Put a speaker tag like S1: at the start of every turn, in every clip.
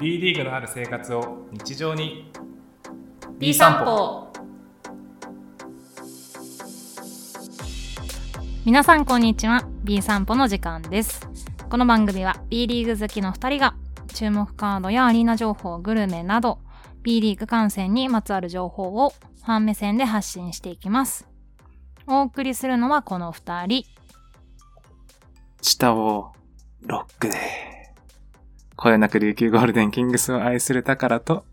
S1: B リーグのある生活を日常に
S2: B 散歩皆さんこんにちは B 散歩の時間ですこの番組は B リーグ好きの2人が注目カードやアリーナ情報グルメなど B リーグ観戦にまつわる情報をファン目線で発信していきますお送りするのはこの2人
S3: 下をロックで。こよなく琉球ゴールデンキングスを愛する宝と、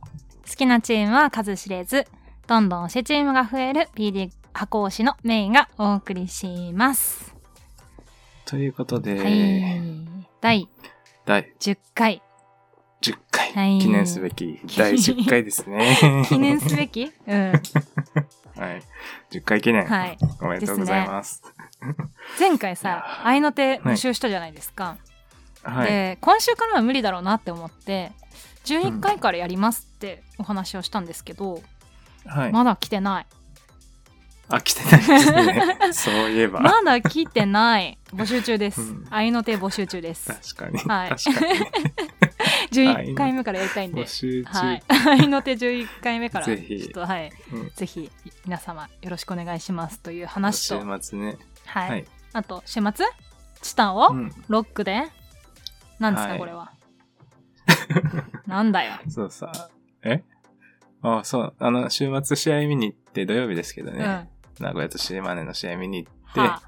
S2: 好きなチームは数知れずどんどん推しチームが増える B リーグ箱推しのメインがお送りします、
S3: ということで、
S2: はい第
S3: 第
S2: 10回
S3: 10回、
S2: はい。
S3: 記念すべき第10回ですね
S2: 記念すべきうん。
S3: はい。10回記念。
S2: はい。
S3: おめでとうございます。
S2: 前回さ、合いの手募集したじゃないですか。
S3: はい。
S2: で、今週からは無理だろうなって思って、11回からやりますってお話をしたんですけど、
S3: はい。
S2: まだ来てない。
S3: あ、来てないですね。 そういえば。
S2: まだ来てない。募集中です
S3: うん。
S2: 合いの手募集中です。
S3: 確かに。
S2: はい
S3: 確か
S2: 11回目からやりたいん
S3: に。募
S2: で。
S3: 集中。
S2: はい。合いの手11回目から、
S3: ぜ
S2: ち
S3: ひ
S2: ょっとはい。
S3: うん
S2: ぜひ、皆様よろしくお願いしますという話
S3: 週
S2: と、
S3: 末ね。
S2: は
S3: はいい。
S2: あと、週末チタンを
S3: うん。
S2: ロックでなんですか、
S3: はい
S2: これは。なん だよ。
S3: そうさ。えあ、そう。あの、週末試合見に行って、土曜日ですけど
S2: う
S3: ね。
S2: ん。は
S3: 名古屋と島根の試合見に行って、
S2: あ、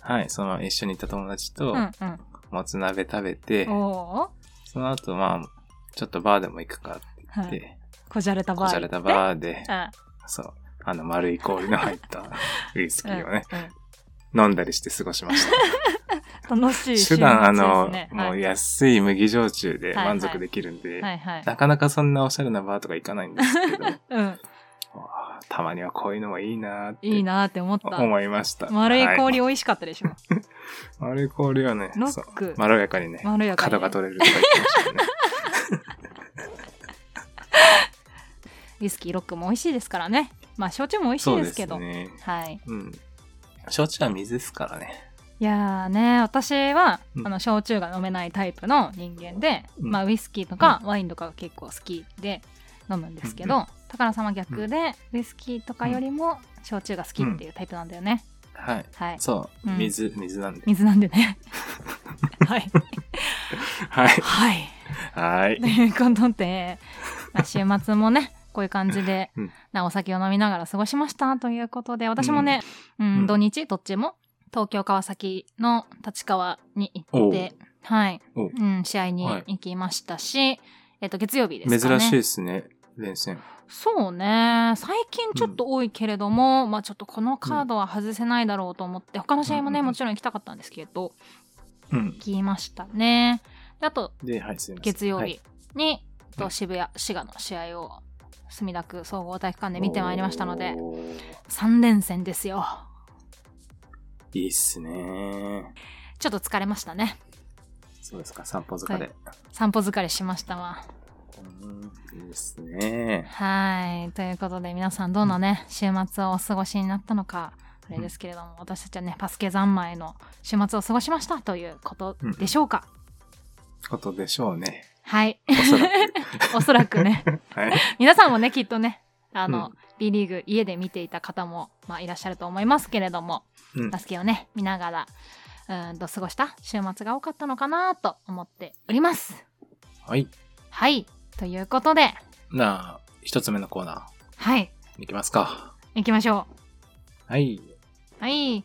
S3: はい、その一緒に行った友達と
S2: うん、
S3: もつ鍋食べて、
S2: うん。おお。
S3: その後、まあ、ちょっとバーでも行くかって
S2: は
S3: 言っ
S2: い。
S3: て、
S2: こじゃれた場合。
S3: こじゃれたバーで、
S2: ー。
S3: そう、あの丸い氷の入ったウイスキ
S2: うん。
S3: ーをね、
S2: う
S3: 飲んだりして過ごしま した。
S2: ん。楽し い週末ですね。
S3: 普段、あの、も
S2: は
S3: う
S2: い
S3: 安い麦焼酎で
S2: はいはい
S3: 満足できるんで、
S2: はいはい。
S3: なかなかそんなおしゃれなバーとか行かないんです けど、
S2: うん。
S3: あたまにはこういうのもいいなーって
S2: いいなーって思った。
S3: 思いました。
S2: 丸い
S3: は
S2: 氷美味しかったでしょ。
S3: 丸い氷はね
S2: ロ、ッ
S3: そう
S2: ク
S3: まろやかにね、
S2: まろやかにね
S3: 角が取れるとか言ってましたね。
S2: ウイスキーロックも美味しいですからね。まあ、焼酎も美味 しいですけど。
S3: ね。
S2: はい。
S3: うん。焼酎は水ですからね。
S2: いやーね、私は、
S3: うん
S2: あの、焼酎が飲めないタイプの人間で、
S3: うん
S2: まあ、ウイスキーとかワインとかが結構好きで飲むんですけど、
S3: う
S2: 宝様逆で、ウイスキーとかよりも焼酎が好きっていうタイプなんだよね。
S3: はい。
S2: はい。
S3: そう、
S2: うん
S3: 水、水なんで。
S2: 水なんで ね。はい。
S3: はい。
S2: はい。
S3: はい
S2: と。いうことで、 まあ週末 もね、こういう感じで、
S3: うん
S2: なお酒を飲みながら過ごしましたということで、私もね、うん
S3: うん
S2: 土日どっちも東京川崎の立川に行って、はい、
S3: おう
S2: うん、試合に
S3: はい
S2: 行きましたし、えっと月曜日ですかね。
S3: 珍しいですね、連戦。
S2: そうね最近ちょっと多いけれども、まあちょっとこのカードは外せないだろうと思って他の試合もね、
S3: うんうんうん
S2: もちろん行きたかったんですけど
S3: うん。
S2: 行きましたねであと
S3: で、はい、すいません。
S2: 月曜
S3: はい
S2: 日。に、えっ
S3: う
S2: と
S3: ん
S2: 渋谷滋賀の試合を墨田区総合体育館で見てまいりましたので
S3: おー。
S2: 3連戦ですよ
S3: いいっすね。
S2: ちょっと疲れましたね
S3: そうですか、散歩塚で。
S2: は散歩疲れしましたわ
S3: うん、いいっすね。
S2: はい。ということで、皆さんどんなね、週末をお過ごしになったのか、あれですけれども、私たちはね、パスケ三昧の週末を過ごしましたということでしょうか。
S3: ことでしょうね。
S2: はい。
S3: おそらく。
S2: おそら くね、
S3: はい。
S2: 皆さんもね、きっとね、あの、
S3: う
S2: B リーグ家で見ていた方も、まあ、いらっしゃると思いますけれども、
S3: うん
S2: バスケをね、見ながら、うーんと過ごした週末が多かったのかなと思っております。
S3: はい。
S2: はい。ということで、
S3: なあ、一つ目のコーナ
S2: はい。
S3: ー、いきますか。
S2: 行きましょ
S3: はい。
S2: う。はい。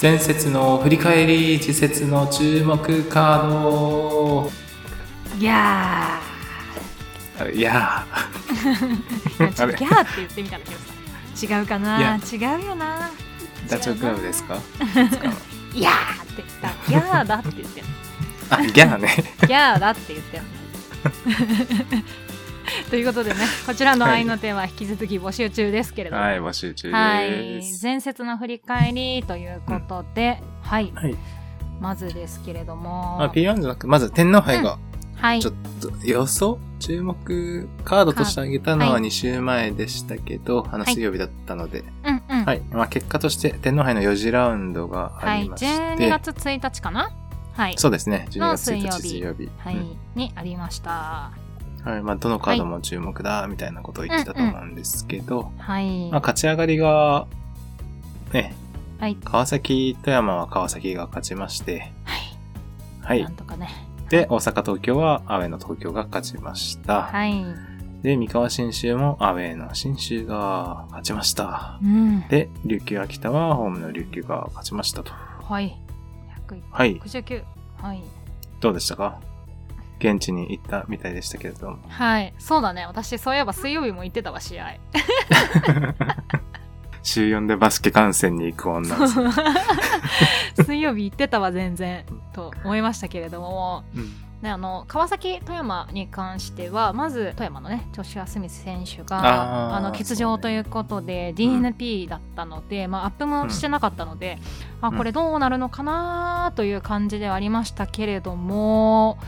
S3: 前節の振り返り次節の注目カード
S2: いやー。
S3: いや
S2: いやち
S3: あ
S2: ょっ
S3: れ
S2: とギャーって言ってみたんだけどさ違うか
S3: い
S2: な
S3: や
S2: 違うよな
S3: ーダチョウ倶楽部です か
S2: いやーって言ったギャーだって言ってる
S3: あギャーね
S2: ギャーだって言ってるということでねこちらの愛の手は引き続き募集中ですけれど も、
S3: はい募集中
S2: はい
S3: です
S2: 前節の振り返りということで、はい、
S3: はい
S2: まずですけれども、
S3: まあ、P1 じゃなくまず天皇杯が
S2: はい
S3: ちょっと予想注目カードとして挙げたの
S2: は
S3: はい2週前でしたけど、あの
S2: はい
S3: 水曜日だったので、
S2: うんうん
S3: はい。まあ、結果として、天皇杯の4次ラウンドがあ
S2: はい、
S3: りまして、
S2: 12月1日かなはい、
S3: そうですね。12
S2: の
S3: 月1日
S2: 水
S3: 水
S2: 曜
S3: 曜日。
S2: はい
S3: うん
S2: にありました。
S3: はい。まあ、どのカードも注目だ、みたいなことを言ってたと思うんですけど、
S2: はい。
S3: まあ、勝ち上がりが、ね、
S2: はい。
S3: 川崎、富山は川崎が勝ちまして、
S2: は。
S3: はい
S2: ないん。とかね。
S3: で、大阪、東京はアウェイの東京が勝ちました。
S2: はい。
S3: で、三河新州もアウェイの新州が勝ちました。
S2: うん。
S3: で、琉球秋田はホームの琉球が勝ちましたと。
S2: はい。
S3: はい。
S2: 169。はい。
S3: どうでしたか現地に行ったみたいでしたけれども。
S2: はい。そうだね。私、そういえば水曜日も行ってたわ、試合。
S3: 週4でバスケ観戦に行く 女ですね。
S2: 水曜日行ってたわ、全然。と思いましたけれども、
S3: うん
S2: ね、あの川崎、富山に関してはまず富山のねジョシュア・スミス選手
S3: あ
S2: が
S3: ー
S2: あの欠場ということで DNP だったので、まあ、アップもしてなかったので、あこれどうなるのかなという感じではありましたけれども。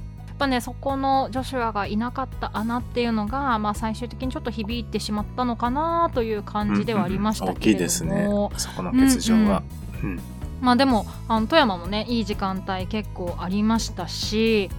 S2: やっぱねそこのジョシュアがいなかった穴っていうのが、まあ、最終的にちょっと響いてしまったのかなという感じではありました
S3: 大
S2: け
S3: きい
S2: れども、
S3: ですね。そこの欠場は。うん
S2: まあでもあの富山もねいい時間帯結構ありましたし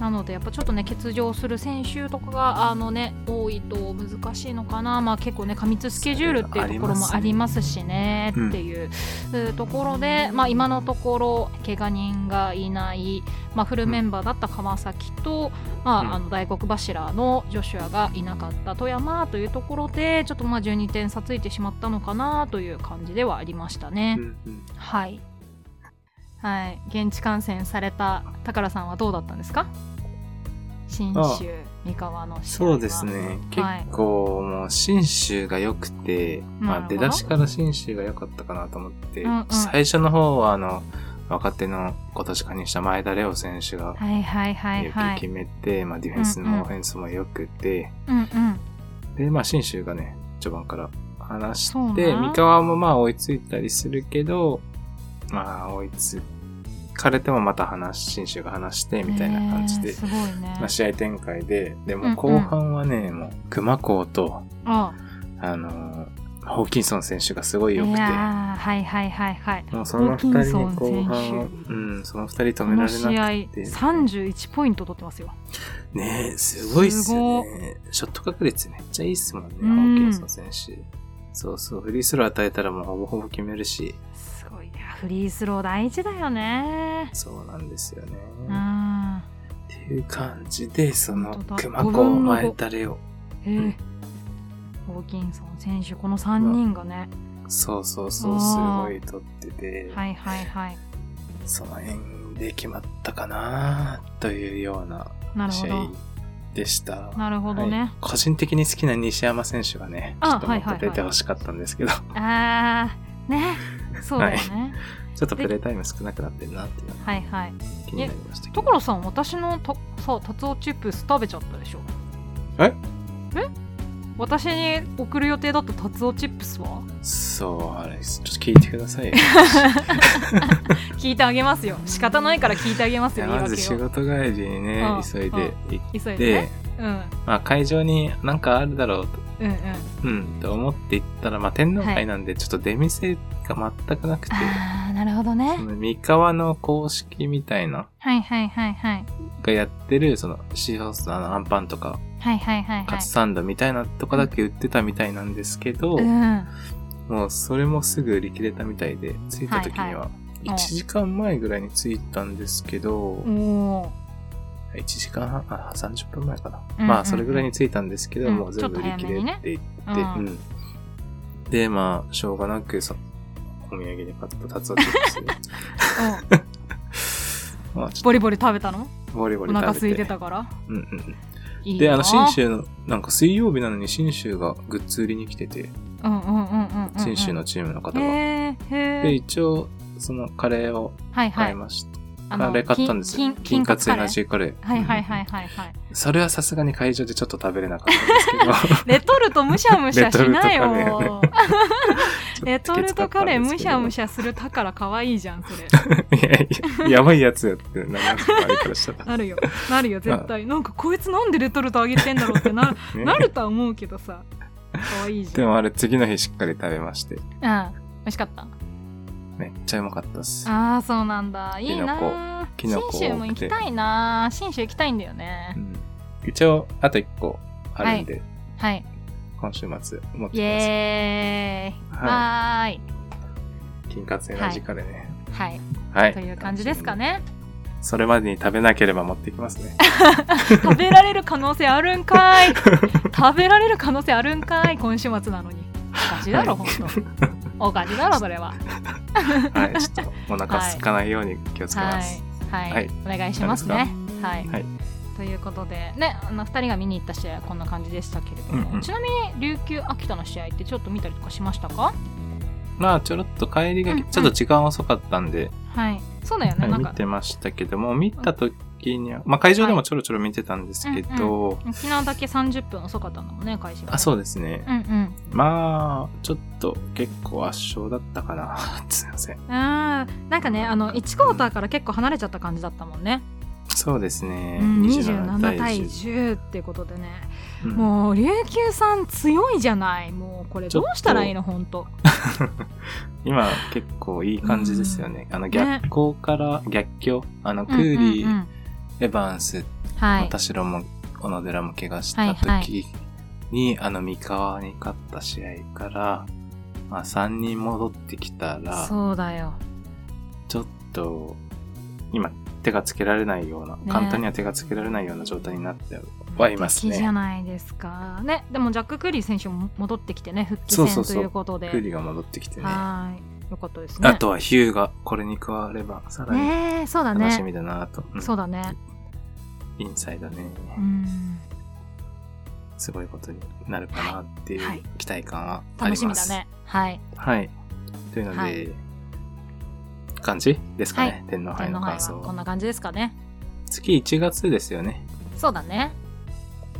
S2: なのでやっぱちょっとね欠場する選手とかがあのね多いと難しいのかなまあ結構ね過密スケジュールっていうところもありますしね
S3: うん
S2: っていううんところでまあ今のところ怪我人がいないまあフルメンバーだった川崎と
S3: う
S2: ま
S3: ん
S2: ああの大黒柱のジョシュアがいなかった富山というところでちょっとまあ12点差ついてしまったのかなという感じではありましたね。
S3: うんうん
S2: はい。はい、現地観戦された宝さんはどうだったんですか。新州三河の試合は
S3: そうです。ね。結
S2: はい
S3: 構、もう、新州が良くて、
S2: なる
S3: まあ、
S2: ほど
S3: 出だしから新州が良かったかなと思って、
S2: うんうん
S3: 最初の方は、あの、若手の今年加入した前田玲央選手が、
S2: はいはいはいはい。
S3: 決めて、まあ、ディフェンス
S2: うんうん
S3: もオフェンスも良くて、
S2: うんうん。
S3: で、まあ、新州がね、序盤から話し
S2: そう
S3: て、
S2: ね
S3: 三河もまあ、追いついたりするけど、まあ、追いつかれてもまた話し、新州が話して、みたいな感じ
S2: ねえ
S3: で、
S2: すごいね。
S3: まあ、試合展開で、で
S2: うんう
S3: も
S2: ん
S3: 後半はね、もう、熊高と、
S2: あ
S3: あのーホーキンソン選手がすごい
S2: いや
S3: 良くて、
S2: ーはいはいはいはい。
S3: もうその二人に
S2: ホーキ
S3: 後
S2: ンソン選手
S3: 半を、うん、その二人止
S2: こ
S3: めら
S2: の
S3: れなく
S2: 試合
S3: て
S2: 三十一ポイント取ってますよ。
S3: ねえ、すごいっすよね。ショット確率めっちゃいいっすもんね、
S2: うん
S3: ホーキンソン選手。そうそう、フリースロー与えたらもうほぼほぼ決めるし、
S2: すごいいやフリースロー大事だよね。
S3: そうなんですよね。
S2: うん。
S3: っていう感じで、その
S2: 本当、だ
S3: 熊
S2: 五
S3: 子、
S2: 分の五
S3: 前タレを、
S2: えーホーキンソン選手この三人がね。
S3: そうそうそう、す
S2: あ
S3: ごい
S2: ー
S3: 取ってて、
S2: はいはいはい。
S3: その辺で決まったかなというような
S2: なるほ
S3: 試
S2: ど
S3: 合。でした。
S2: なるほどね。
S3: はい個人的に好きな西山選手がね、ちょ
S2: あ
S3: っともっ
S2: はいはいは
S3: と
S2: い
S3: 出てほしかったんですけど、
S2: あーねそうだよね、
S3: ちょっとプレイタイム少なくなってるなっていうのが
S2: はい、はい
S3: 気になりましたけど。
S2: 所さん私のとさタツオチップス食べちゃったでしょ
S3: え
S2: え私に送る予定だったタツオチップスは
S3: そう、あれ、ちょっと聞いてくださ いよ。
S2: 聞いてあげますよ仕方ないから聞いてあげます
S3: いや
S2: よ言い
S3: まず
S2: 訳
S3: 仕
S2: を
S3: 事帰りにね
S2: うん、
S3: 急いで行っ
S2: 急い
S3: て
S2: でね、うん
S3: まあ会場になんかあるだろうと、
S2: うんうん
S3: うん、と思って行ったら、まあ天皇会なんでちょっと出店が全くなくて、
S2: ああなるほど
S3: そ
S2: ね
S3: の三河の公式みたいな、
S2: はいはいはいはい
S3: がやってる、その、シーホースのあの、アンパンとか、
S2: はいはいはいは
S3: カ
S2: い
S3: ツサンドみたいなとかだけ売ってたみたいなんですけど、
S2: うん
S3: もうそれもすぐ売り切れたみたいで、着いた時
S2: はい
S3: に
S2: は
S3: は、1時間前ぐらいに着いたんですけど、
S2: おお
S3: 1時間半、あ、30分前かな。
S2: うん
S3: まあ、それぐらいに着いたんですけど、
S2: うん
S3: もう全部売り切れって言って、
S2: ちょっと早め
S3: う
S2: に
S3: んで、まあ、しょうがなく、そお土産で買ったタツオチップ スをまあ、ちょ
S2: ボリボリ食べたの
S3: っと、ボリボ
S2: お
S3: リ食べて。
S2: 腹空いてたから
S3: うんうんうん。
S2: いいな
S3: で、あの、新州の、なんか水曜日なのに新州がグッズ売りに来てて、
S2: うんうんうんうんうんうん
S3: 新州のチームの方が。
S2: へえ
S3: で、
S2: へえ
S3: 一応、そのカレーを
S2: はいは
S3: 買い
S2: い
S3: ました。
S2: あ
S3: あれ買ったんですよ
S2: 金。
S3: 金
S2: 金
S3: カ
S2: カ
S3: ツ
S2: ツ
S3: エ
S2: エ
S3: ナ
S2: ナ
S3: ジーカレー。
S2: はいはいはい
S3: うん
S2: はいはい。
S3: うん。それはさすがに会場でちょっと食べれなかったんですけど。
S2: レトルトむしゃむしゃしな
S3: レトルト
S2: よ。レトルトカレーむしゃむ
S3: し
S2: しゃするたから可愛いじゃん、それ。
S3: ゃ。いやいや、やばいやつやって、なりますからあれからしたら。
S2: なるよ。なるよ、絶対。なんかこいつなんでレトルトあげてんだろうってな
S3: ね
S2: なるとは思うけどさ。可愛いじ
S3: で
S2: ゃん。
S3: もあれ、次の日しっかり食べまして。
S2: うん味しかった
S3: めっちゃうまかったっす。
S2: ああそうなんだいいな
S3: きのこ
S2: 信州も行きたいな信州行きたいんだよね、
S3: うん一応、あと一個あるんで、
S2: はい
S3: 今週末持ってき
S2: イ
S3: ます。
S2: エーイ、
S3: はい
S2: わーい
S3: 金カツエナジーカレーね。
S2: はい、
S3: はい。
S2: という感じですか。ね
S3: それまでに食べなければ持ってきますね。
S2: 食べられる可能性あるんか い食べられる可能性あるんかい今週末なのにおかしいだろ、
S3: はい
S2: ほんとおかしいだろ それは
S3: はい。ちょっとお腹空かないように気をつけ
S2: は
S3: ます。
S2: い、はい
S3: はい
S2: お願いしますねはい、
S3: はい
S2: ということでねあの2人が見に行った試合はこんな感じでしたけれども、
S3: うんうん
S2: ちなみに琉球秋田の試合ってちょっと見たりとかしましたか
S3: まあ、ちょろっと帰りが、
S2: うんうん
S3: ちょっと時間遅かったんで、
S2: はいそうだよね、
S3: はい
S2: なん
S3: 見
S2: か
S3: てましたけども、見た時には、まあ会場でもちょろちょろ見てたんですけど、
S2: 沖縄だけ30分遅かったんだもんね開始が
S3: あ、そうですね。
S2: うんうん
S3: まあ、ちょっと結構圧勝だったかな。 すいません。
S2: あーなんかねあの1クォーターから結構離れちゃった感じだったもんね、
S3: そうですね。
S2: うん、
S3: 27
S2: 27対
S3: 10
S2: 10ってことでね、
S3: うん
S2: もう琉球さん強いじゃないもうこれどうしたらいいの本当
S3: 今結構いい感じですよね。あの逆光から、逆境。あの、クーリー、
S2: うんうんうん
S3: エバンス、
S2: はい
S3: 田代も、小野寺も怪我した時に、あの、三河に勝った試合から、まあ3人戻ってきたら、
S2: そうだよ
S3: ちょっと、今手がつけられないような、
S2: ね
S3: 簡単には手がつけられないような状態になってはいます
S2: 敵じゃ
S3: ね。
S2: ないですか。ね、でもジャック・クーリー選手も戻ってきてね、復帰
S3: そうそ
S2: 戦
S3: う
S2: と
S3: そう
S2: いうことで。
S3: クーリーが戻ってきてね。
S2: はーい。よかったですね。
S3: あとはヒューがこれに加わればさらに
S2: ねえ、そうだ
S3: 楽しみ
S2: ね。
S3: だなと、うん
S2: そうだね。
S3: インサイドね、
S2: うん。
S3: すごいことになるかなってい
S2: はいう
S3: 期待感はありま
S2: 楽
S3: す。
S2: しみだね。はい。
S3: はい。というので、
S2: はい
S3: 感じですかね、
S2: はい
S3: 天皇杯
S2: 天皇
S3: の
S2: 杯
S3: 感
S2: は
S3: 想
S2: こんな感じですかね。
S3: 月1月ですよね。
S2: そうだね。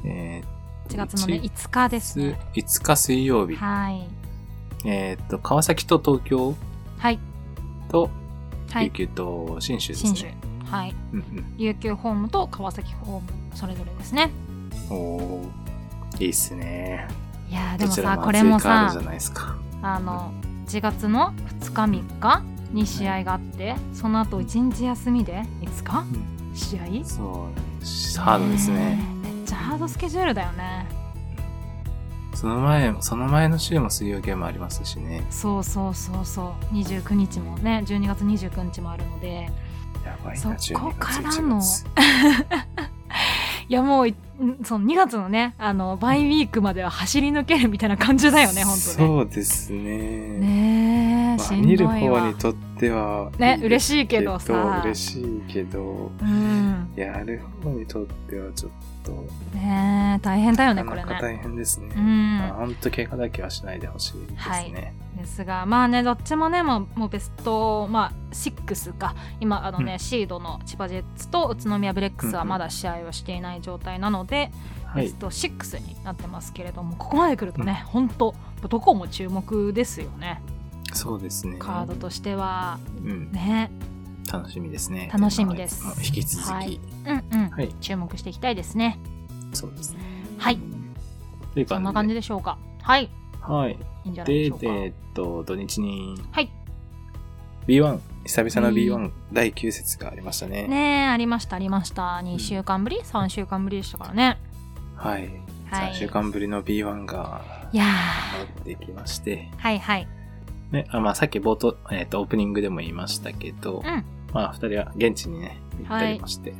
S3: え
S2: 1月のね、
S3: 1
S2: 5日です
S3: 月
S2: ね。
S3: 5日水曜日、
S2: はい。
S3: えーっと、川崎と東京
S2: はい。
S3: と
S2: は
S3: 琉
S2: い。
S3: 球と信州です
S2: 信州
S3: ね。。
S2: はい。
S3: うんうん
S2: 琉球ホームと川崎ホーム、それぞれですね。
S3: おーいいっすね。
S2: いやーで
S3: ど
S2: も
S3: ち
S2: さ、
S3: らも
S2: こ
S3: 熱
S2: れ
S3: いカー
S2: も
S3: ド
S2: さ
S3: じゃ、ないですか。
S2: あの1月の2日3日に試合があって、その後1日休みで5日、
S3: う
S2: 試合
S3: そう、ハードですね。
S2: えめっちゃハードスケジュールだよね
S3: その前も、その前の週も水曜ゲームありますしね。
S2: そうそうそうそう29日もね12月29日もあるので
S3: やばい
S2: そ
S3: な、
S2: こ
S3: 12月
S2: からの
S3: 1月
S2: いやもういんその2月のねあのバイウィークまでは走り抜けるみたいな感じだよね本当ね
S3: そうですね。
S2: ねえ
S3: まあ
S2: しん
S3: 見
S2: ど
S3: る
S2: いわ
S3: 方にとってはい
S2: ね
S3: いで
S2: 嬉
S3: す
S2: しいけどさ
S3: 嬉しいけど、
S2: うん
S3: やる方にとってはちょっと、
S2: ねえ大変だよね
S3: な
S2: こ
S3: か
S2: れ
S3: な
S2: ね
S3: か大変ですね。
S2: うん
S3: まあ、ほんと怪我だけはしないでほしいですね。
S2: ですがまあねどっちもねもうもうベスト、まあ、6か今あのね、
S3: うん
S2: シードの千葉ジェッツと宇都宮ブレックス
S3: うん
S2: は
S3: うん
S2: まだ試合をしていない状態なので、
S3: は
S2: ベ
S3: い
S2: ス。ト6になってますけれどもここまで来るとね、本当どこも注目ですよね
S3: そうですね。
S2: カードとしては
S3: うん。
S2: ね
S3: 楽しみですね。
S2: 楽しみです
S3: まあ引き続き。
S2: は
S3: はいい。
S2: うんうん、注目していきたいですね
S3: そうですね。
S2: はい
S3: という
S2: そんな感じ
S3: で。
S2: でしょうかはいい
S3: はい。
S2: いんじゃないで
S3: で、
S2: し
S3: え
S2: ょうか
S3: ーっと、土日に
S2: はい
S3: B1、久々の B1 第9節がありましたね。
S2: ねえありましたありました2週間ぶり、3週間ぶりでしたからね
S3: はい。
S2: はい
S3: 3週間ぶりの B1 が
S2: いや
S3: 戻ってきまして、
S2: ーはいはい
S3: ね、あまあ、さっき冒頭、えっとオープニングでも言いましたけど、
S2: うん
S3: まあ、二人は現地にね、行ったりまして、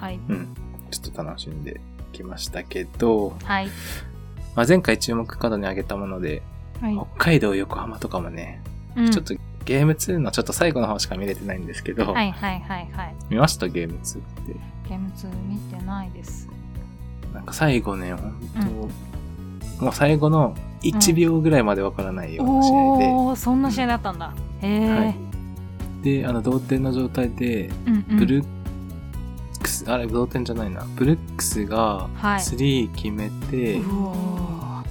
S2: はい
S3: うん、ちょっと楽しんできましたけど、
S2: はい。
S3: まあ、前回注目カードに挙げたもので、
S2: はい
S3: 北海道、横浜とかもね、
S2: うん
S3: ちょっとゲーム2のちょっと最後の方しか見れてないんですけど、
S2: はいはいはいはい。
S3: 見ましたゲーム2って。
S2: ゲーム2見てないです。
S3: なんか最後ね、本当、もう最後の1秒ぐらいまでわからないような試合で、
S2: おー、そんな試合だったんだ。へえ。
S3: はい。で、あの、同点の状態で、
S2: うんうん。
S3: ブルックス、あれ、同点じゃないな。ブルックスが、
S2: はい。
S3: 3決めて、
S2: うおー。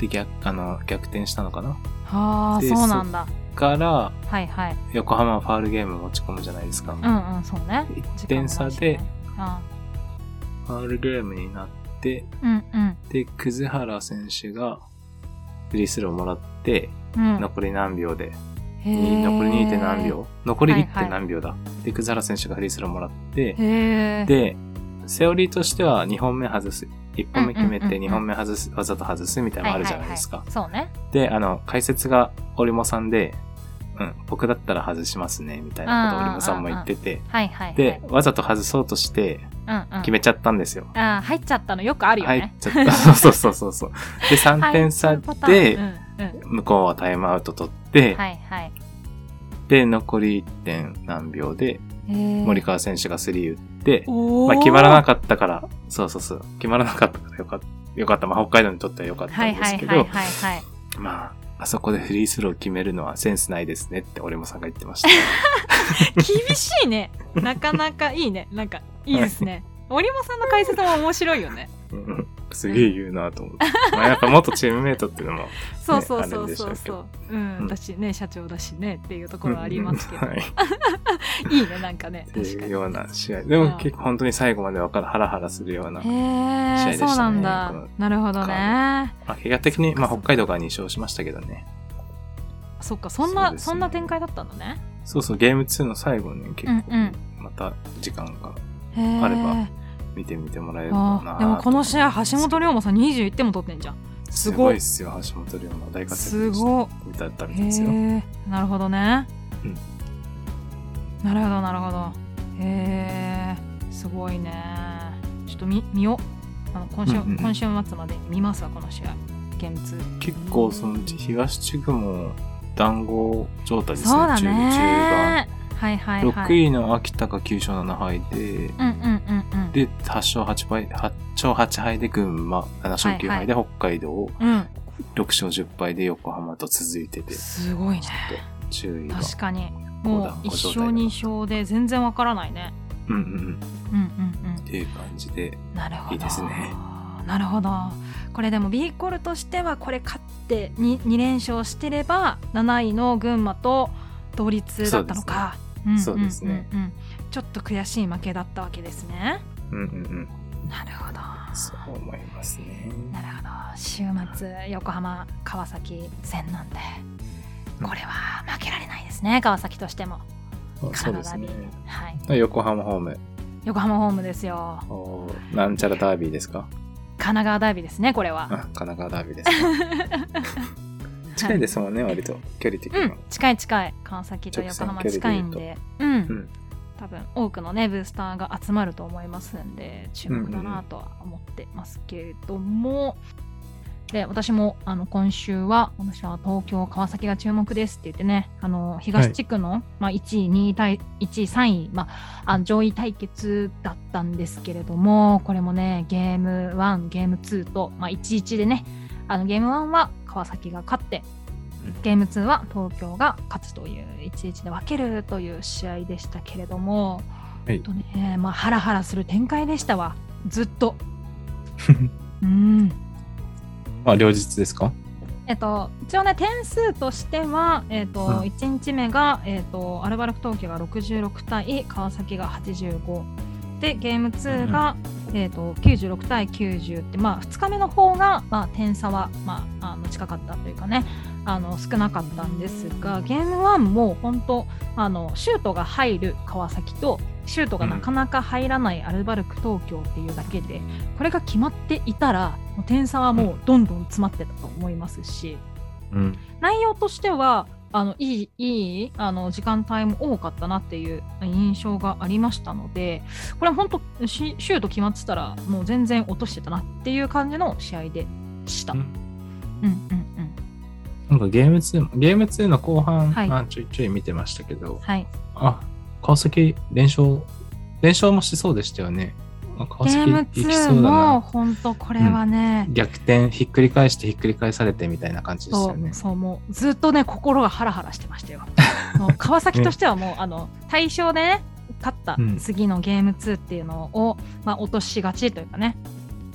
S3: で、逆、あの、逆転したのかな
S2: はあ、
S3: で
S2: そうなんだ。
S3: から、
S2: はいはい。
S3: 横浜はファールゲーム持ち込むじゃないですか。
S2: うんうん、そうね。
S3: 1点差で、
S2: 時間もないしね。
S3: ファールゲームになって、
S2: うん
S3: で、葛原選手が、フリースローもらって、
S2: うん。うん。
S3: 残り何秒でに残り
S2: へー
S3: 2. 点何秒残り
S2: はい
S3: 1
S2: はい
S3: 点何秒だ。で、クザラ選手がフリースローもらって、
S2: へー
S3: で、セオリーとしては2本目外す。1本目決め
S2: うんうんう
S3: て
S2: ん
S3: 2本目外す、わざと外すみたいなのあるじゃないですか。
S2: はははそうね。
S3: で、あの、解説がオリモさんで、うん、僕だったら外しますね、みたいなことをオリモさんも言ってて、
S2: はいはい、はい。
S3: で、、わざと外そうとして
S2: うんうん、
S3: 決めちゃったんですよ。
S2: ああ、入っちゃったのよくあるよ
S3: 入っ
S2: ね。
S3: ちゃ った。そうそうそうそう。で、3点
S2: そ
S3: 差
S2: ういうパターン
S3: で、
S2: うんうん
S3: 向こうはタイムアウト取って、
S2: はいはい。
S3: で、残り1点何秒で、森
S2: 森
S3: 川選手が3打って、
S2: お
S3: まあ、決まらな
S2: かっ
S3: かったから、そうそうそう、決まらなかったからよかった。よかった。まあ、北海道にとってはよかった
S2: はい
S3: んで
S2: は
S3: す
S2: い
S3: け
S2: はいはい
S3: ど、
S2: はい。
S3: まあ、あそこでフリースロー決めるのはセンスないですねって、俺もさんが言って ました。
S2: 厳しいね。なかなかいいね。なんか、いいですね。森本さんの解説も面白いよね。
S3: うんうんすげえ言うなと思って。まあ、やっぱ元チームメイトっていうのも、
S2: そうそうそう
S3: ねあるんでし
S2: そ
S3: ょ
S2: う
S3: うけ
S2: そう
S3: ど。
S2: うん。
S3: うん
S2: 私ね、社長だしねっていうところはありますけど
S3: うん。はい。
S2: いいね、なんか ね。
S3: って
S2: 確か
S3: いう
S2: に。
S3: ような試合。でも結構本当に最後までわかる、ハラハラするような。試合
S2: へ
S3: で
S2: え、
S3: したね
S2: そうなんだ
S3: この。
S2: なるほどね。
S3: まあ、結果的に、まあ、北海道が2勝しましたけどね。
S2: そっか、そん
S3: そう
S2: な、
S3: ですね
S2: そんな展開だったんだね。
S3: そうそう、ゲーム2の最後に結構
S2: うんうん、
S3: また時間が
S2: へえ。
S3: あれば見てみてもらえるかな
S2: あーでもこの試合、橋本龍馬さん21点も取ってんじゃん。す
S3: す
S2: ごい
S3: ごいっすよ、橋本龍馬。大活
S2: す
S3: 躍でした
S2: ごっ。
S3: みたいだったみ
S2: へ
S3: たいですよ。
S2: え。なるほどね。
S3: うん
S2: なるほど、なるほど。へえ。すごいね。ちょっと見見ようあの今週、
S3: うんうんうん
S2: 今週末までに見ますわ、この試合。ゲーム2。
S3: 結構、その、東地区も団子状態ですね、
S2: そうだ
S3: 中中
S2: ね。はいはい
S3: 盤。
S2: は
S3: 6
S2: い。
S3: 位の秋田が9勝7敗で、
S2: うんうんうんうん。
S3: で、8勝8敗、8勝8敗で群馬、7勝9敗で北海道、
S2: うん。
S3: 6勝10敗で横浜と続いてて、ち
S2: すごい
S3: ょ
S2: ね。
S3: っと注意が。
S2: 確かに。も
S3: こ
S2: う
S3: うだ
S2: 1勝2勝で全然わからないね。
S3: うんうんうん。
S2: うんうんうん
S3: っ。ていう感じで、
S2: なるほど。
S3: いいですね
S2: なるほど。これでも B コルとしてはこれ勝って 2, 2連勝してれば7位の群馬と同率だったのか。んんんん
S3: そうですね。
S2: ちょっと悔しい負けだったわけですね。
S3: うんうんうん。
S2: なるほど。
S3: そう思いますね。
S2: なるほど。週末横浜川崎戦なんで、
S3: うん
S2: これは負けられないですね。川崎としても。
S3: あそうですね。
S2: はい。
S3: 横浜ホーム、
S2: 横浜ホームですよ。
S3: おーなんちゃらダービーですか
S2: 神奈川ダービーですね。これは。
S3: あ、神奈川ダービーですか近いですもんね、割と。距離的に
S2: う
S3: は
S2: ん。、近い近い川崎と横浜
S3: 直線距
S2: 近い
S3: 離
S2: ん
S3: で
S2: でうん、
S3: うん
S2: 多分多くのねブースターが集まると思いますんで注目だなとは思ってますけれども、で私もあの今週は私は東京川崎が注目ですって言ってねあの東地区の、まあ、1位2位対1位3位、まあ、あ上位対決だったんですけれどもこれもねゲーム1ゲーム2と、まあ、1-1でねあのゲーム1は川崎が勝ってゲーム2は東京が勝つという1-1で分けるという試合でしたけれども、
S3: はい
S2: えっとねまあ、ハラハラする展開でしたわずっ と。うん
S3: まあ、両日ですか
S2: えっと、一応ね点数としては、えっと
S3: うん
S2: 1日目が、えっと、アルバルク東京が66対川崎が85でゲーム2が、えっと、96対90って、まあ、2日目の方が、まあ、点差は、まあ、あの近かったというかねあの少なかったんですがゲーム1も本当あのシュートが入る川崎とシュートがなかなか入らないアルバルク東京っていうだけで、これが決まっていたらもう点差はもうどんどん詰まってたと思いますし
S3: うん。
S2: 内容としてはあのいいいいあの時間帯も多かったなっていう印象がありましたのでこれは本当シシュート決まってたらもう全然落としてたなっていう感じの試合でした。
S3: う
S2: う
S3: んん
S2: うんうん、
S3: なんかゲーム2、ゲーム2の後半、
S2: はい
S3: まあ、ちょいちょい見てましたけど、
S2: はい
S3: あ、川崎連勝、連勝もしそうでしたよね。あ川
S2: ゲー
S3: 崎
S2: ム
S3: 行きそ
S2: 2
S3: うだ
S2: も
S3: な。
S2: 本当これはね、
S3: 逆転、ひっくり返してひっくり返されてみたいな感じです
S2: そ
S3: よ
S2: う
S3: ね。
S2: そうもうずっとね心がハラハラしてまし たよもう川崎としてはもう、あの対象でね勝った
S3: うん
S2: 次のゲーム2っていうのを、まあ、落としがちというかね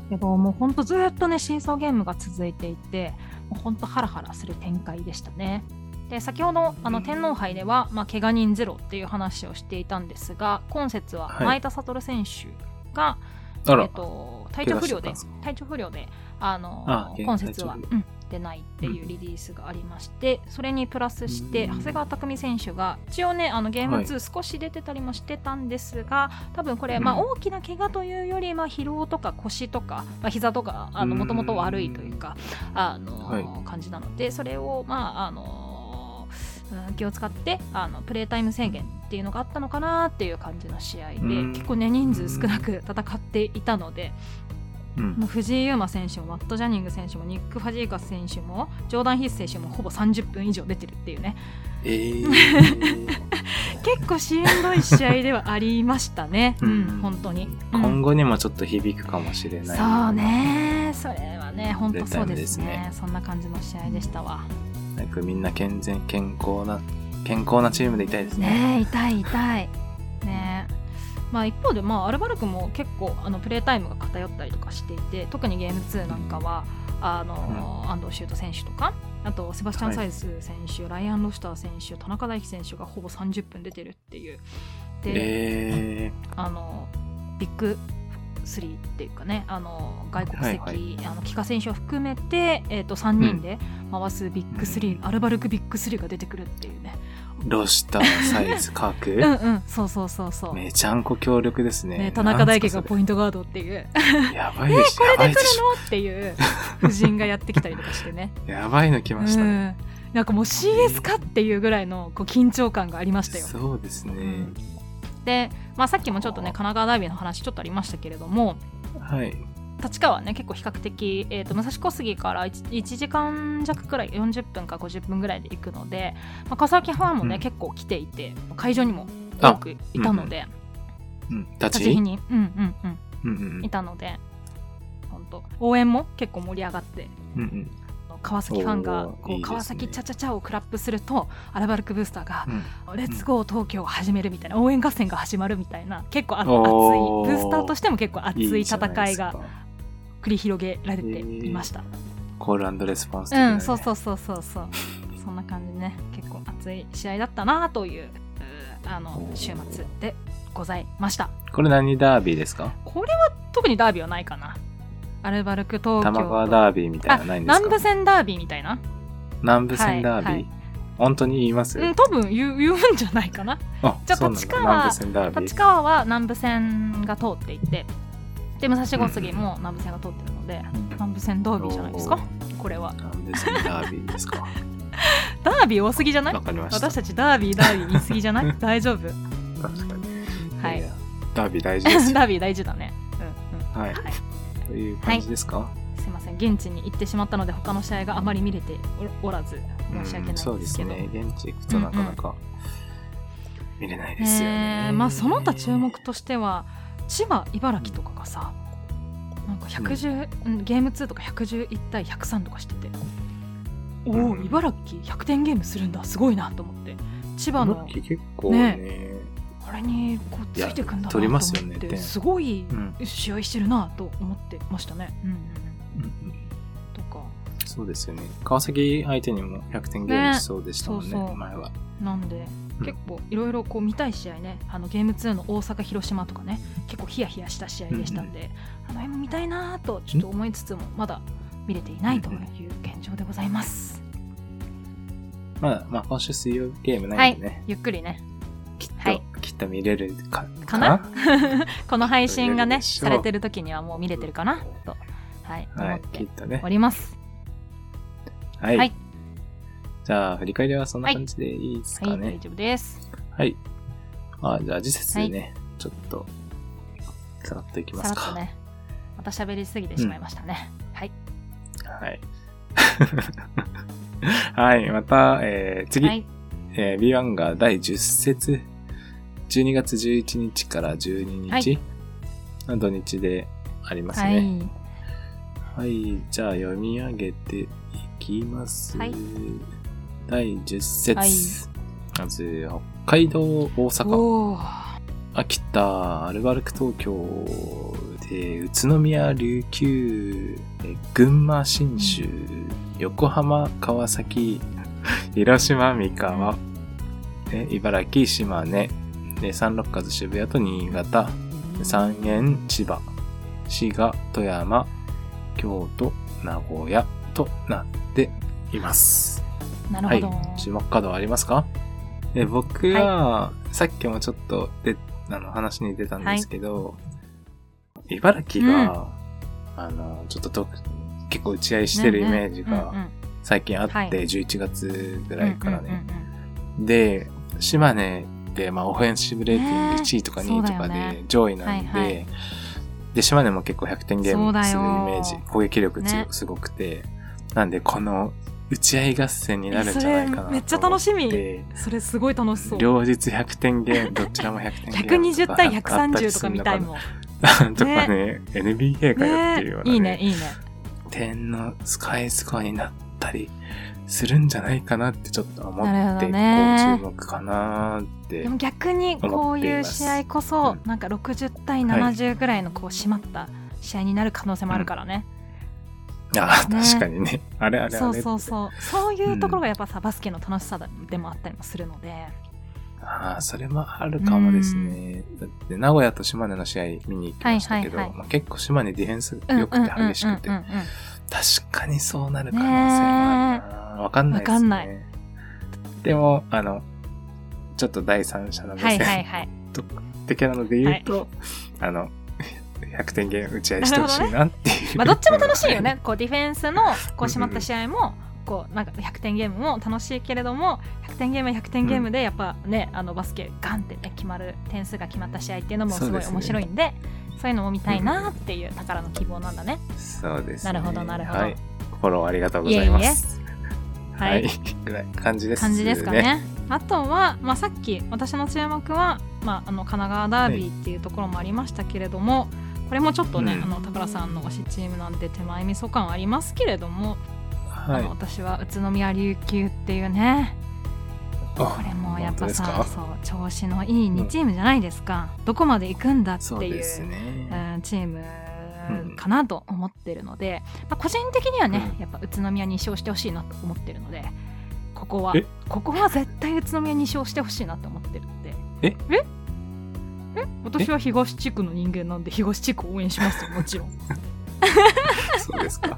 S2: けどもうほんとずっとね真相ゲームが続いていてもうほんとハラハラする展開でしたねで先ほどあの天皇杯では、まあ、怪我人ゼロっていう話をしていたんですが今節は
S3: はい
S2: 前田悟選手が、
S3: あ
S2: えっ
S3: ら、
S2: と、体調不良で
S3: 怪我しちゃったんですか
S2: 体調不良であの
S3: あ
S2: 今節は、
S3: 体調
S2: うんってないっていうリリースがありまして、それにプラスして長谷川匠選手が一応ねあのゲーム
S3: はい
S2: 2少し出てたりもしてたんですが、多分これ、
S3: うん
S2: まあ、大きな怪我というより、まあ、疲労とか腰とか、まあ、膝とか
S3: うん
S2: もともと悪いというか、あの
S3: はい
S2: 感じなのでそれを、まああのうん気を使ってあのプレータイム制限っていうのがあったのかなっていう感じの試合で
S3: うん
S2: 結構ね人数少なく戦っていたので
S3: うん
S2: もう藤井優真選手もマット・ジャニング選手もニック・ファジーカス選手もジョーダン・ヒース選手もほぼ30分以上出てるっていうね
S3: えー、
S2: 結構しんどい試合ではありましたね、う
S3: うん
S2: ん、本当に。 うん
S3: 今後にもちょっと響くかもしれない
S2: そうねそれはね本当そうですね
S3: ですね
S2: そんな感じの試合でしたわ
S3: なんかみんな健全健康な健康なチームでいたいですね
S2: ねえ痛い痛いねえまあ一方で、まあ、アルバルクも結構あのプレータイムが偏ったりとかしていて特にゲーム2なんかはあの、安藤修斗選手とかあとセバスチャン・サイズ選手、ライアン・ロシター選手田中大輝選手がほぼ30分出てるっていうで、
S3: え
S2: あのビッグ3っていうかねあの外国籍、
S3: は
S2: あの帰化選手を含めて、えー、と3人で回すビッグ3、アルバルクビッグ3が出てくるっていうね。
S3: ー、ロシターサイズカ
S2: うん
S3: ク
S2: うん、そうそうそうそう。
S3: めちゃんこ強力ですね
S2: ね、田中大輝が
S3: ポ
S2: ポイントガードっていう
S3: やばいでしょ、
S2: これ
S3: やば
S2: で来
S3: い
S2: る
S3: でしょ
S2: のっていう夫人がやってきたりとかしてね
S3: やばいの来
S2: う
S3: ましたね、
S2: んなんかもう CS かっていうぐらいのこう緊張感がありましたよ。
S3: そうですね、
S2: うんで、まあ、さっきもちょっとね神奈川ダービーの話ちょっとありましたけれども
S3: はい
S2: 立川はね結構比較的、えー、と武蔵小杉から 1, 時間弱くらい40分か50分ぐらいで行くので、まあ、笠置ファンもね、
S3: うん
S2: 結構来ていて会場にも多くいたので
S3: うん立
S2: 立
S3: ち
S2: ち日に、うんうんうん、
S3: うんうん
S2: いたので本当応援も結構盛り上がって
S3: うんうん
S2: 川崎ファンが
S3: おー
S2: こう
S3: いいですね
S2: 川崎チャチャチャをクラップするとアルバルクブースターが
S3: うん
S2: 「レッツゴー東京」を始めるみたいな応援合戦が始まるみたいな結構あ熱い
S3: おー
S2: ブースターとしても結構熱い
S3: じゃな
S2: 戦い
S3: ですか
S2: が繰り広げられていました。
S3: コールレスポンス的な
S2: う
S3: ね
S2: ん、そうそうそうそうそうそんな感じでね結構熱い試合だったなといううーあの週末でございました。
S3: これ何ダービーですか
S2: これは特にダービーはないかな。アルバルク東京
S3: 玉川
S2: と
S3: ダービーみたいなのないんです
S2: 南
S3: か
S2: 部線ダービーみたいな、
S3: 南部線ダービー、
S2: はいはい
S3: 本当に言います、
S2: うん、多分言う言うんじゃないかな
S3: あ
S2: じゃあ
S3: そうなんだ
S2: 立川
S3: 南部線ダービー
S2: 立川は南部線が通っていてで武蔵小杉も南部線が通ってるので、南部線ダービーじゃないですかこれは
S3: 南部線ダービーですか
S2: ダービー多すぎ じゃない
S3: わかりました
S2: 私たちダービーダービー言いすぎじゃない 大丈夫
S3: 確かに
S2: はいい
S3: やダービー大事ですよ
S2: ダービー大事だねうんうん
S3: はい
S2: はい
S3: という感じですか、
S2: すいません現地に行ってしまったので他の試合があまり見れておおらず
S3: うん
S2: 申し訳ない
S3: そう
S2: で
S3: ですす
S2: けど、
S3: ね現地行くとなかなか見れないですよね、
S2: えーまあその他注目としては千葉茨城とかがさなんか110、うんゲーム2とか111対103とかしてておお、
S3: うん
S2: 茨城100点ゲームするんだすごいなと思って千葉
S3: 茨
S2: の
S3: 城結構ね
S2: あれにこうついてくんだなと
S3: いや取り
S2: 思
S3: ますよね
S2: って、
S3: 点
S2: すごい
S3: うん、
S2: 試合してるなと思ってましたね。うんうんうん
S3: うんうん
S2: とか
S3: そうですよね川崎相手にも100点ゲームしそうでしたもんね
S2: ねそうそう
S3: 前は
S2: なんで
S3: うん
S2: 結構いろいろこう見たい試合ねあのゲーム2の大阪広島とかね結構ヒヤヒヤした試合でしたんで、あの辺も見たいなぁとちょっと思いつつもまだ見れていないという現状でございます、
S3: まあ、まあ今週水曜ゲームないんでね、
S2: ゆっくりね
S3: きっと、
S2: はい
S3: きっと見れるか
S2: かなこの配信が
S3: 見れ
S2: ね
S3: るでしょ
S2: さ
S3: う
S2: れてる時にはもう見れてるかなとはい、
S3: は
S2: 思っ
S3: い、きってとね
S2: お。ります
S3: はい。
S2: はい
S3: じゃあ、振り返りはそんな感じでいいです
S2: は
S3: か
S2: い大
S3: ね。
S2: 丈夫です
S3: はい。あじゃあ、次節ね、ちょっと、さらっといきま
S2: さら
S3: す
S2: っと
S3: か。
S2: ねまた喋りすぎてしまいましたね、はい
S3: はい。はい、 また、えー次、
S2: はい
S3: えー B1 が第10節、12月11日から12日の土日でありますね。は
S2: はい
S3: い、じゃあ読み上げていきます。
S2: はい
S3: 第10節、
S2: はい
S3: まず、北海道、大阪、
S2: おー
S3: 秋田、アルバルク東京で、宇都宮、琉球、え群馬、信州、横浜、川崎、 広島、三河、え茨城、島根、で三六和渋谷と新潟、三原、千葉、滋賀、富山、京都、名古屋、となっています。
S2: なる
S3: はい
S2: ほど。。
S3: 注目カードはありますかえ僕は、さっきもちょっとであの話に出たんですけど、茨城が、あの、ちょっとど結構打ち合いしてるイメージ
S2: うんう
S3: が
S2: ん
S3: 最近あって、
S2: はい
S3: 11月ぐらいからね。。
S2: うんうんうん
S3: で、島根って、まあ、オフェンシブレーティング1位とか
S2: ね
S3: 2位と
S2: そう
S3: か
S2: だよ
S3: で
S2: ね
S3: 上位なんで、
S2: はいは
S3: で、島根も結構100点ゲー
S2: そう
S3: ム
S2: だ
S3: す
S2: よ
S3: るイメージ、攻撃力強、
S2: ね
S3: すごくて、なんで、この打ち合い合戦になるんじゃないかなと思って。
S2: えそれめっちゃ楽しみそれすごい楽しそう。
S3: 両日100点ゲー ム、どちらも100点ゲームと
S2: 120
S3: か。
S2: 対130とか見たいもん。
S3: ん。 とかね、NBA がやってるような、ね
S2: いいね、いいね。
S3: 点のスカイスコアになったりするんじゃないかなってちょっと思
S2: なる
S3: っ
S2: ほ
S3: て、
S2: どね
S3: こう注目かなって。
S2: でも逆にこういう試合
S3: 思
S2: こ
S3: っ
S2: そ
S3: ていま
S2: なんか60対70ぐらいのこう締まった試合になる可能性もあるからね。
S3: ああ、
S2: ね
S3: 確かにね。あれあれあれ。
S2: そうそうそう。そういうところがやっぱさバスケの楽しさでもあったりもするので。
S3: ああ、それもあるかもですね。だって、名古屋と島根の試合見に行きましたけど、
S2: はいはいはい
S3: まあ、結構島根ディフェンス
S2: うん
S3: 良くて激しくて、
S2: うんうんうんうん
S3: 確かにそうなる可能性もあるな。わかんないですね。
S2: わかんない
S3: でも、あの、ちょっと第三者の目
S2: はい
S3: 線
S2: はいはい。
S3: 的なので言うと、あの、100点ゲーム打ち合いしてほしいなっていう、
S2: まあどっちも楽しいよね。こうディフェンスのこう締まった試合も。こうなんか100点ゲームも楽しいけれども100点ゲームは100点ゲームでやっぱね、あのバスケガンって、ね、決まる点数が決まった試合っていうのもす
S3: そう
S2: ご
S3: で
S2: い
S3: すね
S2: 面白いんでそういうのも見たいなっていう宝の希望なんだね。
S3: そうです、
S2: なるほどなるほど
S3: はい。フォローありがとうございます。
S2: はい、
S3: はい。ぐらい感じです、
S2: 感じですかね。。あとは、まあ、さっき私の注目は、まあ、あの神奈川ダービーっていうところもありましたけれども、これもちょっとね、
S3: うん
S2: あの宝さんの推しチームなんで手前味噌感はありますけれども、
S3: は
S2: あ
S3: い
S2: の。私は宇都宮琉球っていうねこれもやっぱ
S3: 本当
S2: さ
S3: です
S2: そう調子のいい2チームじゃないですか、どこまで行くんだって
S3: そう
S2: いう
S3: ですね。
S2: うんチーム
S3: うん
S2: かなと思ってるので、まあ、個人的にはね、
S3: うん
S2: やっぱ宇都宮に勝してほしいなと思ってるのでここは
S3: え
S2: ここは絶対宇都宮に勝してほしいなと思ってるので
S3: え
S2: ええ私は東地区の人間なんで東地区を応援しますよもちろん
S3: そうです か。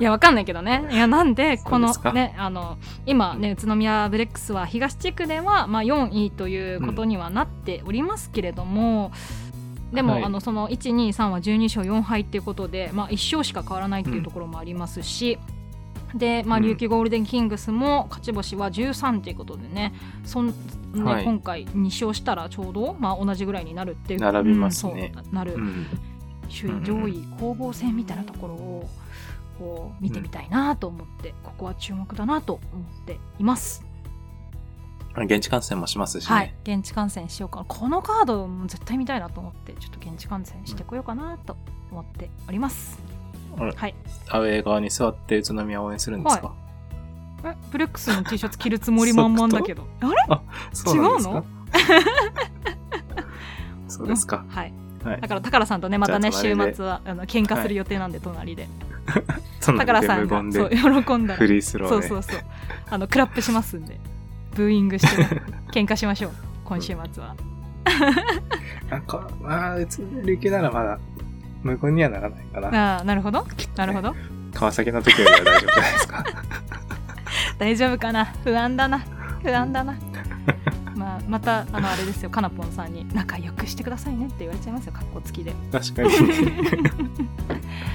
S2: いやわかんないけど ねいやなんでこ
S3: そう
S2: の
S3: ですか
S2: ねあの今ね宇都宮ブレックスは東地区では、まあ、4位ということにはなっておりますけれども、でも、
S3: はい
S2: あのその123は12勝4敗っていうことで、まあ、1勝しか変わらないっていうところもありますし、で、まあ、
S3: うん
S2: 琉球ゴールデンキングスも勝ち星は13ということでねそんね
S3: はい
S2: 今回2勝したらちょうど、まあ、同じぐらいになるっていう
S3: 並びますね
S2: うんそうなる、
S3: うん。
S2: 首位上位攻防戦みたいなところをこう見てみたいなと思って、ここは注目だなと思っています。
S3: 現地観戦もしますしね。
S2: はい、現地観戦しようかなこのカードも絶対見たいなと思ってちょっと現地観戦してこようかなと思っております。
S3: あら
S2: はい、
S3: アウェー側に座って宇都宮を応援するんですか、
S2: えブレックスの T シャツ着るつもり満々だけ どあれ
S3: そうなんです
S2: 違うの
S3: か そうですか。
S2: はい、
S3: はい
S2: だから宝さんとねまたね
S3: じゃ
S2: 週
S3: あ隣で
S2: 末はあの喧嘩する予定なんで隣で、
S3: その
S2: 宝さん
S3: 無言
S2: がそう
S3: で
S2: 喜んだら
S3: フリースロー
S2: そ
S3: で。
S2: うそうそうあのクラップしますんでブーイングしてね喧嘩しましょう今週末は
S3: なんか、まあ、宇都宮琉球ならまだ無言にはならないかな。
S2: ああなるほどなるほど
S3: 川崎の時よりは大丈夫じゃないです か。
S2: 大丈夫かな不安だな不 安だなまあまたあのあれですよかなぽんさんに仲良くしてくださいねって言われちゃいますよ格好付きで
S3: 確かに。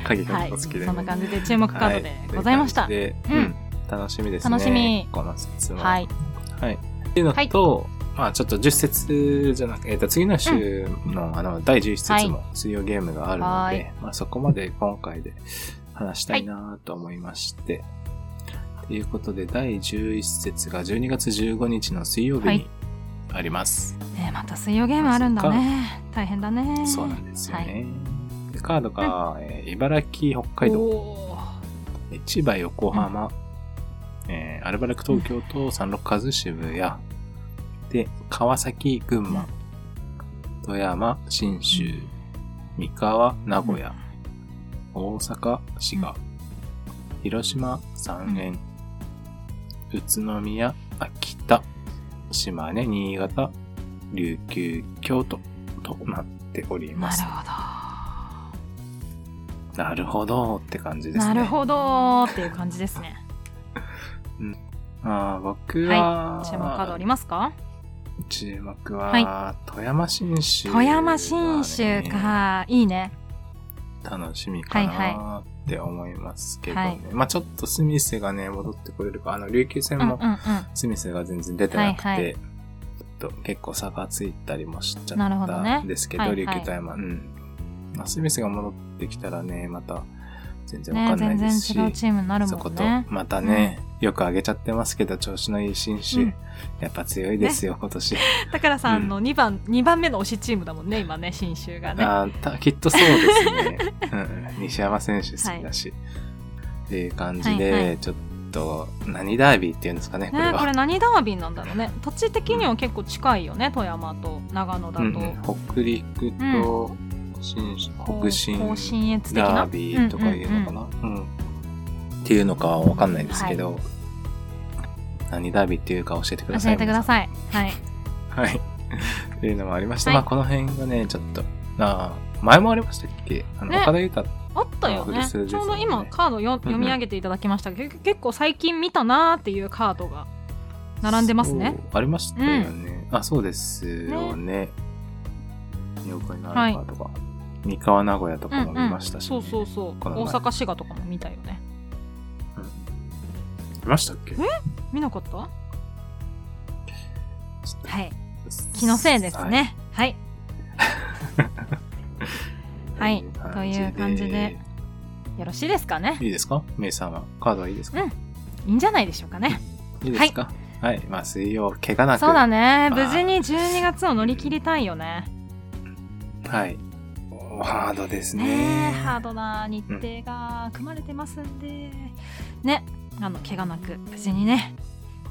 S3: 鍵が
S2: はい
S3: お好きで、
S2: そんな感じで注目カードで
S3: はい
S2: ございました、
S3: という感じ
S2: う
S3: で
S2: ん
S3: うん楽しみですね。
S2: 楽しみ
S3: この質問。
S2: はい
S3: はい。っていうのと、まあちょっと10節じゃなくて、えっと次の週の,、あの第11節も水曜ゲームがあるの
S2: は
S3: で、
S2: い
S3: まあそこまで今回で話したいなと思いまして、ということで第11節が12月15日の水曜日
S2: は
S3: に
S2: い
S3: あります。
S2: ねまた水曜ゲームあるんだね大変だね
S3: そうなんですよね。
S2: はい
S3: でカードが、えー茨城、北海道、
S2: おー
S3: 千葉、横浜、えーアルバルク東京と三六和渋谷、で、川崎、群馬、富山、信州、三河、名古屋、大阪、滋賀、広島、三
S2: う
S3: 円、宇都宮、秋田、島根、新潟、琉球、京都となっており
S2: な
S3: ま
S2: る
S3: す。
S2: ほど
S3: なるほどって感じですね。
S2: なるほどーっていう感じですね。
S3: あー僕は、
S2: 注目カードありますか
S3: 注目は、
S2: は
S3: 富山新州、
S2: 富山信州。か。いいね。
S3: 楽しみか
S2: はい
S3: なーって思いますけどね。
S2: はい
S3: まあちょっとスミスがね、戻ってこれるか、あの、琉球戦
S2: うんうん
S3: も
S2: う
S3: スミスが全然出てなくて、
S2: はいはい
S3: ちょっと結構差がついたりもしちゃ
S2: なるほど
S3: った
S2: ね
S3: んですけど、
S2: はいはい
S3: 琉球大麻、うん。まあスミスが戻ってきたらね、また全
S2: ん。
S3: 然わか
S2: ね
S3: んな
S2: 全
S3: い
S2: 然
S3: ですし、
S2: 違うチームになる
S3: そ
S2: も
S3: こ
S2: ん
S3: と
S2: ね。、
S3: またね、よく上げちゃってますけど、調子のいい新州、
S2: うん
S3: やっぱ強いですよ、今年。
S2: 高田さんの
S3: う
S2: 2番、二番目の推しチームだもんね、今ね、信州がね。
S3: あーたきっとそうですね。 うん、西山選手好きだし。っていう感じで、
S2: はいは
S3: ちょっと、何ダービーっていうんですかね、これ
S2: ね
S3: は。
S2: これ何ダービーなんだろうね。土地的には結構近いよね、富山と長野だと。
S3: うんうん北陸と、新州
S2: こう
S3: 北信
S2: こう信越的な
S3: ダービーとかいうのか
S2: んんん
S3: な、うんっていうのかはわかんないですけど、何ダービーっていうか教えてくだ
S2: 教
S3: さい。
S2: えてください。はい。
S3: はい。っていうのもありました。
S2: はい
S3: まあ、この辺がね、ちょっと、あー前もありましたっけあの、
S2: ね
S3: 岡田裕太
S2: あったよ
S3: あ
S2: ね。
S3: 古巣です
S2: ち
S3: よ
S2: ょう
S3: ね
S2: ど今カードよ読み上げていただきましたけど、け結構最近見たなーっていうカードが並んでますね。
S3: そう。ありましたよね。あ、そうですよね。妖怪のアルファとか、三河名古屋と
S2: うん
S3: かも見ましたし、ね
S2: うん、そうそうそう
S3: この前
S2: 大阪滋賀とかも見たよね
S3: 見ましたっけ
S2: え見なかったは
S3: ちょっと
S2: い気のせいです。ねはい、はいという感じで。よろしいですかね
S3: いいですかメイさんは。カードはいいですか、
S2: ういいんじゃないでしょうかね
S3: いいですかはい。まあ、水曜、怪我なく。
S2: そうだね
S3: まあ
S2: 無事に12月を乗り切りたいよね
S3: はい。おハードですね。
S2: ねえハードな日程が組まれてますんでねあの怪我なく無事にね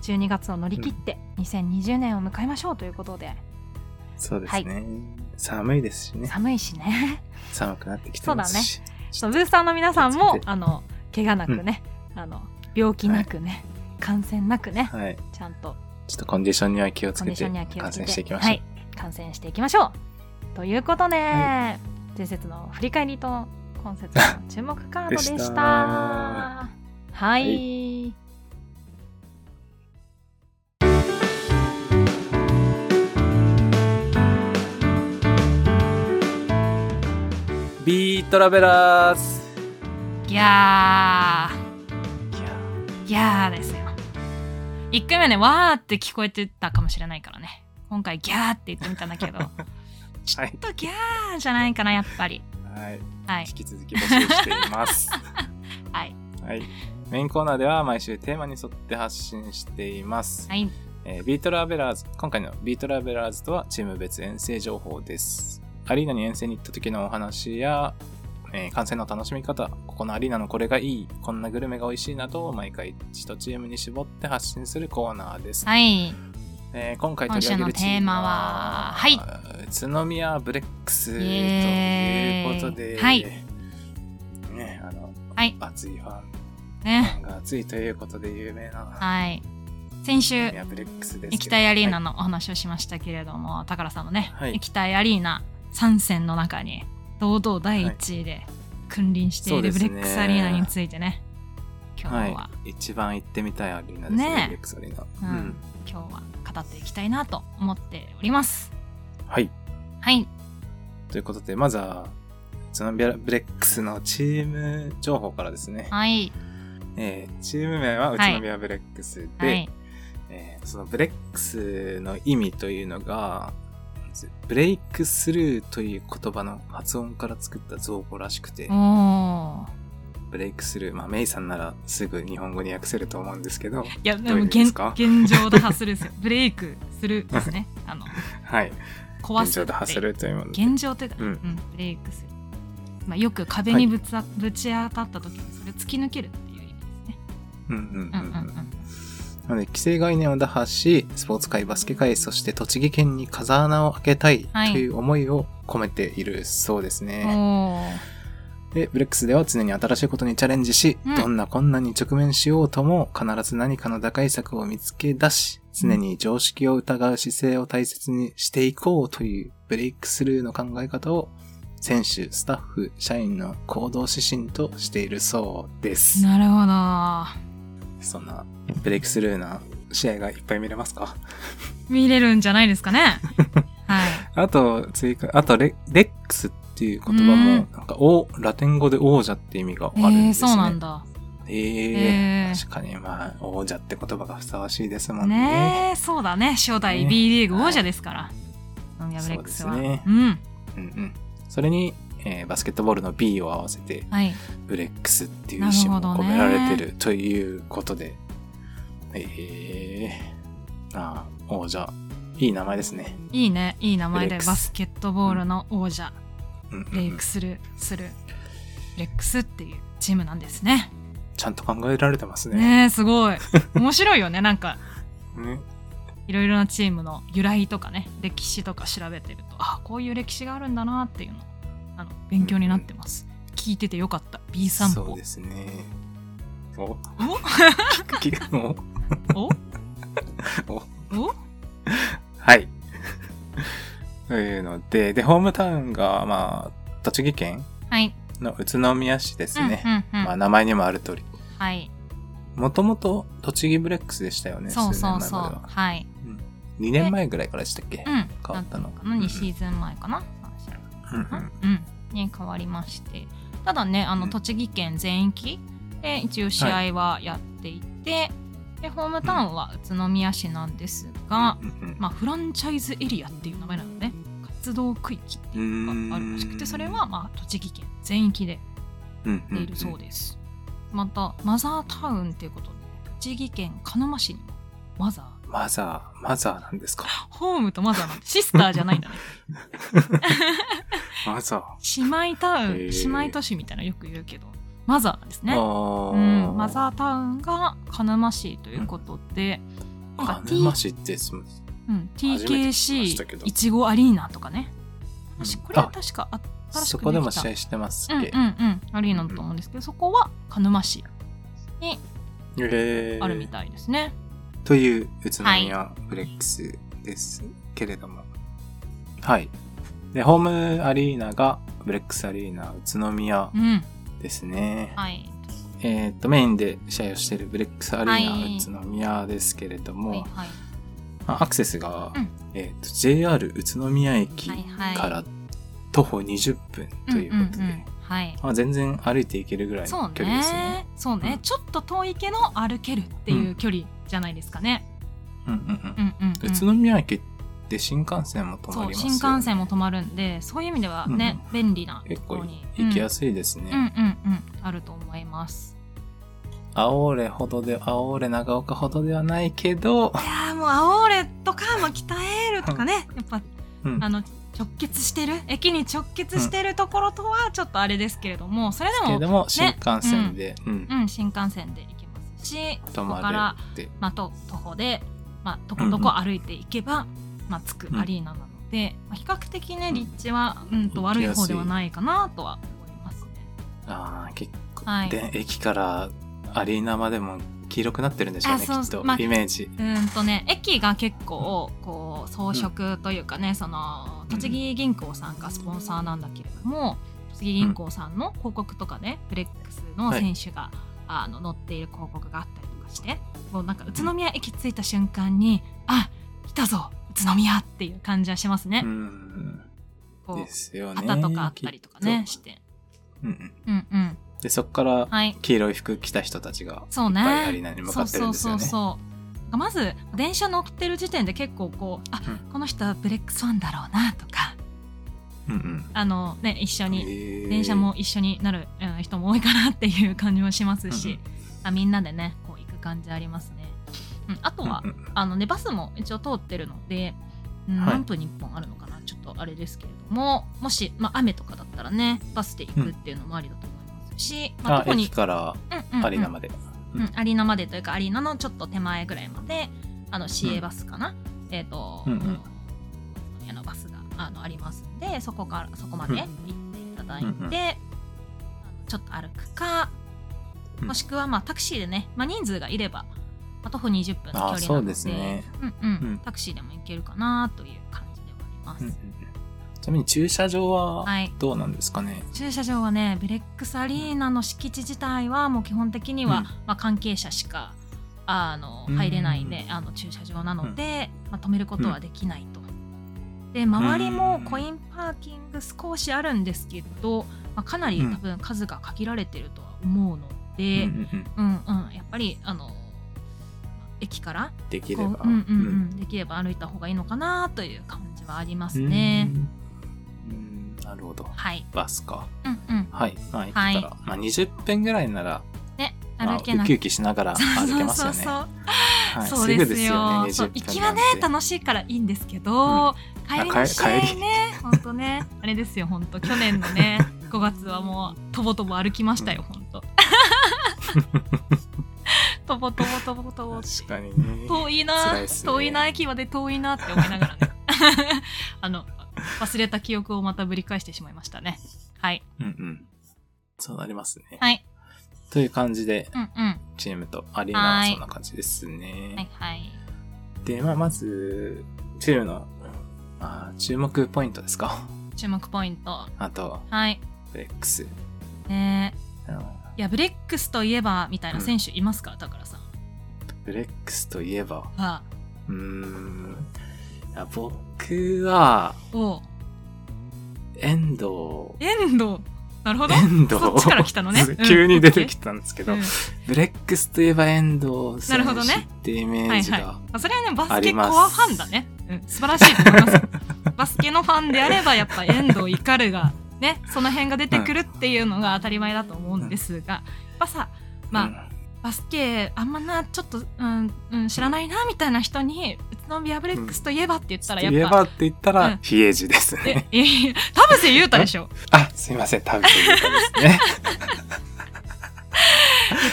S2: 12月を乗り切って2020年を迎えましょうということで
S3: そうですね。寒いですしね。
S2: 寒い しね
S3: 寒くなってきてますし。
S2: そうブースターの皆さんも
S3: 気をつけて
S2: あの怪我なくね、あの病気なくね、感染なくね
S3: はい。
S2: ちゃんと
S3: ちょっとコンディションには気を
S2: コ
S3: つ
S2: ン
S3: け
S2: ディシ
S3: て
S2: ョンには気を
S3: 感
S2: つけ
S3: 染
S2: て
S3: していきましょう。
S2: はい、感染していきましょうということで、
S3: は
S2: 前節の振り返りと今節の注目カードでした
S3: でした
S2: はい、
S3: はビートラベラーズ
S2: い、やーいやーですよ1回目はねわーって聞こえてたかもしれないからね今回ギャーって言ってみたんだけどち ょ
S3: はい
S2: っ、とギャーじゃないかなやっぱり
S3: はい、
S2: はい
S3: 引き続き募集しています。
S2: はい
S3: はい、メインコーナーでは毎週テーマに沿って発信しています。
S2: はい
S3: えービートラベラーズ、今回のビートラベラーズとはチーム別遠征情報です。アリーナに遠征に行った時のお話や、えー観戦の楽しみ方、ここのアリーナのこれがいい、こんなグルメが美味しいなどを毎回一チームに絞って発信するコーナーです。
S2: はい
S3: えー今回取り上げるチームは
S2: 今週のテー
S3: 宇都宮ブレックスと
S2: イエー
S3: い
S2: イ
S3: うことで、
S2: はい
S3: ね、あの、
S2: はい
S3: 熱いファ
S2: ね
S3: ンが熱いということで有名な
S2: はい先
S3: 宇
S2: 週
S3: 都宮ブレックスですけど
S2: 液体アリーナのお話をしましたけれども、高田さんのね、
S3: はい
S2: 液体アリーナ参戦の中に堂々第1位で君臨してい
S3: そうで
S2: るブ
S3: す
S2: レ
S3: ね
S2: ックスアリーナについてね今
S3: は
S2: 日
S3: い、
S2: は、
S3: はい、一番行ってみたいアリーナですね
S2: ねえ
S3: ブレックスアリーナ、
S2: うん今日は語っていきたいなと思っております
S3: はい
S2: はい
S3: ということでまずは宇都宮ブレックスのチーム情報からですね、
S2: はい
S3: えーチーム名は宇都宮ブレックスで、
S2: はい
S3: えーそのブレックスの意味というのが、ブレイクスルーという言葉の発音から作った造語らしくて
S2: お、ー
S3: ブレイクスルー、まあメイさんならすぐ日本語に訳せると思うんですけど、
S2: いやで
S3: どういう
S2: も
S3: 意味で
S2: 現現
S3: すか
S2: 状打破するですよ ブレイクするです ねあの
S3: はい。
S2: 壊
S3: 現
S2: す
S3: 状で発するというもので。
S2: 現状というか、
S3: うん
S2: うんブレイクする、まあ、よく壁にぶつ,、ぶち当たった時にそれを突き抜けるっていう意味ですね
S3: うんうんうん
S2: うん
S3: う
S2: うんんうん
S3: なので、既成概念を打破し、スポーツ界、バスケ界、そして栃木県に風穴を開けたいと
S2: はい
S3: いう思いを込めているそうですね。
S2: おー
S3: で、ブレックスでは常に新しいことにチャレンジし、
S2: うん
S3: どんな困難に直面しようとも必ず何かの打開策を見つけ出し、常に常識を疑う姿勢を大切にしていこうというブレイクスルーの考え方を選手、スタッフ、社員の行動指針としているそうです。
S2: なるほど。
S3: そんなブレイクスルーな試合がいっぱい見れますか
S2: 見れるんじゃないです かね。はい。
S3: あと、追加、あとレ、レックスっていう言葉も
S2: うん、
S3: なんか、お、ラテン語で王者って意味があるん
S2: え
S3: で
S2: ー
S3: すね。
S2: そうなんだ。
S3: えー
S2: えー
S3: 確かに、まあ、王者って言葉がふさわしいですもんね。
S2: ねえ、そうだね。初代
S3: ね
S2: B リーグ王者ですから。ノミヤブレックスは。
S3: そうですね
S2: ん。
S3: うんうん。それに、えーバスケットボールの B を合わせて、
S2: はい。
S3: ブレックスっていう詞も
S2: なるほ
S3: 込
S2: どね
S3: められてるということで。えー、ああ、王者。いい名前ですね。
S2: いいね。いい名前
S3: ブレ
S2: で
S3: ックス
S2: バスケットボールの王者、
S3: うんうんうん
S2: ブレイクスルーする、ブレックスっていうチームなんですね。
S3: ちゃんと考えられてますね。
S2: ねえ、すごい。面白いよね。なんか、
S3: ね
S2: いろいろなチームの由来とかね、歴史とか調べてると、あ、こういう歴史があるんだなっていうの、あの、勉強になってます。聞いててよかった。B 散
S3: そ
S2: 歩
S3: う。ですね。お聞くお
S2: お
S3: お
S2: お
S3: はい。というので、で、ホームタウンが、まあ、栃木県
S2: はい。
S3: の宇都宮市ですね。
S2: うんうんうん
S3: まあ、名前にもある通り。
S2: はい。
S3: もともと栃木ブレックスでしたよね。
S2: そう
S3: 数年
S2: そ
S3: 前
S2: うそう。
S3: までは
S2: はい。
S3: 2年前ぐらいからでしたっけ、
S2: うん。
S3: 変わったの
S2: なんか2シーズン前かな。三シーズ
S3: うん
S2: ンかなうん。に変わりまして。ただね、あ
S3: う
S2: の、
S3: ん
S2: 栃木県全域で一応試合はやっていて、で、ホームタウンは宇都宮市なんですが、
S3: うんうん
S2: まあ、フランチャイズエリアっていう名前なのね。活動区域っていうのがあるらしく
S3: うー
S2: て、
S3: ん
S2: それは、まあ、栃木県全域で
S3: うん
S2: やっているそうです。また、マザータウンっていうことで、栃木県鹿沼市にもマザー
S3: マザー、マザーなんですか
S2: ホームとマザーなんてシスターじ ゃないんだね。
S3: マザー。
S2: 姉妹タウン、
S3: へ
S2: 姉
S3: ー
S2: 妹都市みたいなのよく言うけど、マザーなんです
S3: あ
S2: ね。
S3: ー
S2: うん、マザータウンが鹿沼市ということで、なんか
S3: 鹿
S2: T
S3: 沼市ってす
S2: うん、
S3: 初めて聞きましたけ
S2: TKC
S3: ど
S2: いちごアリーナとかね。
S3: うん
S2: 私これは確かあ新しくできた
S3: そこでも試合してます
S2: うん
S3: っ
S2: うん
S3: け、
S2: うん、アリーナだと思うんですけど、そこは鹿沼市に
S3: えー
S2: あるみたいですね。
S3: という宇都宮ブレックスですけれども。はい。で、ホームアリーナがブレックスアリーナ宇都宮
S2: うん、
S3: ですね。
S2: はい。
S3: えーっと、メインで試合をしているブレックスアリーナ
S2: はい
S3: 宇都宮ですけれども、
S2: はいはい。
S3: まあアクセスが、
S2: うん
S3: えーっと JR 宇都宮駅
S2: はいはい。
S3: から徒歩20分ということで、
S2: んんんはい。
S3: まあ、全然歩いていけるぐらい
S2: そ
S3: の
S2: う
S3: 距離ですね。
S2: ね。そうね、
S3: うん
S2: ちょっと遠いけど歩けるっていう距離じゃないですかね。
S3: うんうん
S2: うんうん、う。
S3: うんん、宇都宮駅って新幹線も止ま
S2: そ
S3: り
S2: う
S3: ますよ、
S2: 新
S3: ね、
S2: 幹線も止まるんで、そういう意味ではね、便利なと
S3: 結
S2: こ
S3: 構
S2: ろに
S3: 行きや
S2: す
S3: すいですね。
S2: うん、うんうんうんあると思います。
S3: アオーレほどで、アオーレ長岡ほどではないけど、
S2: いやーもうアオーレとかも鍛えるとかね、やっぱ
S3: うん
S2: あの直結してる駅に直結してるところとはちょっとあれですけれども、それで
S3: けれ
S2: も
S3: ども新幹線で、うん
S2: うん新幹線で行けますし、
S3: 止
S2: そこから
S3: まれて、
S2: まあ、と徒歩で、まあ、とことこ歩いていけば、まあ、着くアリーナなので、まあ、比較的ね立地は、うん、と
S3: 行き
S2: 悪い
S3: やすい
S2: 方ではないかなとは思いますね。
S3: ああ結構、
S2: はい
S3: で駅からアリーナまでも黄色くなってるんでしょうね
S2: あそう
S3: きっと、
S2: まあ
S3: イメージ。
S2: うーんとね駅が結構こう装飾というかね、その栃木銀行さんがスポンサーなんだけれども栃木銀行さんの広告とかね、ブレックスの選手が、あの載っている広告があったりとかしてもうなんか宇都宮駅着いた瞬間にあ来たぞ宇都宮っていう感じはしますね。
S3: うん
S2: こう
S3: ですよね。
S2: 旗とかあったりとかね
S3: きっ
S2: して
S3: と。うんうん
S2: うんうん
S3: でそこから
S2: はい
S3: 黄色い服着た人たちが
S2: そう
S3: いっぱいア
S2: ね
S3: リーナに向か
S2: そう
S3: ってる
S2: そ
S3: ん
S2: う
S3: です
S2: そ
S3: よ
S2: う
S3: ね。
S2: そうまず電車乗ってる時点で結構こうあ、
S3: う
S2: この人はブレックスファンだろうなとか
S3: うん
S2: あのね一緒
S3: うん
S2: に
S3: へー
S2: 電車も一緒になる、うん人も多いかなっていう感じもします
S3: うんう
S2: し
S3: ん、
S2: あみんなでねこう行く感じありますね、うん、あとは、
S3: うんうん
S2: あのねバスも一応通ってるので、うん
S3: はい
S2: 何分に1本あるのかなちょっとあれですけれどももし、まあ、雨とかだったらねバスで行くっていうのもありだと思いますし、まあ、
S3: あ
S2: どこに
S3: 駅から
S2: うんうんうん
S3: アリーナまで。
S2: うんアリーナまでというかアリーナのちょっと手前ぐらいまであの CA バスかな、えっ、と、
S3: うんうん
S2: あのバスがあのありますんでそこからそこまで
S3: うん
S2: 行っていただいて、
S3: うんうん
S2: あのちょっと歩くか、
S3: うん
S2: もしくはまあタクシーでね、まあ、人数がいれば、まあ、徒歩20分の距離な
S3: あ
S2: の
S3: あ
S2: で
S3: そうですね。
S2: うんうん
S3: うん
S2: タクシーでも行けるかなという感じではあります。
S3: うんうんちなみに駐車場は
S2: はい
S3: どうなんですかね、
S2: 駐車場はねブレックスアリーナの敷地自体はもう基本的には、
S3: うん
S2: まあ、関係者しかあの
S3: うん
S2: 入れないんで、あの駐車場なので、まあ、止めることはできないと。で周りもコインパーキング少しあるんですけど、まあ、かなり
S3: うん
S2: 多分数が限られてるとは思うので、
S3: うんうんうん
S2: うんうん、やっぱりあの駅から
S3: できれ
S2: こ
S3: ば
S2: う、うんうんうん、できれば歩いた方がいいのかなという感じはありますね。
S3: うんうんなるほど
S2: はい、
S3: バスか
S2: うんうん、
S3: はいまあ行ったら、まあ、20分ぐらいならまあ
S2: 歩けな
S3: ウ
S2: く
S3: キウキしながら歩けますよね
S2: そうそうそうそう
S3: はい
S2: そう
S3: すぐ
S2: で
S3: ですす
S2: よ
S3: よね20
S2: そう
S3: 分
S2: 行きはね
S3: なんて
S2: 楽しいからいいんですけど、帰りの試合
S3: あ帰帰り
S2: ね本当ねあれですよ本当去年の ね5月はもうとぼとぼ歩きましたよ本当 とぼとぼとぼとぼ
S3: 確かにね
S2: 遠いな、
S3: 辛いっすね
S2: 遠いな駅まで遠いなって思いなが らねあの忘れた記憶をまたぶり返してしまいましたねはい
S3: うんうんそうなりますね、
S2: はい
S3: という感じで
S2: うんうんは
S3: チームとアリーナは
S2: はい
S3: そんな感じですね、
S2: いはい
S3: で、まあ、まずチームのあー注目ポイントですか
S2: 注目ポイント
S3: あと
S2: はい
S3: ブレックス
S2: ね
S3: あの
S2: いやブレックスといえばみたいな選手いますか、だからさん
S3: ブレックスといえば
S2: は
S3: うーんいや僕は
S2: おう
S3: 遠藤
S2: 遠藤なるほど
S3: 遠藤
S2: そっちから来たのね
S3: 急に出てき
S2: た
S3: たんですけ
S2: け
S3: ど、
S2: うん
S3: ブレックスといえば遠藤選
S2: なるほど
S3: 手
S2: ね
S3: ってイ
S2: うん
S3: メ
S2: は
S3: ー
S2: い
S3: ジ
S2: はい
S3: が
S2: まあそれはねバ
S3: あ
S2: スケ
S3: り
S2: コ
S3: ます
S2: アファンだね、うん、素晴らしいと思います バスケのファンであればやっぱ遠藤碇がねその辺が出てくるっていうのが当たり前だと思うんですが、やっぱさまあ、バスケあんまなちょっと、うんうん、知らないなみたいな人に宇都宮ブレックスといえばって言ったら
S3: う
S2: や
S3: ん、
S2: っ
S3: 言え
S2: ぱ、
S3: ばって言った
S2: う
S3: ら
S2: ん
S3: 比叡寺ですね、
S2: ええ田臥勇太でしょ
S3: あすいません田臥勇太 ですね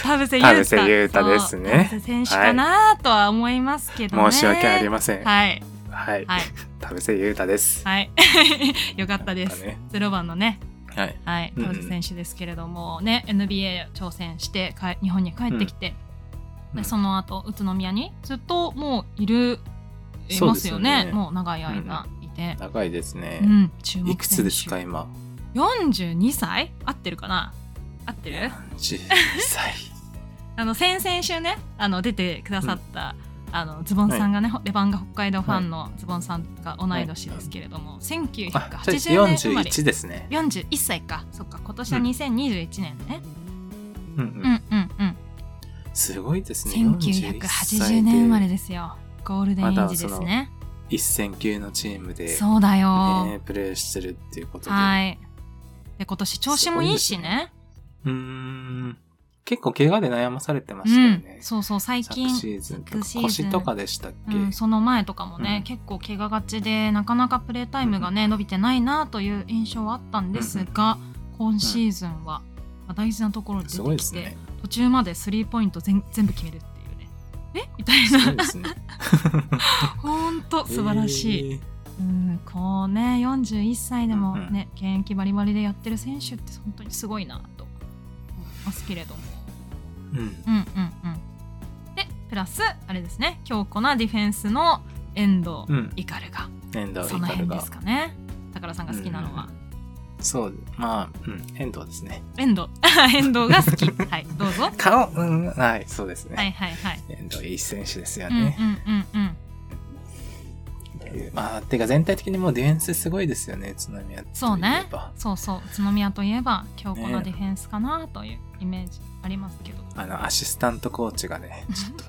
S2: 田臥勇太
S3: 田臥勇太ですね
S2: そう田臥選手かなとは思いますけどね、
S3: 申し訳ありませんはい、
S2: はいはい
S3: 田臥勇太です、
S2: はい よかったです、
S3: やっ
S2: ゼロ番のね、
S3: ぱねはい
S2: はい、
S3: うん
S2: 田臥選手ですけれども、ね NBA 挑戦してか日本に帰ってきて、
S3: うん
S2: でその後宇都宮にずっともういるいますよね
S3: そうですよね
S2: もう長い間いて、
S3: 長いですね、
S2: うん、注目選手
S3: いくつですか今
S2: 42歳合ってるかな合ってる
S3: 12歳
S2: あの先々週ねあの出てくださった、あのズボンさんがね、レバンガ北海道ファンのズボンさんが同い年ですけれども、
S3: あ
S2: 1980
S3: じゃあ
S2: 年生まれ
S3: 41ですね
S2: 41歳かそっか今年は
S3: うん
S2: 2021年ね、
S3: うんう
S2: うん、うんんうん
S3: すごいですね
S2: 1980年生まれですよゴールデンエイジですね
S3: 一戦級のチームで、
S2: そうだよ、
S3: ね、プレーしてるっていうことで、
S2: はいで今年調子もいいしね
S3: うーん結構怪我で悩まされてま
S2: う
S3: したよ
S2: ん
S3: ね、
S2: そうそう最
S3: 昨
S2: 近
S3: シーズンとか
S2: 昨シーズン
S3: 腰とかでしたっけ、
S2: うん、その前とかもね、
S3: うん
S2: 結構怪我がちでなかなかプレータイムがね、伸びてないなという印象はあったんですが、今シーズンはまあ大事なところに出
S3: すごい
S2: て
S3: で
S2: き
S3: す
S2: て、
S3: ね
S2: 途中までスリーポイント全全部決めるっていうねえみたい
S3: すごい
S2: な
S3: ですね
S2: 本当 素晴らしい、
S3: えー
S2: うんこうね41歳でも
S3: うんうん
S2: ね、現役バリバリでやってる選手って本当にすごいなと思いますけれども
S3: うん
S2: うんうんうんでプラスあれですね強固なディフェンスの遠藤
S3: うん
S2: イカルが
S3: 遠藤
S2: その
S3: イカル
S2: 辺で
S3: が
S2: すかね。宝さんが好きなのは、
S3: そうまあ、うん、遠藤ですね
S2: 遠藤。 遠藤が好き。はい、どうぞ。
S3: 顔うんはいそうですね、
S2: はいはいはい。
S3: 遠藤いい選手ですよ
S2: うんうん
S3: ね、
S2: うんうん。
S3: まあてか全体的にもうディフェンスすごいですよね宇都宮といえば
S2: そうねそうそう、宇都宮といえば強固なディフェンスかなというイメージありますけど。
S3: あのアシスタントコーチがねちょっと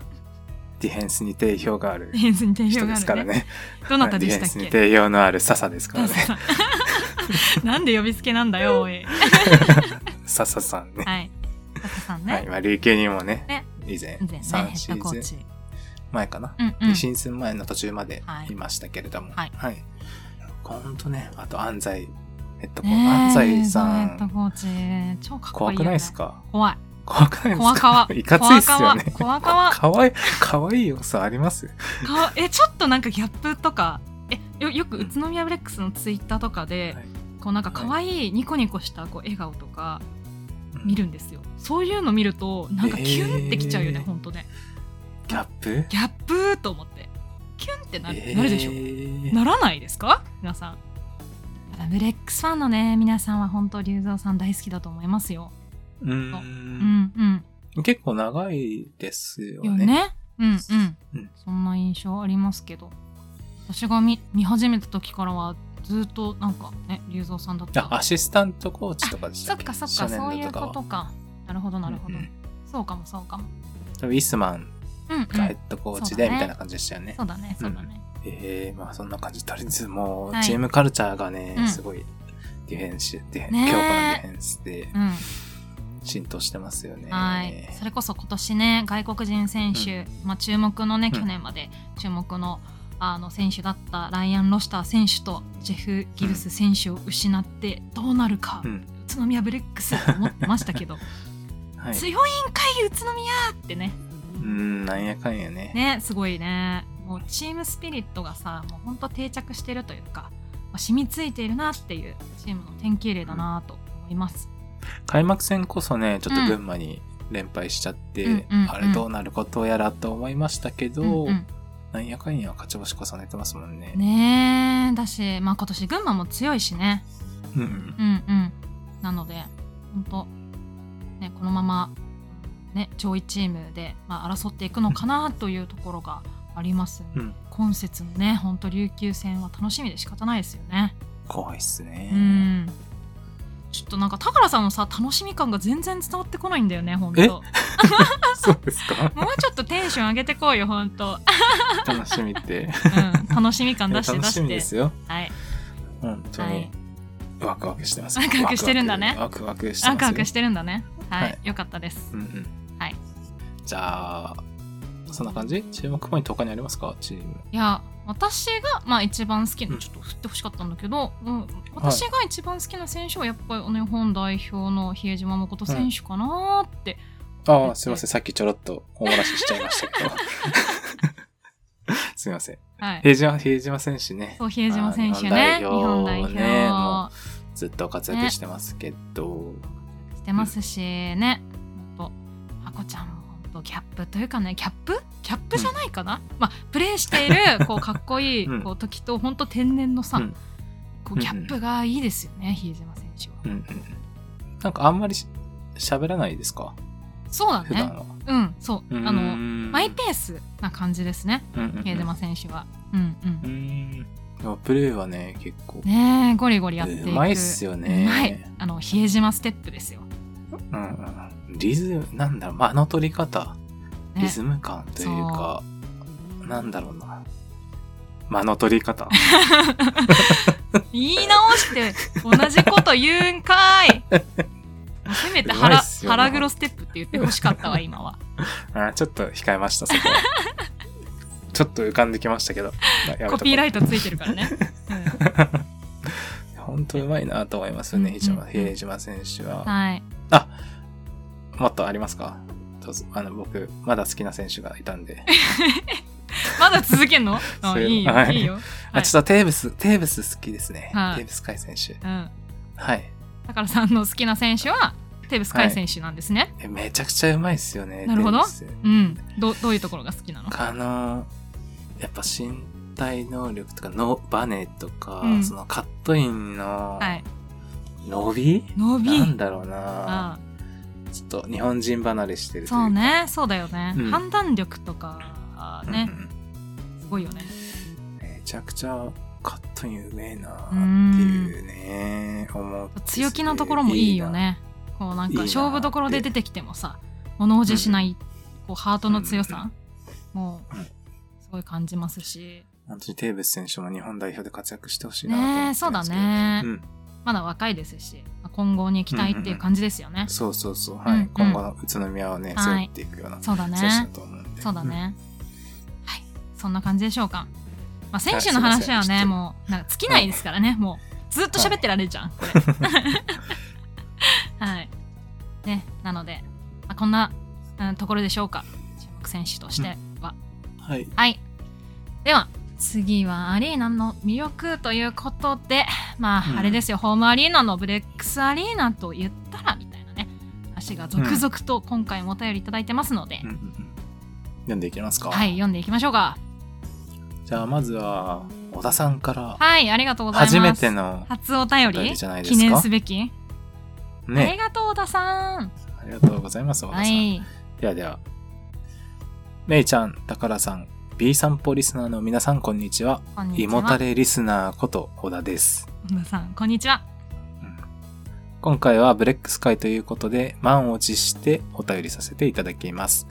S3: ディフェンスに定評がある
S2: ディフェンスに定評
S3: 人で
S2: が
S3: すか
S2: あ
S3: ら
S2: る
S3: ね
S2: ね。どなたで
S3: ディ
S2: し
S3: フェ
S2: た
S3: ン
S2: っ
S3: スに
S2: け
S3: 定評のある笹ですからね
S2: 笹さん なんで呼びつけなんだよ、おい。
S3: 笹さんね、
S2: はい。笹さんね。
S3: はいまあ、琉球にもね
S2: ね
S3: 以前
S2: 以前ね、
S3: 3
S2: ヘ
S3: シ
S2: ッドコ
S3: ー
S2: ー
S3: ズン
S2: チ。
S3: 前かな、
S2: うんうん。
S3: 2シーズン前の途中まで
S2: はい
S3: いましたけれども
S2: はい
S3: ほんとねあと安西ヘッドコーチ、
S2: ねえ
S3: 安西さ
S2: ヘッド
S3: ん
S2: コーチ、超かっこ
S3: 怖
S2: いいよ
S3: く
S2: ね。
S3: ないですか
S2: 怖い。
S3: 怖くないですか
S2: 怖かわ。
S3: いかついっすよね
S2: 怖かわ。
S3: かわいいかわいい要素あります
S2: かえちょっとなんかギャップとかえよよく宇都宮ブレックスのツイッターとかで、
S3: はい
S2: こうなんか可愛いニコニコしたこう笑顔とか見るんですよ、そういうの見るとなんかキュンってきちゃうよね、
S3: えー
S2: ほんとね
S3: ギャップ
S2: ギャップと思ってキュンってなる,、
S3: えー
S2: なるでしょならないですか皆さんっぱブレックスファンのね皆さんは本当龍造さん大好きだと思いますよ。
S3: う。
S2: うんんうん。
S3: 結構長いですよ
S2: よ
S3: ね。
S2: ね。うんう
S3: うんん。
S2: そんな印象ありますけど私が見見始めた時からはずっとなんかね龍造さんだった。
S3: あアシスタントコーチとかでし
S2: そ
S3: た
S2: っ
S3: っけ
S2: かそっか
S3: 初
S2: そうい
S3: 年度
S2: う
S3: か
S2: こ
S3: は
S2: とか。なるほどなるほど。
S3: うんうん
S2: そうかもそうかも。
S3: 多分イスマン
S2: うん、うん。
S3: がヘッドコーチ
S2: う
S3: で
S2: ん
S3: みたいな感じでしたよね。
S2: そうだねそうだね。
S3: ええまあそんな感じ。とりあえずも
S2: は
S3: う
S2: い
S3: チームカルチャーがね、
S2: うん
S3: すごいディフェンス、ディフェン
S2: ねえ
S3: 強化のディフェンスで
S2: うん。
S3: 浸透してますよね。
S2: はい、それこそ今年ね外国人選手、まあ、注目のね去年まで注目のあの選手だったライアン・ロシター選手とジェフ・ギルス選手を失ってどうなるか、
S3: うん。
S2: 宇都宮ブレックスと思ってましたけど、
S3: はい。
S2: 強いんかい宇都宮ってね
S3: うん、なんやかんやね。
S2: ねすごいねもうチームスピリットがさもうほんと定着してるというか、まあ染みついているなっていうチームの典型例だなと思います。
S3: 開幕戦こそね、ちょっと群馬に連敗しちゃって、
S2: うんうんうん
S3: あれどうなることやらと思いましたけど、
S2: うんうん
S3: なんやかんや勝ち星重ねてますもんね。
S2: ねえだし、まあ、今年群馬も強いしね
S3: うんうん。
S2: うんうんなので本当ねこのままね上位チームで、まあ、争っていくのかなというところがあります、
S3: うん
S2: 今節のね本当琉球戦は楽しみで仕方ないですよね
S3: 怖いっすね。
S2: うんちょっとなんか高良さんのさ楽しみ感が全然伝わってこないんだよね本当
S3: そうです か
S2: もうちょっとテンション上げてこうよ本 当、
S3: 楽しみって。
S2: うん、楽しみ感出して出
S3: 楽しみで
S2: して
S3: すよ。
S2: はい
S3: 本当に、
S2: はい
S3: ワクワクしてます。
S2: ワクワクしてるんだね
S3: ワクワクして
S2: ワ
S3: ます。
S2: クワクしてるんだねはい、
S3: はい
S2: よかったです
S3: うんうん。
S2: はい。
S3: じゃあ、そんな感じ注目ポイント他にありますかチーム。
S2: いや私が、まあ、一番好き
S3: う
S2: なんちょっと振ってほしかったんだけど、うん、私が一番好きな選手はやっぱりあの日本代表の比江島誠選手かなーって、
S3: ああ、すいません。さっきちょろっとお漏らししちゃいました けど。 すいません。
S2: はい、
S3: 平島、平島選手ね。
S2: そう比江島選手
S3: あー
S2: ね日
S3: 日
S2: 本
S3: 本代
S2: 代表
S3: 表ねもずっと活躍してますけど。
S2: してますしね、ほんとあこちゃんもほんとギャップというかねキャップキャップじゃないかな、まあ、プレーしてい るこうかっこいい
S3: うん
S2: こう時と本当天然のさ、
S3: うん
S2: こうギャップがいいですよね、比江島選手は。
S3: うんうんうん。なんかあんまりし喋らないですか
S2: そうだ
S3: 普段
S2: ね
S3: は。
S2: うんそうあのマイ
S3: イ
S2: ペースな感じですね、比江島選手は。うんう。
S3: うんん。でもプレーはね、結構。
S2: ねえ、ゴリゴリやっていく。
S3: うまいっすよね
S2: うまい。あの、比江島ステップですよ。
S3: うんうん。リズム、なんだろう、まあ、あの取り方、
S2: ね
S3: リズム感というか、なんだろうな。間の取り 方。
S2: 言い直して、同じこと言うんか いもうせめ
S3: う
S2: て
S3: まい
S2: 腹
S3: っすよね
S2: 腹黒ステップって言ってほしかったわ、今は。
S3: あちょっと控えました、そこ はちょっと浮かんできましたけど。まあやめとこう
S2: コピーライトついてるからね。 うん
S3: 本当うまいなと思いますよね、
S2: うん
S3: 比江島
S2: うん
S3: 比江島選手は。
S2: はい。
S3: もっとありますかどうぞあの僕、まだ好きな選手がいたん で。
S2: まだ続けんの
S3: そううんいう
S2: いいよ、
S3: はい
S2: いいよ。は
S3: あ
S2: い
S3: ちょっとテーブス、テーブス好きですね。
S2: はい
S3: テーブス海選手。
S2: うん。
S3: はい。
S2: だからさんの好きな選手は、テーブス海選手なんですね。
S3: えめちゃくちゃうまいですよね。
S2: なるほど
S3: テーブス
S2: うん。どどういうところが好きなの
S3: あのやっぱ身体能力とかのバネとか、
S2: うん
S3: そのカットインの
S2: はい。
S3: 伸び、
S2: 伸び。
S3: なんだろうな、
S2: あ
S3: ちょっと日本人離れしてるという
S2: そう
S3: か
S2: ねそうだよね、
S3: うん
S2: 判断力とか
S3: うんうん
S2: ね、すごいよね
S3: めちゃくちゃカットインうめえなっていうね思って
S2: 強気なところもいいよねこうなん
S3: いい
S2: か
S3: な
S2: 勝負どころで出てきてもさ物おじしない、こうハートの強さ、もう
S3: うん
S2: すごい感じますし
S3: いいな本当にテーブス選手も日本代表で活躍してほしいなと思って
S2: ねえ
S3: ます
S2: そうだ
S3: け
S2: ね、
S3: どうん
S2: まだ若いですしまあ今後に期待っていう感じですよね、
S3: そうそうそうはい、
S2: うんうん
S3: 今後の宇都宮をね背負っていくような
S2: そうだ
S3: 選手だ
S2: ね
S3: と思うんで、
S2: そうだ
S3: ん
S2: ね、はいそんな感じでしょうか、まあ、選手の話は
S3: はいすいま
S2: ね
S3: せん
S2: もうなんか尽きないですからね、もうずっと喋ってられるじゃん、これ はいねなので、まあ、こんな、うん、ところでしょうか注目選手としては、
S3: はい
S2: はいでは次はアリーナの魅力ということでまあ、
S3: うん
S2: あれですよホームアリーナのブレックスアリーナと言ったらみたいなね話が続々と今回もお便りいただいてますので、
S3: うんうんうん読んでいきますか
S2: はい、読んでいきましょうか。
S3: じゃあまずは、小田さんから
S2: はい、ありがとうございます。
S3: 初めての、
S2: 初お便
S3: お便
S2: り
S3: りじゃないです
S2: 記
S3: か
S2: 念すべき、あり
S3: ね、
S2: がとう、小田さん。
S3: ありがとうございます、小田さん。
S2: はい。
S3: ではでは。めいちゃん、たからさん、B 散歩リスナーの皆さん、こんにちは。
S2: こんにち
S3: い
S2: は。
S3: もたれリスナーこと小田です。
S2: 小田さん、こんにちは。
S3: うん今回はブレックス会ということで、満を持してお便りさせていただきます。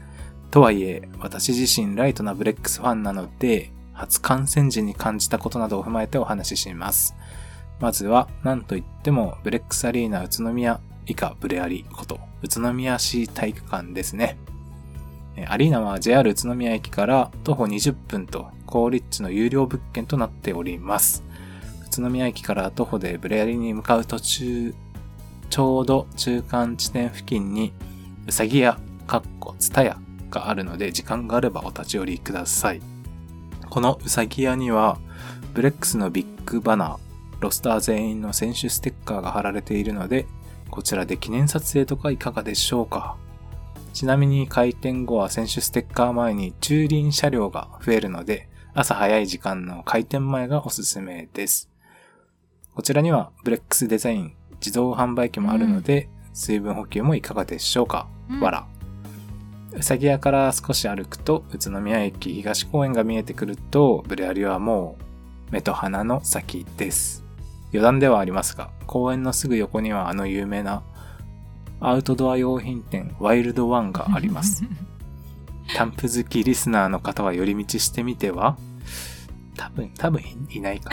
S3: とはいえ、私自身ライトなブレックスファンなので、初感染時に感じたことなどを踏まえてお話しします。まずは、なんといっても、ブレックスアリーナ宇都宮以下ブレアリこと、宇都宮市体育館ですね。えアリーナは JR 宇都宮駅から徒歩20分と、高立地の有料物件となっております。宇都宮駅から徒歩でブレアリに向かう途中、ちょうど中間地点付近に、うさぎ屋、かっこ、つたやがあるので、時間があればお立ち寄りください。このうさぎ屋には、ブレックスのビッグバナー、ロスター全員の選手ステッカーが貼られているので、こちらで記念撮影とかいかがでしょうかちなみに開店後は選手ステッカー前に駐輪車両が増えるので、朝早い時間の開店前がおすすめです。こちらにはブレックスデザイン自動販売機もあるので、水分補給もいかがでしょうか、
S2: うん
S3: わら。うさぎ屋から少し歩くと、宇都宮駅東公園が見えてくると、ブレアリはもう目と鼻の先です。余談ではありますが、公園のすぐ横にはあの有名なアウトドア用品店ワイルドワンがあります。。 キャンプ好きリスナーの方は寄り道してみては多分、多分いいないか。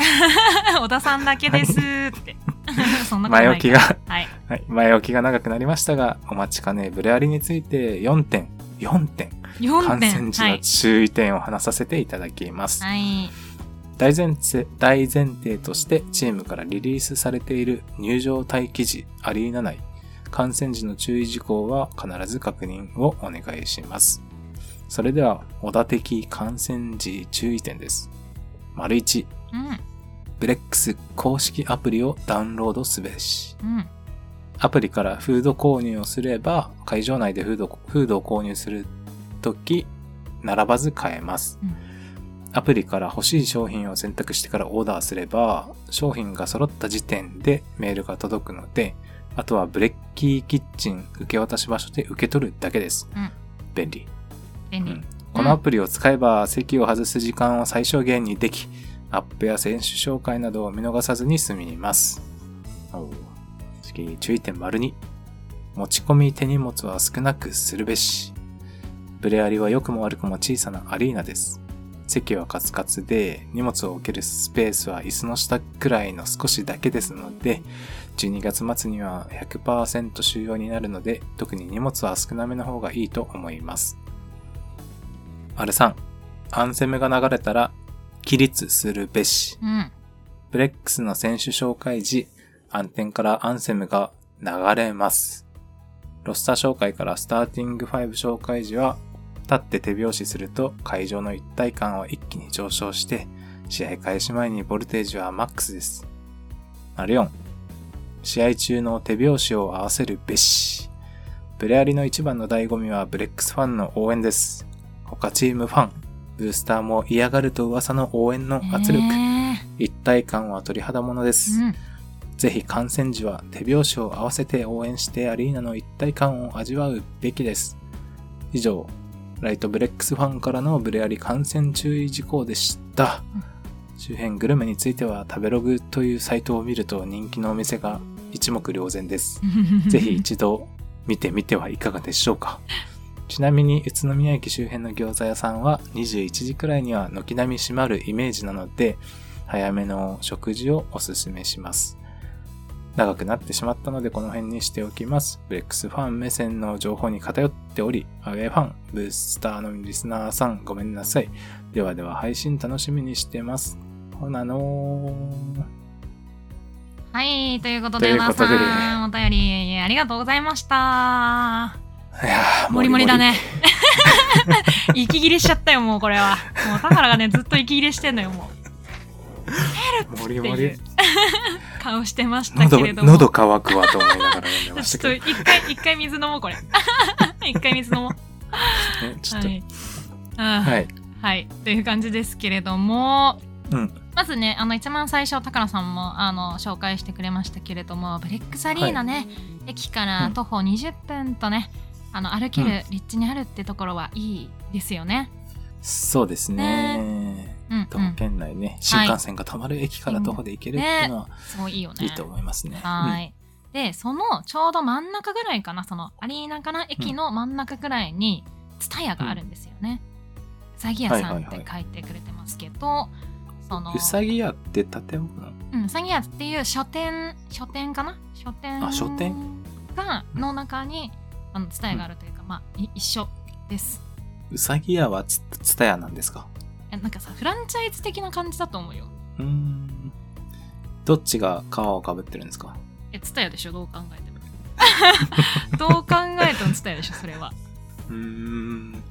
S2: 小田さんだけですって。 そんなこと
S3: 前
S2: ない
S3: 置きが、
S2: はい。
S3: はい、前置きが長くなりましたが、お待ちかね、ブレアリについて4点、4点、
S2: 4
S3: 感
S2: 点。
S3: 染時
S2: は
S3: の
S2: い。
S3: 注意点を話させていただきます。
S2: はい。
S3: 大前提大前提としてチームからリリースされている入場待機時アリーナ内感染時の注意事項は必ず確認をお願いしますそれでは小田的感染時注意点です丸1
S2: うん。
S3: ブレックス公式アプリをダウンロードすべし
S2: うん。
S3: アプリからフード購入をすれば会場内でフードフードを購入するとき並ばず買えます、
S2: うん
S3: アプリから欲しい商品を選択してからオーダーすれば商品が揃った時点でメールが届くのであとはブレッキーキッチン受け渡し場所で受け取るだけです、
S2: うん
S3: 便利
S2: 便
S3: うん
S2: 利。
S3: このアプリを使えば席を外す時間を最小限にでき、アップや選手紹介などを見逃さずに済みます。次、注意点丸2。持ち込み手荷物は少なくするべし。ブレアリは良くも悪くも小さなアリーナです。席はカツカツで、荷物を置けるスペースは椅子の下くらいの少しだけですので、12月末には100%収容になるので、特に荷物は少なめの方がいいと思います。丸3、アンセムが流れたら、起立するべし。
S2: うん。
S3: ブレックスの選手紹介時、暗転からアンセムが流れます。ロスター紹介からスターティング5紹介時は、立って手拍子すると会場の一体感は一気に上昇して、試合開始前にボルテージはマックスです。丸4、試合中の手拍子を合わせるべし。ブレアリの一番の醍醐味はブレックスファンの応援です。他チームファン、ブースターも嫌がると噂の応援の圧力。
S2: ね
S3: 一体感は鳥肌もので
S2: え
S3: す、ぜひ観戦時は手拍子を合わせて応援してアリーナの一体感を味わうべきです以上ライトブレックスファンからのブレアリ感染注意事項でした、周辺グルメについては食べログというサイトを見ると人気のお店が一目瞭然です
S2: うん。
S3: ぜひ一度見てみてはいかがでしょうか。ちなみに宇都宮駅周辺の餃子屋さんは21時くらいには軒並み閉まるイメージなので、早めの食事をおすすめします。長くなってしまったのでこの辺にしておきます。ブレックスファン目線の情報に偏っており、アウェイファン、ブースターのリスナーさんごめんなさい。ではでは配信楽しみにしてます。ほなのー。
S2: はい。ということで、
S3: という
S2: 小
S3: こと
S2: 田
S3: で
S2: さん、お便りありがとうございました。
S3: いやー
S2: モリモリだ。ね。息切れしちゃったよ、もうこれは。もう、宝がね、ずっと息切れしてんのよ、も
S3: モリ
S2: う。
S3: モ
S2: ってい
S3: リ
S2: う。顔してました
S3: 喉
S2: けれども。
S3: 喉乾くわと思いながら読んでまし
S2: ちょ
S3: た
S2: っ と
S3: けど、
S2: 一回、一回水飲もう、これ。 一回水飲もう。
S3: ね、ちょっ
S2: は
S3: と、
S2: い。あー
S3: はい、
S2: はい。という感じですけれども、
S3: うん
S2: ままずねあの一番最初高野さんもあの紹介してくれましたけれどもブレックスアリーナね、駅から徒歩20分とね、あの歩ける立地にあるってところはいいですよね。
S3: そうですね。
S2: うん、う
S3: 徒歩
S2: ん、
S3: 圏内ね、新幹線が止まる駅から徒歩で行けるっていうのは
S2: すごいいいよね。
S3: いいと思いますね。
S2: はい。で、そのちょうど真ん中ぐらいかな、そのアリーナから駅の真ん中ぐらいに、ツタヤがあるんですよね。うさぎ屋さんって書いてくれてますけど、その
S3: うんうさぎ屋って建物なの
S2: うん、うさぎ屋っていう書店、書店かな書店
S3: あ書店
S2: が、の中に、あの、ツタヤがあるというか、まあ、い一緒です。
S3: うさぎ屋はつつたやなんですか
S2: えなんかさ、フランチャイズ的な感じだと思うよ。
S3: うーん。どっちが皮をかぶってるんですか
S2: え、ツタヤでしょ、どう考え ても。 どう考えてもツタヤでしょ、それは。
S3: うーん。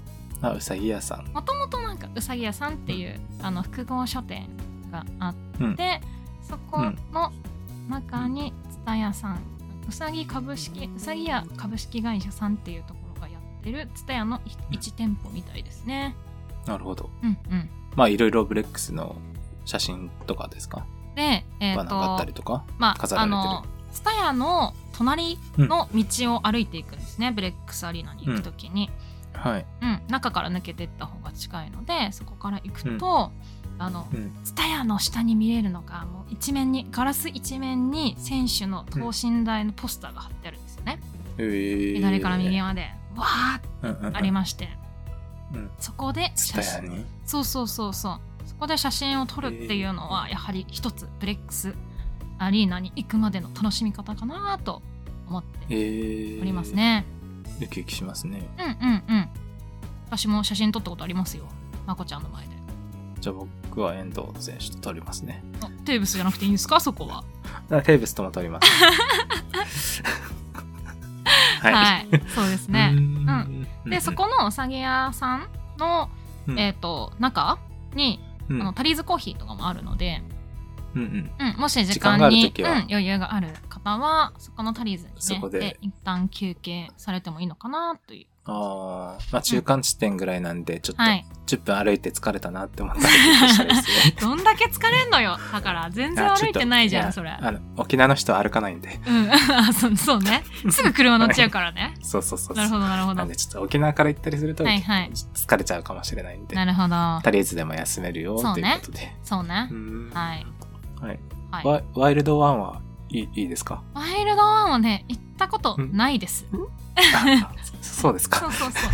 S3: あ、うさぎ屋さん。
S2: もともとなんかうさぎ屋さんっていうあの複合書店があって、
S3: うん
S2: そこの中に蔦屋さんうさぎ株式うさぎ屋株式会社さんっていうところがやってる蔦屋の
S3: うん
S2: 1店舗みたいですね
S3: なるほど。
S2: うんうん
S3: まあ、いろいろブレックスの写真とかですか、
S2: でえっ、
S3: バナーがあった
S2: と
S3: りとか。
S2: まあ
S3: 飾ら
S2: あ
S3: れてる
S2: の蔦屋の隣の道を歩いていくんですね、ブレックスアリーナに行くときに、
S3: はい。
S2: うん、中から抜けてった方が近いのでそこから行くと、あの
S3: うん。
S2: ツタヤの下に見えるのがもう一面にガラス一面に選手の等身大のポスターが貼ってあるんですよね、
S3: えー
S2: 左から右までわーって
S3: うんうんうん
S2: ありまして、
S3: うん
S2: そこで
S3: ツ
S2: 写
S3: タヤ
S2: 真
S3: に。
S2: そうそうそうそうそこで写真を撮るっていうのはやはり一つブレックスアリーナに行くまでの楽しみ方かなと思って
S3: ええ
S2: おります。ね、
S3: ウキウキしますね。
S2: うんうんうん私も写真撮ったことありますよまこちゃんの前で
S3: じゃあ僕は遠藤選手と撮りますね。
S2: あテーブスじゃなくていいんですかそこは
S3: あテーブスとも撮ります。 は
S2: はい、そうですね
S3: うーん
S2: でそ、このうさぎ屋さんの、
S3: うん
S2: えー、と中に、
S3: うん
S2: あのタリーズコーヒーとかもあるので、
S3: うんうん
S2: うん、もし時
S3: 時間が
S2: 間
S3: ある
S2: に
S3: 時は
S2: うん、余裕がある方はそこのタリーズに、ね、
S3: そこで
S2: 一旦休憩されてもいいのかなという。
S3: あーまあ、中間地点ぐらいなんで、ちょっと
S2: はい、
S3: 10分歩いて疲れたなって思ったらちょっとしたりですね
S2: どんだけ疲れんのよだから 全然
S3: あちょ
S2: 歩
S3: っ
S2: い
S3: と
S2: てないじゃ
S3: や
S2: んそれ。
S3: あの沖縄の人は歩かないんで。
S2: うんあそうそうねすぐ車乗っちゃうからね。
S3: そうそうそうそう。
S2: なるほどなるほ
S3: なん
S2: ど
S3: で。ちょっと沖縄から行ったりすると、
S2: はいはい
S3: 疲れちゃうかもしれないんで、
S2: なるほど。
S3: とりあえずでも休めるよ
S2: そう
S3: という
S2: ね
S3: ことで。
S2: そうね
S3: う。ん
S2: はい。
S3: はい
S2: はい、ワ
S3: ワワイルドワンはいいいいです か
S2: イルドワンはね行ったことないです。
S3: あそそうです
S2: そ
S3: か
S2: う。そうそう。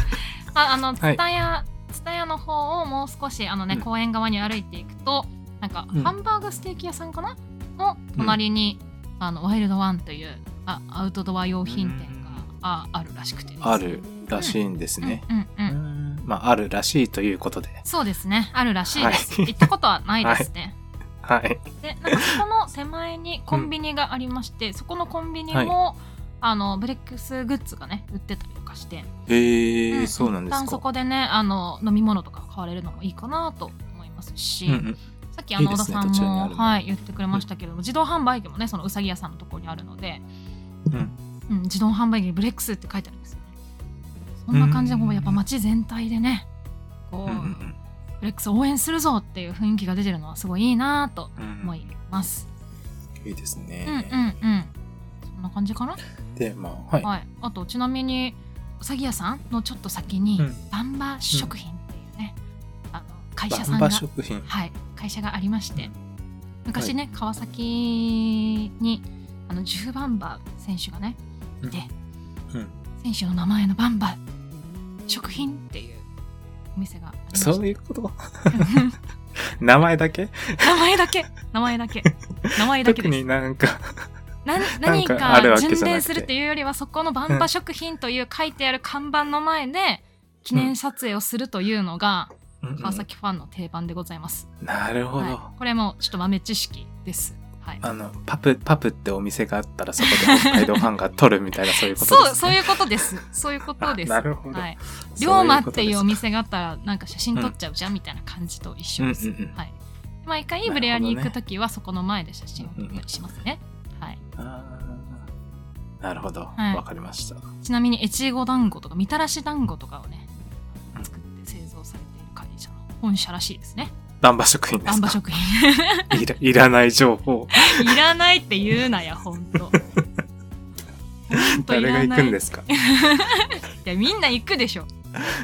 S2: ああの、
S3: は
S2: ツ
S3: い
S2: タヤ、ツタヤの方をもう少し、あのね、
S3: うん
S2: 公園側に歩いていくと、なんか、
S3: うん
S2: ハンバーグステーキ屋さんかなの隣に、あの、ワイルドワンというあアウトドア用品店が、ああるらしくてですね
S3: あるらしいんですね。
S2: うんうん、う。
S3: うんんまあ、あるらしいということで。
S2: そうですね。あるらしいです。
S3: はい
S2: 行ったことはないですね。
S3: はい。
S2: で、なんかそこの手前にコンビニがありまして、そこのコンビニも、あの、ブレックスグッズがね、売ってたりとかして、
S3: えー
S2: うん
S3: そうなんで
S2: 一
S3: す
S2: 旦そ
S3: か。
S2: こでねあの飲み物とか買われるのもいいかなと思いますし、
S3: うんうん
S2: さっきあの
S3: いいで
S2: 小田
S3: すね
S2: さん
S3: どちらにあ
S2: も
S3: るの
S2: はい、言ってくれましたけれども、自動販売機もねそのうさぎ屋さんのところにあるので、
S3: うん
S2: うん、自動販売機にブレックスって書いてあるんですよねそんな感じで
S3: うん
S2: こうやっぱ街全体でねこ
S3: う
S2: う、
S3: ん
S2: ブレックス応援するぞっていう雰囲気が出てるのはすごいいいなと
S3: うんうん
S2: 思います、
S3: いいですね。
S2: うん、うんうんそんな感じかな、
S3: で、まあ、はい。
S2: はい、あとちなみにうさぎ屋さんのちょっと先に、
S3: うん
S2: バンバ食品っていうね、あの会社
S3: バ
S2: さん
S3: ン
S2: が
S3: バ食品。
S2: はい、会社がありまして昔ね、川崎にあの10バンバ選手がねいて、
S3: うんうん
S2: 選手の名前のバンバ食品っていうお店がありました
S3: そういうこと 名前だけ
S2: 名前だけ名前だけ名前だけ
S3: 特
S2: です
S3: になんか、
S2: 何
S3: なん
S2: 何
S3: かある
S2: か
S3: わけじゃな
S2: 巡
S3: くて
S2: 礼するっていうよりはそこのバンバ食品という書いてある看板の前で記念撮影をするというのが
S3: うんうん
S2: 川崎ファンの定番でございます、
S3: なるほど。
S2: はい、これもちょっと豆知識ですはい
S3: あの、パプ、パプってお店があったらそこで北海道ファンが取るみたいな、そういうことです、
S2: そ
S3: ね。
S2: う、そういうことです。そういうことです。
S3: あなるほど。
S2: はい。
S3: そうい
S2: 龍
S3: うこと
S2: 馬っていうお
S3: です
S2: 店があったら、なんか写真撮っちゃうじゃん、みたいな感じと一緒です。
S3: うんうんうん
S2: はい。毎回
S3: なるほどね
S2: ブレアに行くときは、そこの前で写真を撮ったりしますね。はい。
S3: かあーなるほど。わ、
S2: はい
S3: かりました。
S2: ちなみに、越後団子とか、み たらし団子とかをね、作って製造されている会社の本社らしいですね。
S3: ナンバ職員で
S2: 難
S3: す
S2: 波
S3: か
S2: 食品。
S3: いらいらない情 報。
S2: いらないって言うなや、ほんと。ほんとい
S3: 誰が
S2: ら
S3: 行
S2: な
S3: く
S2: い。
S3: ん
S2: い
S3: ですか
S2: や、みんな行くでしょ。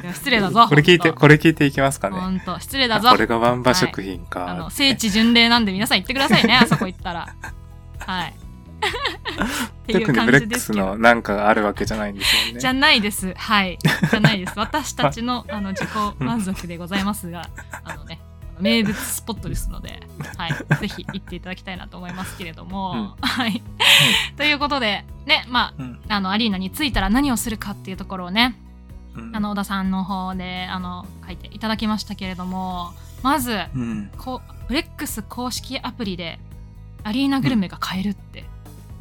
S2: いや失礼だぞ。
S3: これ聞いて、
S2: ほん
S3: これ聞いていきますか
S2: とほ
S3: ね。
S2: んと、失礼だぞ
S3: こ。れがワンバ食品か。
S2: あの、聖地巡礼なんで皆さん行ってくだ さいね、あそこ行ったら。はい。っていう
S3: 特に
S2: 感
S3: ブレ
S2: じ
S3: ッ
S2: で
S3: ク
S2: す
S3: ス
S2: けど。
S3: のなんかがあるわけじゃないんですよね。
S2: じゃないです。はい。じゃな いです。私たちの、あの、自己満足でございますが、あのね、あの名物スポットですので、はい。ぜひ行っていただきたいなと思いますけれども、はい。 ということで、ね、ま
S3: うん
S2: あ、あの、アリーナに着いたら何をするかっていうところをね、
S3: うん
S2: あの、小田さんの方で、あの、書いていただきましたけれども、まず、
S3: うん、
S2: こうブレックス公式アプリでアリーナグルメが買えるって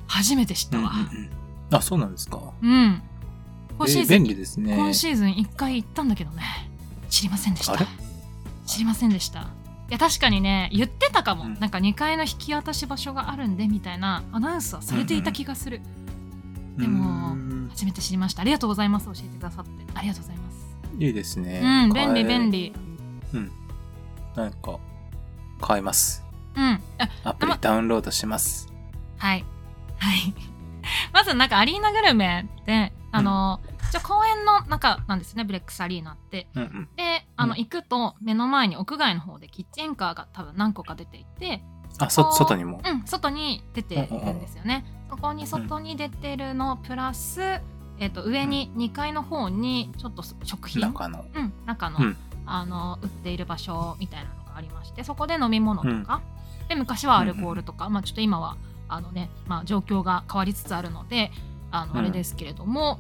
S2: 初めて知っ
S3: う
S2: た
S3: んうんう
S2: わ
S3: んあ、そうなんですか。
S2: うん、今シー
S3: え
S2: ズン、
S3: 便利ですね。
S2: 今シーズン1回行ったんだけどね知りませんでした
S3: あれ
S2: 知りませんでしたいや確かにね言ってたかも、
S3: うん
S2: なんか2階の引き渡し場所があるんでみたいなアナウンスはされていた気がする、でも
S3: うん
S2: 初めて知りましたありがとうございます教えてくださってありがとうございます
S3: いいですね。
S2: うん便利
S3: 買え
S2: 便。利
S3: なんか、買えます。
S2: うんあ
S3: アプリ
S2: あま
S3: ダウンロードします。
S2: はい。はい。 まずなんかアリーナグルメって、あの、じゃ公園の中なんですね、ブレックスアリーナって。
S3: うんうん
S2: で、あの、
S3: うん
S2: 行くと目の前に屋外の方でキッチンカーが多分何個か出ていて、
S3: あ、
S2: あ
S3: そ、
S2: ー
S3: 外にも。
S2: うん、外に出てるんですよね。そこに外に出てるのプラス、えっ、と、上に2階の方にちょっと食品、
S3: 中の。
S2: うん、中の,、
S3: うん
S2: あの売っている場所みたいなのがありましてそこで飲み物とか、で昔はアルコールとか、まあ、ちょっと今はあの、ねまあ、状況が変わりつつあるのであ
S3: う
S2: の
S3: ん
S2: あれですけれども、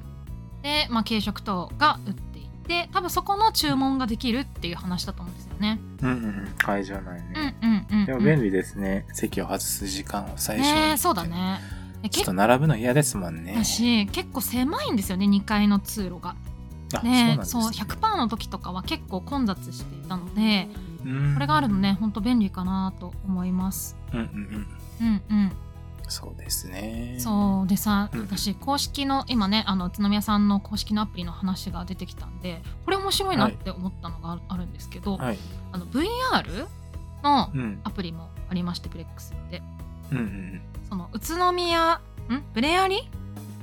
S2: でまあ、軽食等が売っていて多分そこの注文ができるっていう話だと思うんですよね。
S3: うんうんうん。買いじゃない
S2: うん
S3: ね。
S2: うんうん、
S3: でも便利ですね。席を外す時間を最初に。
S2: ねえそうだ。ね。え
S3: ちょっと
S2: 結構
S3: 並ぶの嫌ですもんね。
S2: だし結構狭いんですよね2階の通路が。
S3: あ
S2: ね
S3: そ
S2: え
S3: う
S2: そう
S3: なんですね
S2: 100%の時とかは結構混雑していたので、
S3: うん
S2: これがあるのね、ほんと便利かなと思います。
S3: うんうんうん。
S2: うん
S3: そうですね
S2: う。ん。そうでさ、
S3: うん
S2: 私公式の今ね、あの宇都宮さんの公式のアプリの話が出てきたんで、これ面白いなって思ったのがあるあるんですけど、
S3: はい。
S2: あの VR の
S3: うん。
S2: アプリもありまして、ブレックスって、
S3: うんうん
S2: その宇都宮んブレアリ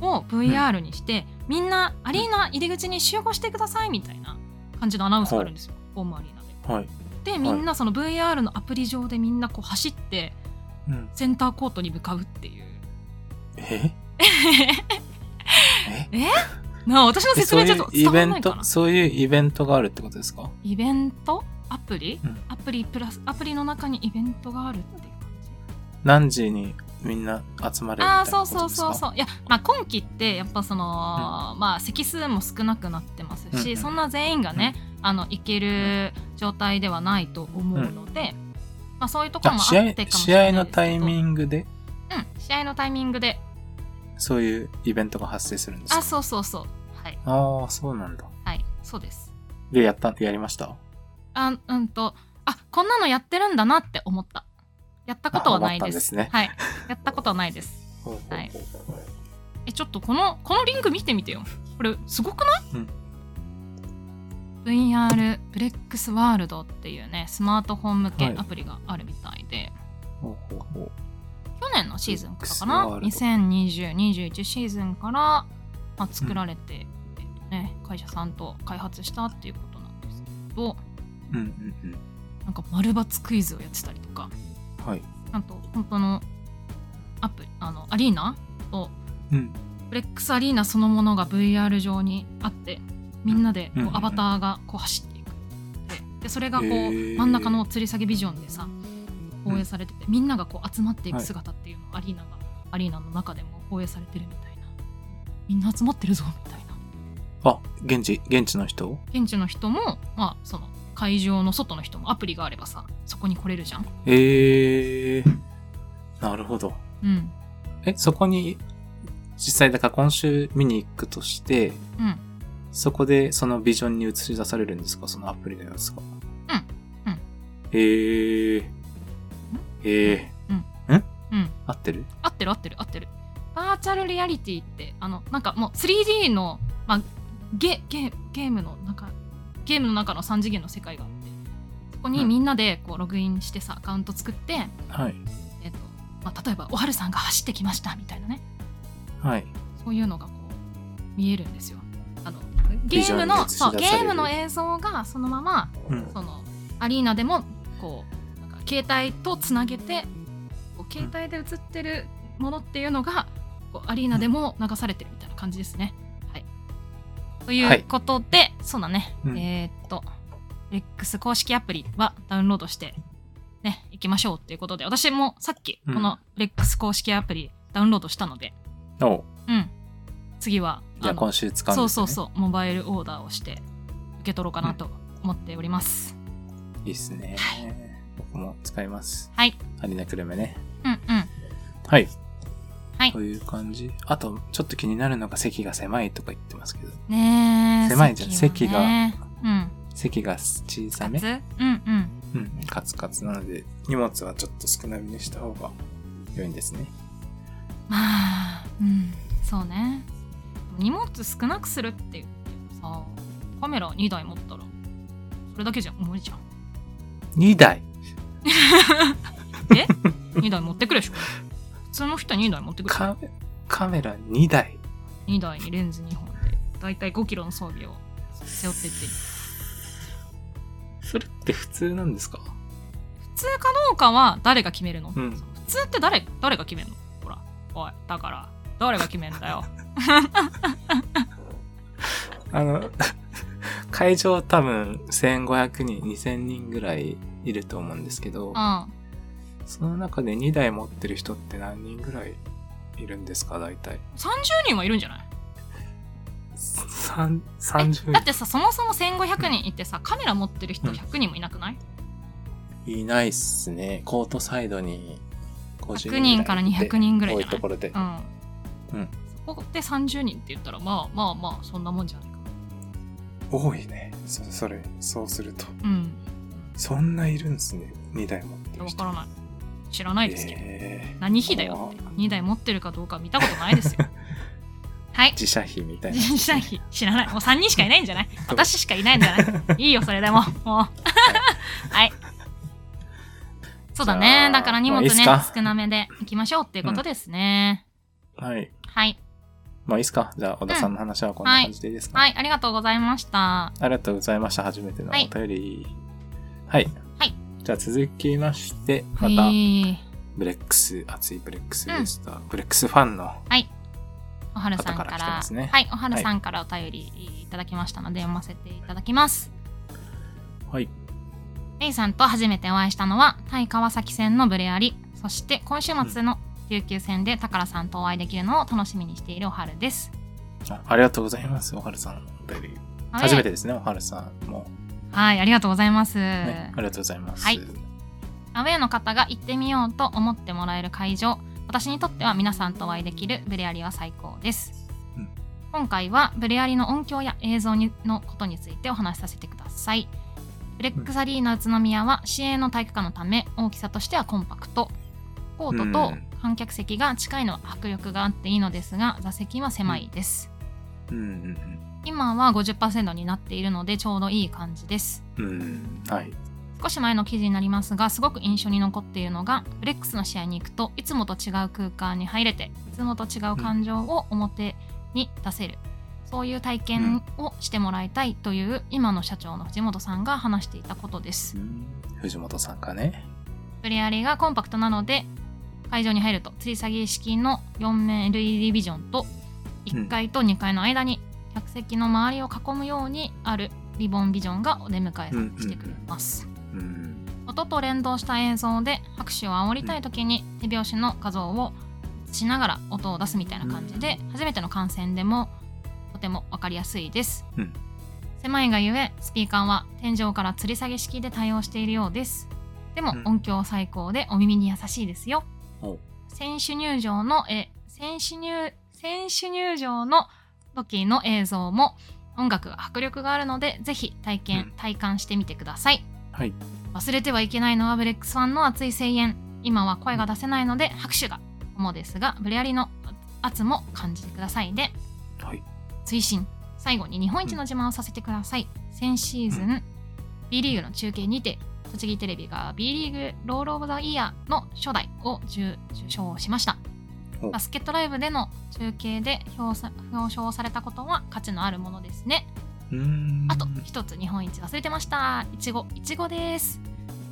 S2: を VR にして、みんなアリーナ入り口に集合してくださいみたいな感じのアナウンスがあるんですよ、ホームアリーナで。
S3: うん。はい。
S2: で、みんなその VR のアプリ上でみんなこう走って。
S3: うん。
S2: センターコートに向かうっていう。
S3: ええ
S2: なあ私の
S3: え
S2: 説
S3: そう
S2: 明
S3: い
S2: ち
S3: う
S2: ょっと伝
S3: イ
S2: わ
S3: ベ
S2: らな
S3: ン
S2: いかな
S3: ト、。そういうイベントがあるってことですか
S2: イベントアプリ、
S3: うん
S2: アプリプラスアプリの中にイベントがあるっていう感じ。
S3: 何時にみんな集まれるみたい
S2: あ
S3: な
S2: あ
S3: こと
S2: そう
S3: ですか
S2: そうそうそういや、まあ、今期ってやっぱその、まあ席数も少なくなってますし、
S3: うんうん
S2: そんな全員がね、あの行ける状態ではないと思うので、まあ、そういうとこ
S3: あ
S2: ろもあって
S3: 試
S2: か
S3: 合
S2: もしれないですけ
S3: 試
S2: ど
S3: 合のタイミングで
S2: うん試合のタイミングで
S3: そういうイベントが発生するんですか
S2: あそうそうそうはい
S3: ああそうなんだ
S2: はいそうです
S3: でやったやりました
S2: あうんとあこんなのやってるんだなって思ったやったことはないで
S3: あ思った
S2: す
S3: んですね
S2: はいやったことはないですはいえちょっとこのこのリンク見てみてよこれすごくない、
S3: うん
S2: VR ブレックスワールドっていうねスマートフォン向け
S3: はい
S2: アプリがあるみたいで、
S3: ほうほうほう
S2: 去年のシーズンからか
S3: ブレッ
S2: な
S3: クスワ
S2: 202021シーズンから、まあ、作られて、えっとね、会社さんと開発したっていうことなんですけど
S3: うんうん
S2: なんか丸抜クイズをやってたりとか
S3: うんはい
S2: なんと本当のアプリあのアリーナと
S3: うん
S2: ブレックスアリーナそのものが VR 上にあってみんなで
S3: うん
S2: こ
S3: うん
S2: うアバターがこう走っていくででそれがこう、
S3: へー
S2: 真ん中の吊り下げビジョンでさ放映されてて、みんながこう集まっていく姿っていうのをアリーナが、アリーナの中でも放映されてるみたいなみんな集まってるぞみたいな
S3: あ現地現地の人
S2: 現地の人も、まあ、その会場の外の人もアプリがあればさそこに来れるじゃん、
S3: ええなるほど
S2: うん
S3: えそこに実際だから今週見に行くとして
S2: うん、
S3: そこでそのビジョンに映し出されるんですかそのアプリのやつが。
S2: うんうん
S3: へえー。へえ
S2: うん、
S3: ー。合ってる
S2: 合ってる合ってる合ってるバーチャルリアリティってあのなんかもう 3D の、まあ、ゲゲゲームの中ゲームの中の3次元の世界があってそこにみんなでこうログインしてさアカウント作って、
S3: はい。
S2: えっとまあ、例えば「おはるさんが走ってきました」みたいなね
S3: はい。
S2: そういうのがこう見えるんですよ。あのゲ
S3: ビジ
S2: ー
S3: ュア
S2: ム
S3: ルに映し出
S2: のそう
S3: され
S2: ゲ
S3: る
S2: ームの映像がそのまま
S3: うん。
S2: そのアリーナでもこうなんか携帯とつなげてこう携帯で映ってるものっていうのがこうアリーナでも流されてるみたいな感じですね。はい、ということで、そうだね、
S3: うん
S2: えーっと X 公式アプリはダウンロードしてねいきましょうっていうことで私もさっきこの X 公式アプリダウンロードしたので、
S3: お
S2: うん、次は
S3: じゃ
S2: あ
S3: あ
S2: の
S3: 今週使うんです、ね、
S2: そうそうそうモバイルオーダーをして受け取ろうかなと思っております。
S3: いいっすね。僕も使います。
S2: はい。
S3: アリナクルメね。
S2: うんうん
S3: はい。
S2: はい
S3: という感じ。あと、ちょっと気になるのが席が狭いとか言ってますけど、
S2: ねえ
S3: 狭いじゃん
S2: はねうん
S3: 席が小さ
S2: か
S3: め
S2: つ。うんうん
S3: うん。カツカツなので、荷物はちょっと少なめにした方が良いんですね。
S2: まあうんそうね荷物少なくするって言ってさカメラ2台持ったらそれだけじゃ無理じゃん
S3: 2台
S2: え2台持って くるでしょ普通の人2台持ってくる
S3: カカメラ2台
S2: 2台にレンズ2本でだいたい5キロの装備を背負ってって普
S3: それって普通なんですか
S2: 通かどうかは誰が決めるの、
S3: うん
S2: 普通って誰誰が決めるのほらおいだから誰が決める んだよ
S3: あの、 会場多分1500人、2000人ぐらいいると思うんですけど、
S2: うん
S3: その中で2台持ってる人って何人ぐらいいるんですか大体。
S2: 30人はいるんじゃない
S3: 三
S2: え
S3: 30
S2: だってさそもそも1500人いてさカメラ持ってる人
S3: うん
S2: 100人もいなくない、
S3: いないっすね。コートサイドに50
S2: 100人から200人ぐらい
S3: 多
S2: じ
S3: い
S2: ゃな
S3: と
S2: い
S3: ころで
S2: う。ん、
S3: うん
S2: そこで30人って言ったらまあまあまあそんなもんじゃないか
S3: 多いね。そそれ、そうすると。
S2: うん
S3: そんないるんすね。2台持ってる
S2: わ
S3: 人。
S2: からない知らないですけど、
S3: えー
S2: 何日だよって2台持ってるかどうか見たことないです よはい
S3: 自社費みたいな。
S2: 人社費知らないもう3人しかいないんじゃな
S3: う
S2: い私しかいないんじゃ ないいいよそれでももうはいそうだ
S3: じゃ
S2: ね
S3: あ
S2: だから荷物ね
S3: まあいいっすか
S2: 少なめでいきましょうっていうことですね、
S3: はい。
S2: はい
S3: まあいいっすかじゃあ、小田さんの話はこんな感じでいいですか、
S2: はい、ありがとうございました。
S3: ありがとうございました。初めての
S2: はい
S3: お便り。はい。
S2: はい
S3: じゃあ続きまして、ま
S2: へ
S3: た、
S2: ー
S3: ブレックス、熱いブレックスでした。ブレックスファンの、
S2: おはるさんか
S3: 方から来て
S2: ら、
S3: ますね
S2: はい、おはるさんからお便りいただきましたので、読ませていただきます。
S3: はい。
S2: レイさんと初めてお会いしたのは、対川崎線のブレアリ、そして今週末の琉球線で宝さんとお会いできるのを楽しみにしているおはるです。
S3: あありがとうございます、おはるさん。お便り
S2: はい
S3: 初めてですね、おはるさんも、
S2: はい、ありがとうございます。
S3: ね。ありがとうございます。
S2: はいアウェイの方が行ってみようと思ってもらえる会場私にとっては皆さんとお会いできるブレアリは最高です、
S3: うん
S2: 今回はブレアリの音響や映像にのことについてお話しさせてくださいブレックサリーナ宇都宮は市営の体育館のため大きさとしてはコンパクトコート
S3: う
S2: と
S3: ん
S2: 観客席が近いのは迫力があっていいのですが座席は狭いです
S3: うんうん
S2: 今は50%になっているのでちょうどいい感じです
S3: うん。うん。はい。
S2: 少し前の記事になりますがすごく印象に残っているのがブレックスの試合に行くといつもと違う空間に入れていつもと違う感情を表に出せる、そういう体験をしてもらいたいという今の社長の藤本さんが話していたことです
S3: 藤本さんかね。
S2: ブレアリーがコンパクトなので会場に入ると吊り下げ式の4面 LED ビジョンと1階と2階の間に客席の周りを囲むようにあるリボンビジョンがお出迎えしてくれます、
S3: うん。
S2: 音と連動した映像で拍手を煽りたい時に手拍子の画像を映しながら音を出すみたいな感じで初めての観戦でもとても分かりやすいです、
S3: うん
S2: 狭いがゆえスピーカーは天井から吊り下げ式で対応しているようですでも
S3: うん
S2: 音響最高でお耳に優しいですよ
S3: お
S2: 選手入場のえ選手入選手入場の時の映像も音楽が迫力があるのでぜひ体験、
S3: うん
S2: 体感してみてください
S3: はい。
S2: 忘れてはいけないのはブレックスファンの熱い声援今は声が出せないので拍手が主ですがブレアリの圧も感じてくださいで
S3: はい。
S2: 追伸最後に日本一の自慢をさせてください、先シーズン B リーグの中継にて栃木テレビが B リーグロール・オブ・ザ・イヤーの初代を受受賞しました
S3: お
S2: バスケットライブでの中継で表さ表彰されたことは価値のあるものですね
S3: うーん
S2: あと一つ日本一忘れてましたいちごいちごです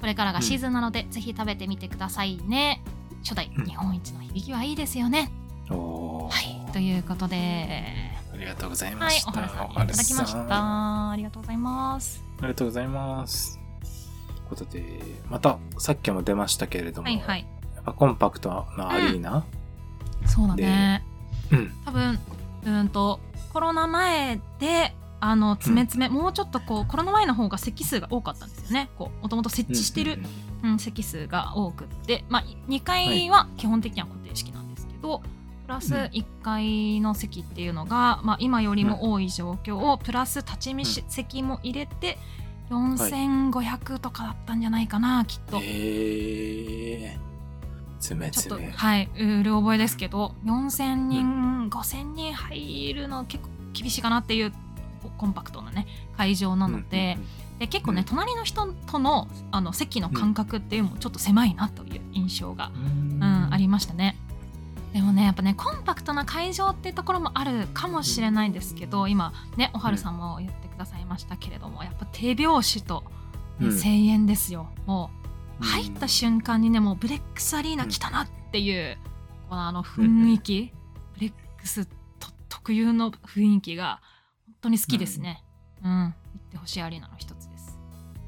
S2: これからがシーズンなので、ぜひ食べてみてくださいね初代
S3: うん
S2: 日本一の響きはいいですよね、
S3: おー
S2: はいということで
S3: ありがとうございま
S2: はい
S3: し、た。
S2: お話させていただきまし
S3: おはるさんあ
S2: た。ありがとうございます。
S3: りがとうございます。ということで、また、さっきも出ましたけれども、
S2: はいはい。
S3: やっぱコンパクトなアリーナ、
S2: そうだね。
S3: うん、
S2: 多分、うーんと、コロナ前で、あの、詰め詰め、もうちょっとこう、コロナ前の方が席数が多かったんですよね。こう、もともと設置してる、うん、席数が多くって、まあ、2階は基本的には固定式なんですけど、プラス
S3: うん
S2: 1階の席っていうのが、まあ、今よりも多い状況を、プラス立ち見し席も入れて、4500とかだったんじゃないかな、きっと。
S3: えー、爪
S2: ちょっと
S3: 爪。
S2: はい、うる覚えですけど、4000人、5000人入るの結構厳しいかなっていうこコンパクトなね会場なので、で結構
S3: う
S2: ね
S3: ん
S2: 隣の人とのあの席の間隔っていうのもちょっと狭いなという印象が、
S3: うん、
S2: うん、ありましたね。でもねやっぱねコンパクトな会場っていうところもあるかもしれないんですけど、今ねおはるさんも言ってくださいましたけれども、やっぱ手拍子と、ね
S3: うん
S2: 声援ですよもう。
S3: うん
S2: 入った瞬間にねもうブレックスアリーナ来たなっていう、このあの雰囲気、ブレックスと特有の雰囲気が本当に好きですねうん、行ってほしいアリーナの一つです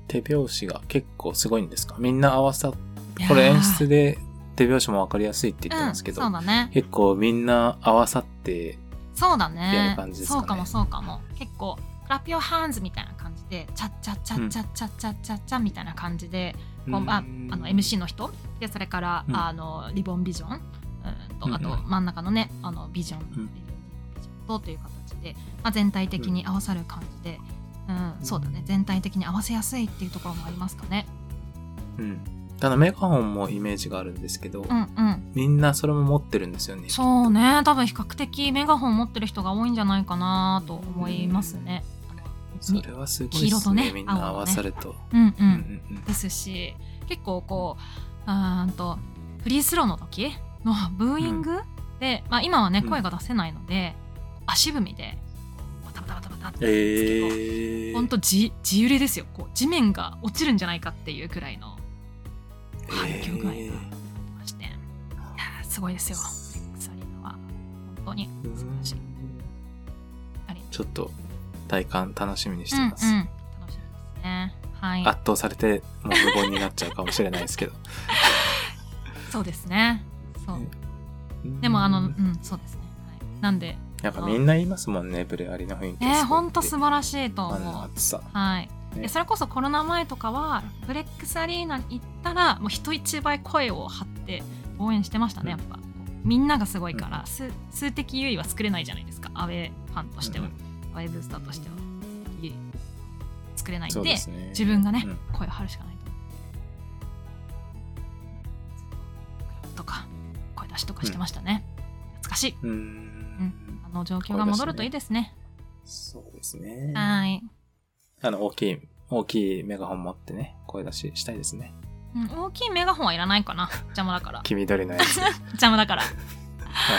S3: 手拍子が結構すごいんですかみんな合わさっ
S2: いやー
S3: これ演出で手拍子も分かりやすいって言ってますけど、
S2: うん、そうだね
S3: 結構みんな合わさって
S2: そうだ
S3: や
S2: ね
S3: る感じですかね
S2: そうかもそうかも結構クラピオハンズみたいな感じでチャッチャッチャッチャッチャッチャッチャッチャみたいな感じで、こうまあ、あの MC の人でそれから、
S3: うん
S2: あのリボンビジョンうん
S3: うんう
S2: と
S3: ん
S2: あと真ん中のねあのビジョン、
S3: うん
S2: ビジョンとという形で、まあ、全体的に合わさる感じで、うんそうだね全体的に合わせやすいっていうところもありますかね。
S3: うん、ただメガホンもイメージがあるんですけど、
S2: うんうん、
S3: みんなそれも持ってるんですよね
S2: そうね多分比較的メガホン持ってる人が多いんじゃないかなと思いますね。
S3: それはすごい
S2: 黄
S3: で
S2: 色
S3: す
S2: と
S3: ね
S2: ね
S3: みんな合わさると、
S2: うんう
S3: う
S2: ん、
S3: んうん
S2: ですし結構こううーんとフリースローの時のブーイング、で、まあ、今はね
S3: うん
S2: 声が出せないので、足踏みでこうバタバタバタバタって
S3: えー、
S2: ほんと地地揺れですよこう地面が落ちるんじゃないかっていうくらいの反響具合がありまして、いやーすごいですよサリーナは本当に
S3: えー
S2: 素晴らしいあり
S3: ちょっと体感楽しみにし
S2: うん
S3: て
S2: うん
S3: ます、
S2: 楽しみですねはい
S3: 圧倒されてもう無言になっちゃうかもしれないですけど
S2: そうですねそうでもあのうんそうですね、はい、なんで
S3: やっぱみんな言いますもんねブレアリの雰囲気
S2: えー、ほんと素
S3: い
S2: 晴らしいと
S3: あの
S2: 思う。
S3: 暑さ
S2: はい、で
S3: ね
S2: それこそコロナ前とかはブレックスアリーナに行ったらもう人一倍声を張って応援してましたねやっぱみんながすごいから、数数的優位は作れないじゃないですかアウェーファンとしては、
S3: うん
S2: アウェーブースターとしては優位作れないん
S3: そう
S2: で
S3: ですね
S2: 自分がね、
S3: うん
S2: 声を張るしかないととか声出しとかしてましたね、懐かしい
S3: うん
S2: あの状況が戻るといいですね
S3: そうですね
S2: はい
S3: あの大きい大きいメガホン持ってね声出ししたいですね
S2: うん大きいメガホンはいらないかな邪魔だから
S3: 黄緑のや つは
S2: 邪魔だから
S3: い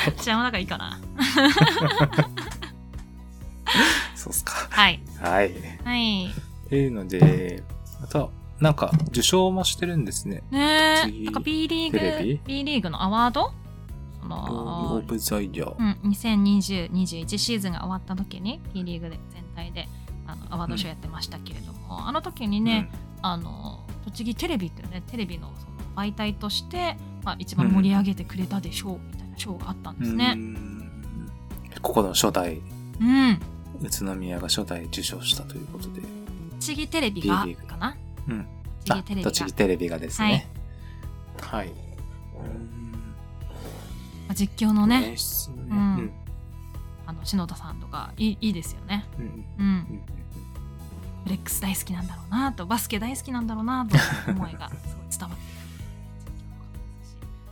S2: 邪魔だからいいかな
S3: そうっすか
S2: はい
S3: はい
S2: はい
S3: っていうのでまたなんか受賞もしてるんですね
S2: ねえ
S3: 次
S2: なんか B リ
S3: テレ
S2: ー
S3: ビ
S2: グ B リーグのアワードそ
S3: ロールオ
S2: の
S3: ブザイヤー
S2: うん、2020-21シーズンが終わった時に B リーグで全体であのアワードショーやってましたけれども、あの時にね、あの栃木テレビっていうねテレビのその媒体として、まあ、一番盛り上げてくれたでしょうみたいな賞があったん
S3: う
S2: で
S3: ん
S2: すね。
S3: ここの初代
S2: うん、
S3: 宇都宮が初代受賞したということで
S2: 栃木テレビが
S3: B リーグ
S2: かな
S3: うん
S2: 栃木テレビ
S3: あ栃
S2: が
S3: 木テレビがですねはい、うん
S2: まあ実況のね
S3: 演出もね
S2: うんあの篠田さんとかいいいいですよね、
S3: うんうん
S2: うん、
S3: うん
S2: ブレックス大好きなんだろうなとバスケ大好きなんだろうなという思い がすごい伝わってくるしま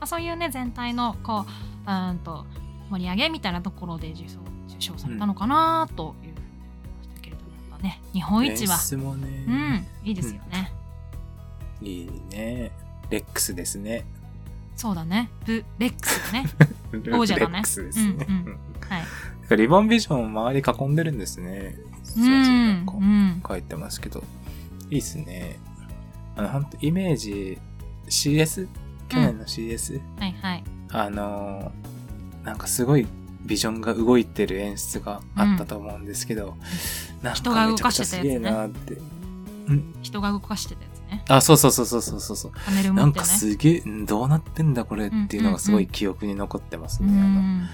S2: あそういうね全体のこううーんと盛り上げみたいなところで受賞受賞されたのかなというふうに思いましたけれども、やっぱね日本一は
S3: 演出もね、
S2: うんいいですよね、
S3: いいね。レックスですね。
S2: そうだね。ブレック スだね。
S3: 王
S2: 王者だね
S3: レックスですね。
S2: うんうんは
S3: う
S2: い。
S3: ん リボンビジョンを周り囲んでるんですね。
S2: う
S3: そ
S2: ん。
S3: こ
S2: うん。
S3: 書いてますけど。いいっすね。あの、ほんと、イメージ、CS? 去年の CS?、
S2: はいはい。
S3: あのーなんかすごいビジョンが動いてる演出があったと思うんですけど、なん
S2: 人が
S3: か
S2: 動
S3: めちゃ
S2: か
S3: く
S2: し
S3: ちゃ
S2: てた
S3: す
S2: やつ
S3: げ
S2: ね
S3: えなーって。
S2: 人が動かしてたやつね。
S3: あ、そうそうそうそうそうそうそう。
S2: パネル持
S3: なん
S2: ってね
S3: か。すげえ、んどうなってんだこれっていうのがすごい記憶に残ってます
S2: う
S3: ね。あの
S2: ん。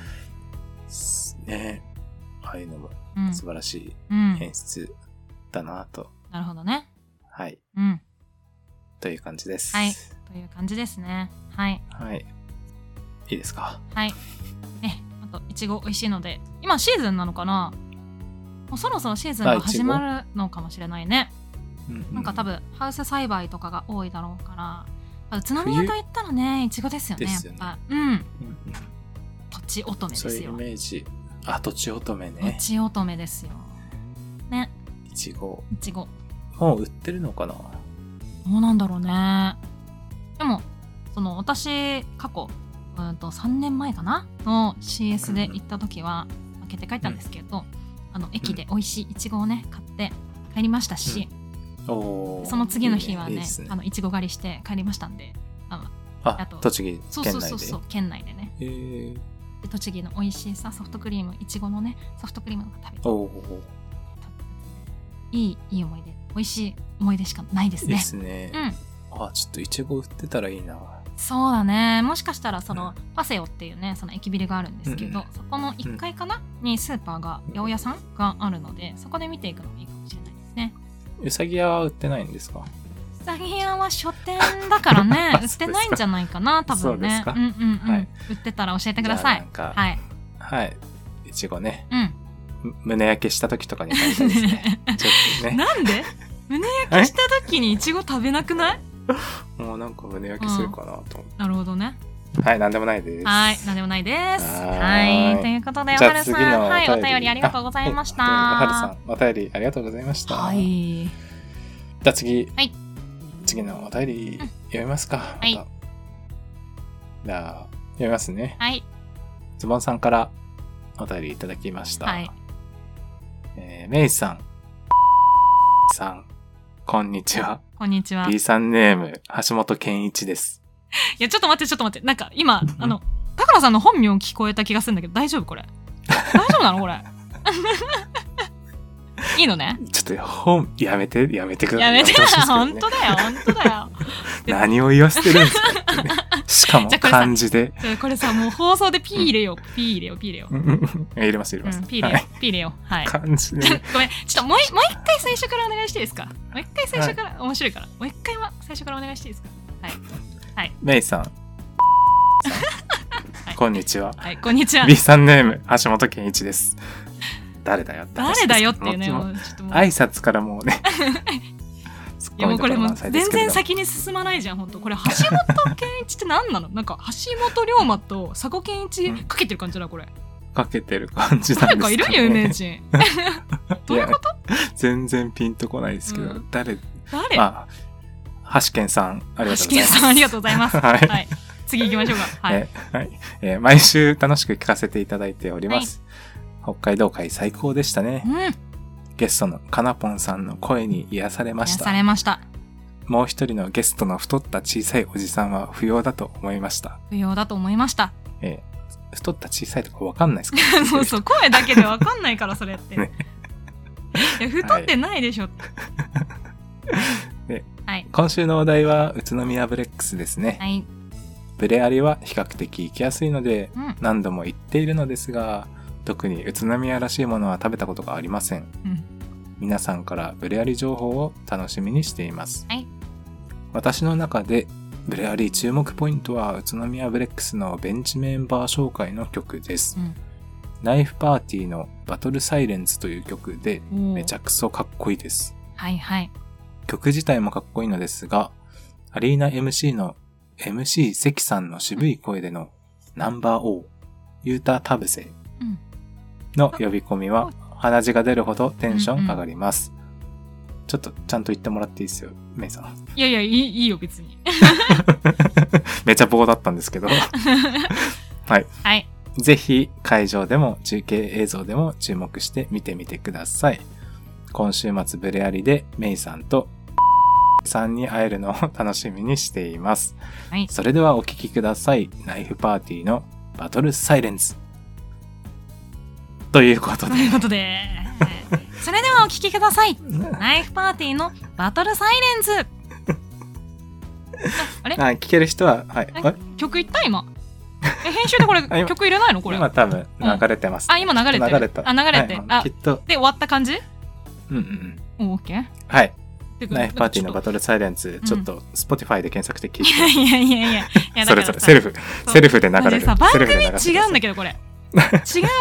S3: すねああいうのも
S2: うん。
S3: 素晴らし
S2: うん
S3: い。演出だなと。
S2: なるほどね。
S3: はい。
S2: うん。
S3: という感じです。
S2: はいという感じですね。はい。
S3: はい。いいですか
S2: はい。ね、あと、いちご美味しいので、今シーズンなのかなもうそろそろシーズン
S3: あ
S2: が
S3: いち
S2: 始
S3: ご
S2: まるのかもしれないね。なんか多
S3: 分、
S2: 分、ハウス栽培とかが多いだろうから、まあ宇都宮といったらね、いちごですよね、
S3: ですよね
S2: やっぱ。うん。
S3: うんうん
S2: とちおとめで
S3: そう
S2: す
S3: いうイ
S2: よ。
S3: メージ。あ、とちおとめ
S2: と
S3: ね。
S2: ちおとめですよ。ね、
S3: いちご。
S2: いちご。
S3: もう売ってるのかな
S2: どうなんだろうね。でも、その私、過去、うんと3年前かなの CS で行った時は、開けて帰ったんですけど、あの駅で美味しいいちごをね、買って帰りましたし、
S3: おー
S2: その次の日はい
S3: い
S2: ね
S3: っす、
S2: あのいちご狩りして帰りましたんで、
S3: あ
S2: あと
S3: 栃木県内で。
S2: そうそうそうそう、県内でね。
S3: えー、
S2: で栃木の美味しいさ、ソフトクリーム、いちごのね、ソフトクリームが食べて、
S3: おー
S2: いい、いい思い出、美味しい思い出しかないです
S3: いいで
S2: ね。
S3: すね。
S2: うん。
S3: あ、ちょっといちご売ってたらいいな。
S2: そうだねもしかしたらそうのパセオっていうねその駅ビルがあるんですけど、
S3: うん
S2: そこの1階かな、にスーパーが八百屋さんがあるのでそこで見ていくのもいいかもしれないですね
S3: うさぎ屋は売ってないんですか
S2: うさぎ屋は書店だから ね売ってないんじゃないかな多分ね
S3: そううですか
S2: んうんうん、
S3: はい
S2: 売ってたら教えてくださ
S3: じゃあないんか、
S2: はい
S3: はい。いちごね、
S2: うん
S3: む胸焼けした時とかに食べたいです ね。ちょっとね。
S2: なんで胸焼けした時にいちご食べなくない
S3: もうなんか胸焼けするかなと思って。
S2: なるほどね
S3: はい、なんでもないです。
S2: はいなんでもないです
S3: は
S2: は
S3: ーい
S2: いということでお
S3: じゃ
S2: は
S3: あ
S2: る
S3: 次
S2: さ
S3: の
S2: んはいお便りありがとうございました
S3: あお便りおはるさん、お便りありがとうございました。
S2: はい
S3: じゃあ次、
S2: はい
S3: 次のお便り
S2: うん
S3: 読みますか。また
S2: はい
S3: じゃあ、読みますね。
S2: はい
S3: ズボンさんからお便りいただきました。
S2: はい
S3: えーメイさん、さん、こんにちは。
S2: こんにちは
S3: B さんネーム、橋本健一です。
S2: いや、ちょっと待って、ちょっと待って。なんか、今、あの、高野さんの本名聞こえた気がするんだけど、大丈夫 これ。大丈夫なのこれ。いいのね。
S3: ちょっと本、やめて、やめてくださ
S2: や
S3: い。
S2: めて
S3: ほ
S2: よ
S3: しいですけどね
S2: 本当だよ、本当だよ。
S3: 何を言わせてるんですかって ね、しかも
S2: じゃあこれさ
S3: 漢字で。
S2: ちょこれさ、もう放送でピー入れよう。ピー入れよう、ピー入れよう。
S3: うんうんうん 入れます、入れ
S2: う
S3: ます。
S2: ん、ピー入れよ、
S3: はいう
S2: ピー入れよう。はい。
S3: 漢字でね。
S2: ごめん、ちょっともういもう一回最初からお願いしていいですかもう一回最初から、面白いから。もう一回は最初からお願いしていいですか
S3: メイさん。
S2: はい
S3: こんにちは。
S2: はい、こんにちは
S3: B。さんネーム、橋本健一です。誰だよって話です
S2: 誰
S3: けど。
S2: だよっていうね、
S3: も
S2: も
S3: う
S2: うちょっともう。
S3: 挨拶からもうね。
S2: いやもうこれもう全然
S3: 先。
S2: 先に進まないじゃん本当これ橋本健一って何 なのなんか橋本龍馬と佐古健一
S3: うん
S2: かけてる感じだこれ
S3: かけてる感じなんですけ
S2: 誰
S3: ど
S2: か
S3: ね
S2: いる有名人 どういうこ
S3: いや全然ピンとこないですけど、
S2: うん
S3: 誰
S2: 誰
S3: まあ、橋健さん、ありがとう
S2: 橋
S3: ござい
S2: 健
S3: ます。
S2: さんありがとうござ います
S3: はい
S2: はい次行きましょうかはい
S3: えはいえー毎週楽しく聞かせていただいております。北海道会最高でしたね
S2: う。ん
S3: ゲストのかなぽんさんの声に癒されま
S2: 癒
S3: した
S2: さ。れました
S3: もう一人のゲストの太った小さいおじさんは不要だと思いました。
S2: 不要だと思いました
S3: えー太った小さいとかわかんないですか
S2: そうそう声だけでわかんないからそれって
S3: ね
S2: いや太ってないでしょ
S3: ね
S2: はい
S3: 今週のお題は宇都宮ブレックスですね。
S2: はい
S3: ブレアリは比較的行きやすいので
S2: うん
S3: 何度も行っているのですが、特に宇都宮らしいものは食べたことがありません。
S2: うん
S3: 皆さんからブレアリ情報を楽しみにしています、
S2: はい
S3: 私の中でブレアリ注目ポイントは宇都宮ブレックスのベンチメンバー紹介の曲です、
S2: うん
S3: ナイフパーティーのバトルサイレンズという曲で
S2: おー
S3: めちゃくそかっこいいです
S2: はいはい
S3: 曲自体もかっこいいのですがアリーナ MC の MC 関さんの渋い声でのナンバー O ユータタブセ
S2: うん
S3: の呼び込みは鼻血が出るほどテンション上がります。ちょっとちゃんと言ってもらっていいですよ、メイさん。
S2: いやいや、いいいいよ、別に。
S3: めちゃ棒だったんですけど。
S2: はい。
S3: ぜひ会場でも中継映像でも注目して見てみてください。今週末ブレアリでメイさんとさんに会えるのを楽しみにしています。
S2: はい
S3: それではお聴きください。ナイフパーティーのバトルサイレンス。ということ
S2: と
S3: で、
S2: いうことで、それではお聞きください。ナイフパーティーのバトルサイレンズ。ああれ
S3: あ聞ける人は、はい。
S2: え
S3: あ
S2: 曲いった今。え、編集でこれ
S3: あ今
S2: 曲入れないのこれ。
S3: 今多分流れてます。
S2: あ、今流れて
S3: 流
S2: る。
S3: れた。
S2: あ、流れて。
S3: はい
S2: あ
S3: き、っと、
S2: で終わった感じ
S3: うんうんうん。
S2: オーケー
S3: はい。
S2: てか
S3: ナイフパーティーの
S2: なん
S3: バ
S2: か
S3: トルサイレンス、
S2: ん
S3: ちょっと Spotify で検索して聞い
S2: ちょっと
S3: て。
S2: いやいやいやいや。いや
S3: それぞれ、セル。フ。
S2: そう
S3: セルフで流れ
S2: マ
S3: る。
S2: ジさ番
S3: セル
S2: 組
S3: フで流れる
S2: 違うんだけどこれ。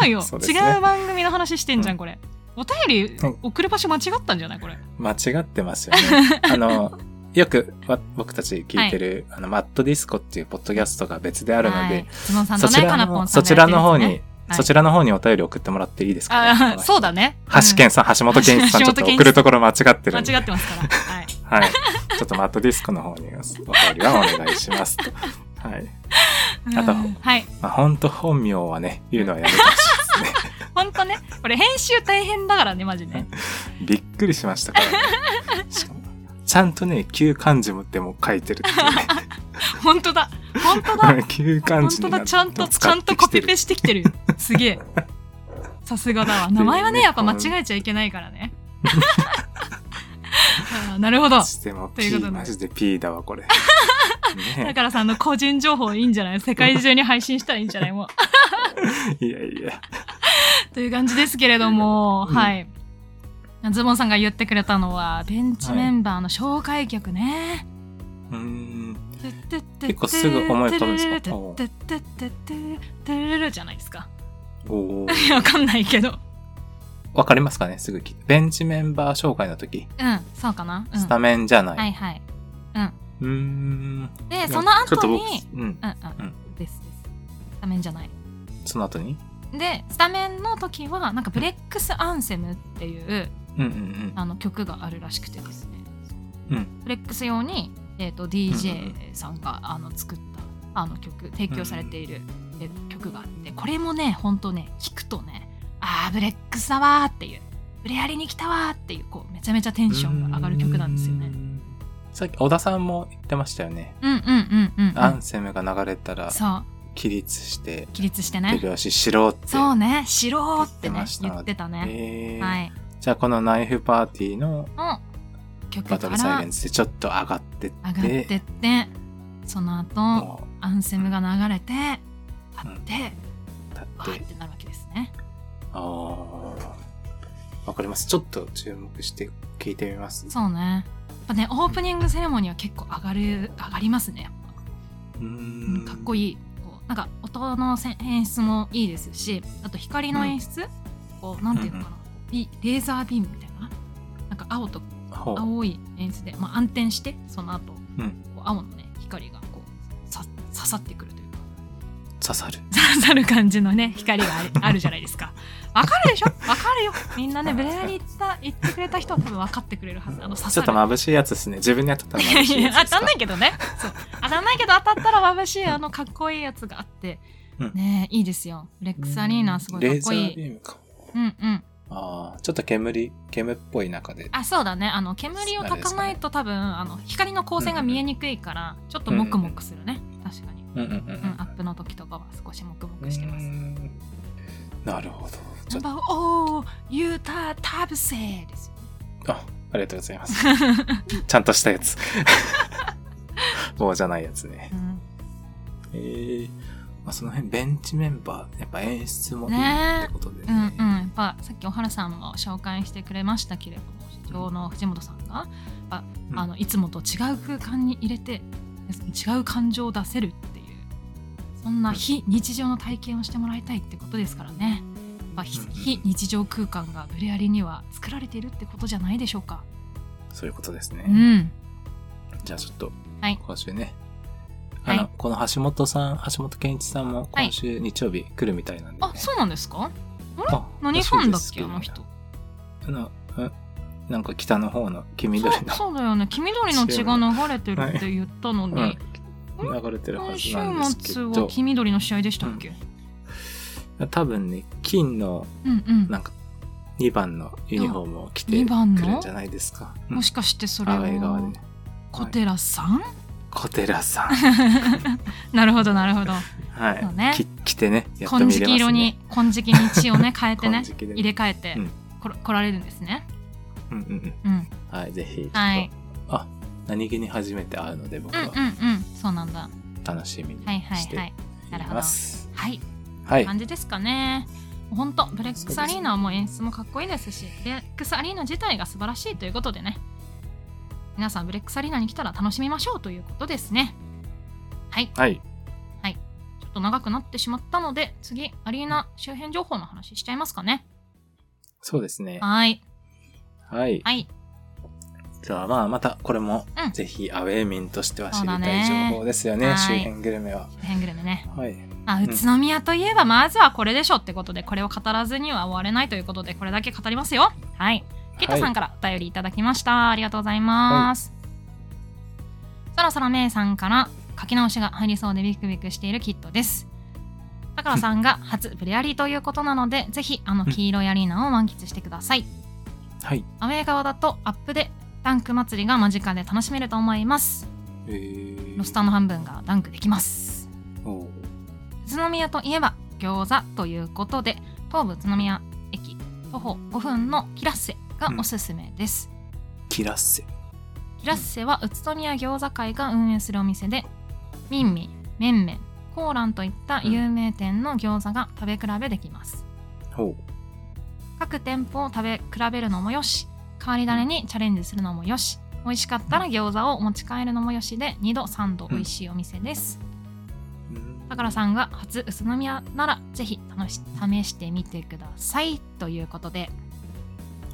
S2: 違うよ。
S3: そうですね
S2: 違う番組の話してんじゃんこれ。お便り
S3: うん
S2: 送る場所間違ったんじゃないこれ。
S3: 間違ってますよ ね。あの、よくわ僕たち聞いてる、あの、マットディスコっていうポッドキャストが別であるので、
S2: はい、ズボンさんと
S3: そち
S2: ね、
S3: ら
S2: かなぽ
S3: の、
S2: んさ
S3: そ
S2: んが
S3: ち
S2: や
S3: ら
S2: ってる
S3: の
S2: やつね
S3: 方に、
S2: はい
S3: そちらの方にお便り送ってもらっていいですか、ね
S2: あ、そうだね。
S3: 橋健さん、橋本健一さん、ちょっと送るところ間違って
S2: 間
S3: るんで。
S2: 違ってますから。 はい。
S3: はい。ちょっとマットディスコの方にお便りはお願いしますと。はい。あと
S2: うんはい。
S3: まあ、ほんと本名はね、言うのはやめてほしいですね。
S2: ほんとね、これ編集大変だからね、マジで。
S3: びっくりしました からね。しかもちゃんとね、旧漢字もでも書いてるっていうね。
S2: ほんとだ。ほんとだ。
S3: 旧漢
S2: 本
S3: 字
S2: 当
S3: にな
S2: だ
S3: って
S2: ちゃんとち
S3: 使
S2: ゃ
S3: っ
S2: ん
S3: て
S2: と
S3: き
S2: コ
S3: て
S2: ピ
S3: る
S2: ペしてきてるすげえさすがだわ名前はねやっぱ間違えちゃいけないからね あーなるほど
S3: マジでもう
S2: という
S3: P
S2: ことで
S3: マジで P だ わこれ
S2: だ
S3: ね
S2: からさあの個人情報いいんじゃない世界中に配信したらいいんじゃない も
S3: いやいや
S2: うという感じですけれども、
S3: うん
S2: はいズボンさんが言ってくれたのはベンチメンバーの紹介曲ね、
S3: うーん
S2: 結
S3: 構すぐ思い浮かぶんですかおう
S2: てってってっててれれじゃないですか
S3: お
S2: いやわかんないけど
S3: 分かりますかねすぐきベンチメンバー紹介の時
S2: うんそうかな、うん、
S3: スタメンじゃない、
S2: はいはいうん
S3: うーん
S2: で、その後
S3: ちょっと僕
S2: に、
S3: うん
S2: うんうん、
S3: ん
S2: ですです。スタメンじゃない。
S3: その後に
S2: で、スタメンの時は、なんかブレックスアンセムっていう、
S3: うんうん
S2: あの曲があるらしくてですね。
S3: うん
S2: ブレックス用に、えっ、と、DJ さんが、あの、作った、あの曲、提供されている、えー曲があって、これもね、ほんとね、聞くとね、あー、ブレックスだわーっていう、ブレアリに来たわーっていう、こう、めちゃめちゃテ
S3: テ
S2: ンションが上がる曲なんですよね。
S3: さっき小田さんも言ってましたよね、
S2: うんうんうんうん、うん。
S3: アンセムが流れたら
S2: そう、
S3: 起立して
S2: 起立してね
S3: 手。拍子しろって
S2: そうね、しろーって
S3: 言って
S2: ね
S3: まし、た
S2: 言ってたね。
S3: えー
S2: はい。
S3: じゃあこのナイフパーティーの
S2: の曲
S3: バ
S2: か
S3: トルサイレ
S2: ら
S3: ンスでちょっと上がってって
S2: 上がってって、その後、
S3: も
S2: アンセムが流れて、あ
S3: うん
S2: って、
S3: う
S2: わ
S3: 立
S2: ー
S3: っ
S2: っててなるわけですね。
S3: ああわかりますちょっと注目して聞いてみます
S2: そうね。やっぱね、オープニングセレモニーは結構上がる、上がりますね、やっぱ。
S3: う
S2: うん
S3: ん
S2: かっこ
S3: いい
S2: いい。こうなんか、音のせん演出もいいですし、あと光の演出、こう、なんていうのかな、ビレーザービームみたいな。なんか青と
S3: ほう
S2: 青い演出で、まあ、暗転してその後、
S3: うん
S2: こう青のね光がこうさ刺さってくるというか
S3: 刺さる
S2: 刺さる感じのね光があるあるじゃないですかわかるでしょわかるよみんなねブレアリ行った行ってくれた人は多分分かってくれるはずあの刺
S3: ち
S2: さ
S3: ょっと
S2: る
S3: 眩しいやつですね自分に当たったら
S2: いや
S3: 眩しい
S2: い
S3: や
S2: や
S3: つで
S2: 当
S3: す
S2: た
S3: か
S2: んないけどねそう当たんないけど当たったら眩しいあのかっこいいやつがあって、
S3: うん
S2: ねえいいですよレックスアリーナすごいかっこい
S3: レーザー
S2: い
S3: ビームか
S2: うんうん
S3: ああちょっと煙煙っぽい中で
S2: あそうだねあの煙をたかないと多分あの光の光線が見えにくいからちょっとモクモクするね、確かに、
S3: うんうんうん
S2: うん、アップの時とかは少しモクモクしてま
S3: う
S2: す、
S3: んなるほどち
S2: ナ
S3: ょ
S2: ン
S3: っと
S2: バーおーユータタブセーですよ
S3: あありがとうございます ちゃんとしたやつ 棒じゃないやつね
S2: ね、
S3: えーまあ、その辺ベンチメンバーやっぱ演出もいい
S2: ねえ
S3: ってことで、
S2: うん、うんうんやっぱさっきおはるさんも紹介してくれましたけれども社長の藤本さんが、あ
S3: うん
S2: あのいつもと違う空間に入れて違う感情を出せるっていうそんな非日常の体験をしてもらいたいってことですからね、まあ、ひ
S3: うんうん
S2: 非日常空間がブレアリには作られているってことじゃないでしょうか
S3: そういうことですね、
S2: うん
S3: じゃあちょっと
S2: はい
S3: 今週ね、
S2: はい
S3: あのこの橋本さん橋本健一さんも
S2: はい
S3: 今週日曜日来るみたいなんで、ね
S2: あそうなんですか
S3: あ
S2: 何ファンだっけあの人
S3: あのえなんか北の方の黄緑
S2: そうそうだよね黄緑の血が流れてるって言ったのに、
S3: はいの流れてるは
S2: 今
S3: ず
S2: 週
S3: なんですけ
S2: 末は
S3: ど
S2: 黄緑の試合でしたっけ、
S3: 多分ね金の
S2: うん、うん
S3: なんか2番のユニフォームを着て
S2: 二
S3: く
S2: 番の
S3: るんじゃないですか。うん
S2: もしかしてそれ
S3: 青い側で
S2: は
S3: ね。
S2: 小寺さん、
S3: 小寺 さん。
S2: なるほどなるほど
S3: は
S2: そうね
S3: い。き着てね、やっと
S2: 金
S3: 見れ
S2: 色
S3: ます
S2: 色
S3: ね
S2: に。金色に血を ね変えてね
S3: 金色でね
S2: 入れ替えて、
S3: うん
S2: こら来られるんですね
S3: うんうん
S2: うん
S3: うん。はい、ぜひ、ちょっと
S2: はい
S3: あ、何気に初めて会うので僕
S2: うんうん
S3: は
S2: うんそうなんだ
S3: 楽しみに
S2: はいは
S3: して
S2: いはいいなるほど
S3: ます。
S2: はい
S3: はい。
S2: 感じですかね本当ブレックスアリーナはもう演出もかっこいいですしブレックスアリーナ自体が素晴らしいということでね皆さんブレックスアリーナに来たら楽しみましょうということですねはい
S3: はい。
S2: ちょっと長くなってしまったので次アリーナ周辺情報の話しちゃいますかね
S3: そうですね。
S2: はい
S3: はい。
S2: はい
S3: じゃあまあまたこれも
S2: うん
S3: ぜひアウェー民としては知り
S2: そう
S3: たい
S2: だね
S3: 情報ですよね
S2: は。い
S3: 周辺グルメは。
S2: 周辺グルメ ね
S3: はい。
S2: まあ宇都宮といえばまずはこれでしょってことでこれを語らずには終われないということでこれだけ語りますよはいケイタさんからお便りいただきました、ありがとうございます、そろそろメイさんから書き直しが入りそうでビクビクしているキットですさくらさんが初ブレアリーということなのでぜひあの黄色いアリーナを満喫してください
S3: はい。
S2: アウェー側だとアップでダンク祭りが間近で楽しめると思います
S3: えー
S2: ロスターの半分がダンクできます
S3: おー
S2: 宇都宮といえば餃子ということで東武宇都宮駅徒歩5分のキラッセがおすすめです、
S3: キラッセ。
S2: キラッセは宇都宮餃子会が運営するお店でミンミンメンメンコーランといった有名店の餃子が食べ比べできます、
S3: ほ
S2: 各店舗を食べ比べるのもよし変わり種にチャレンジするのもよし美味しかったら餃子を持ち帰るのもよしで2度3度美味しいお店です、
S3: う。うん
S2: 高田さんが初宇都宮ならぜひ試し試してみてくださいということで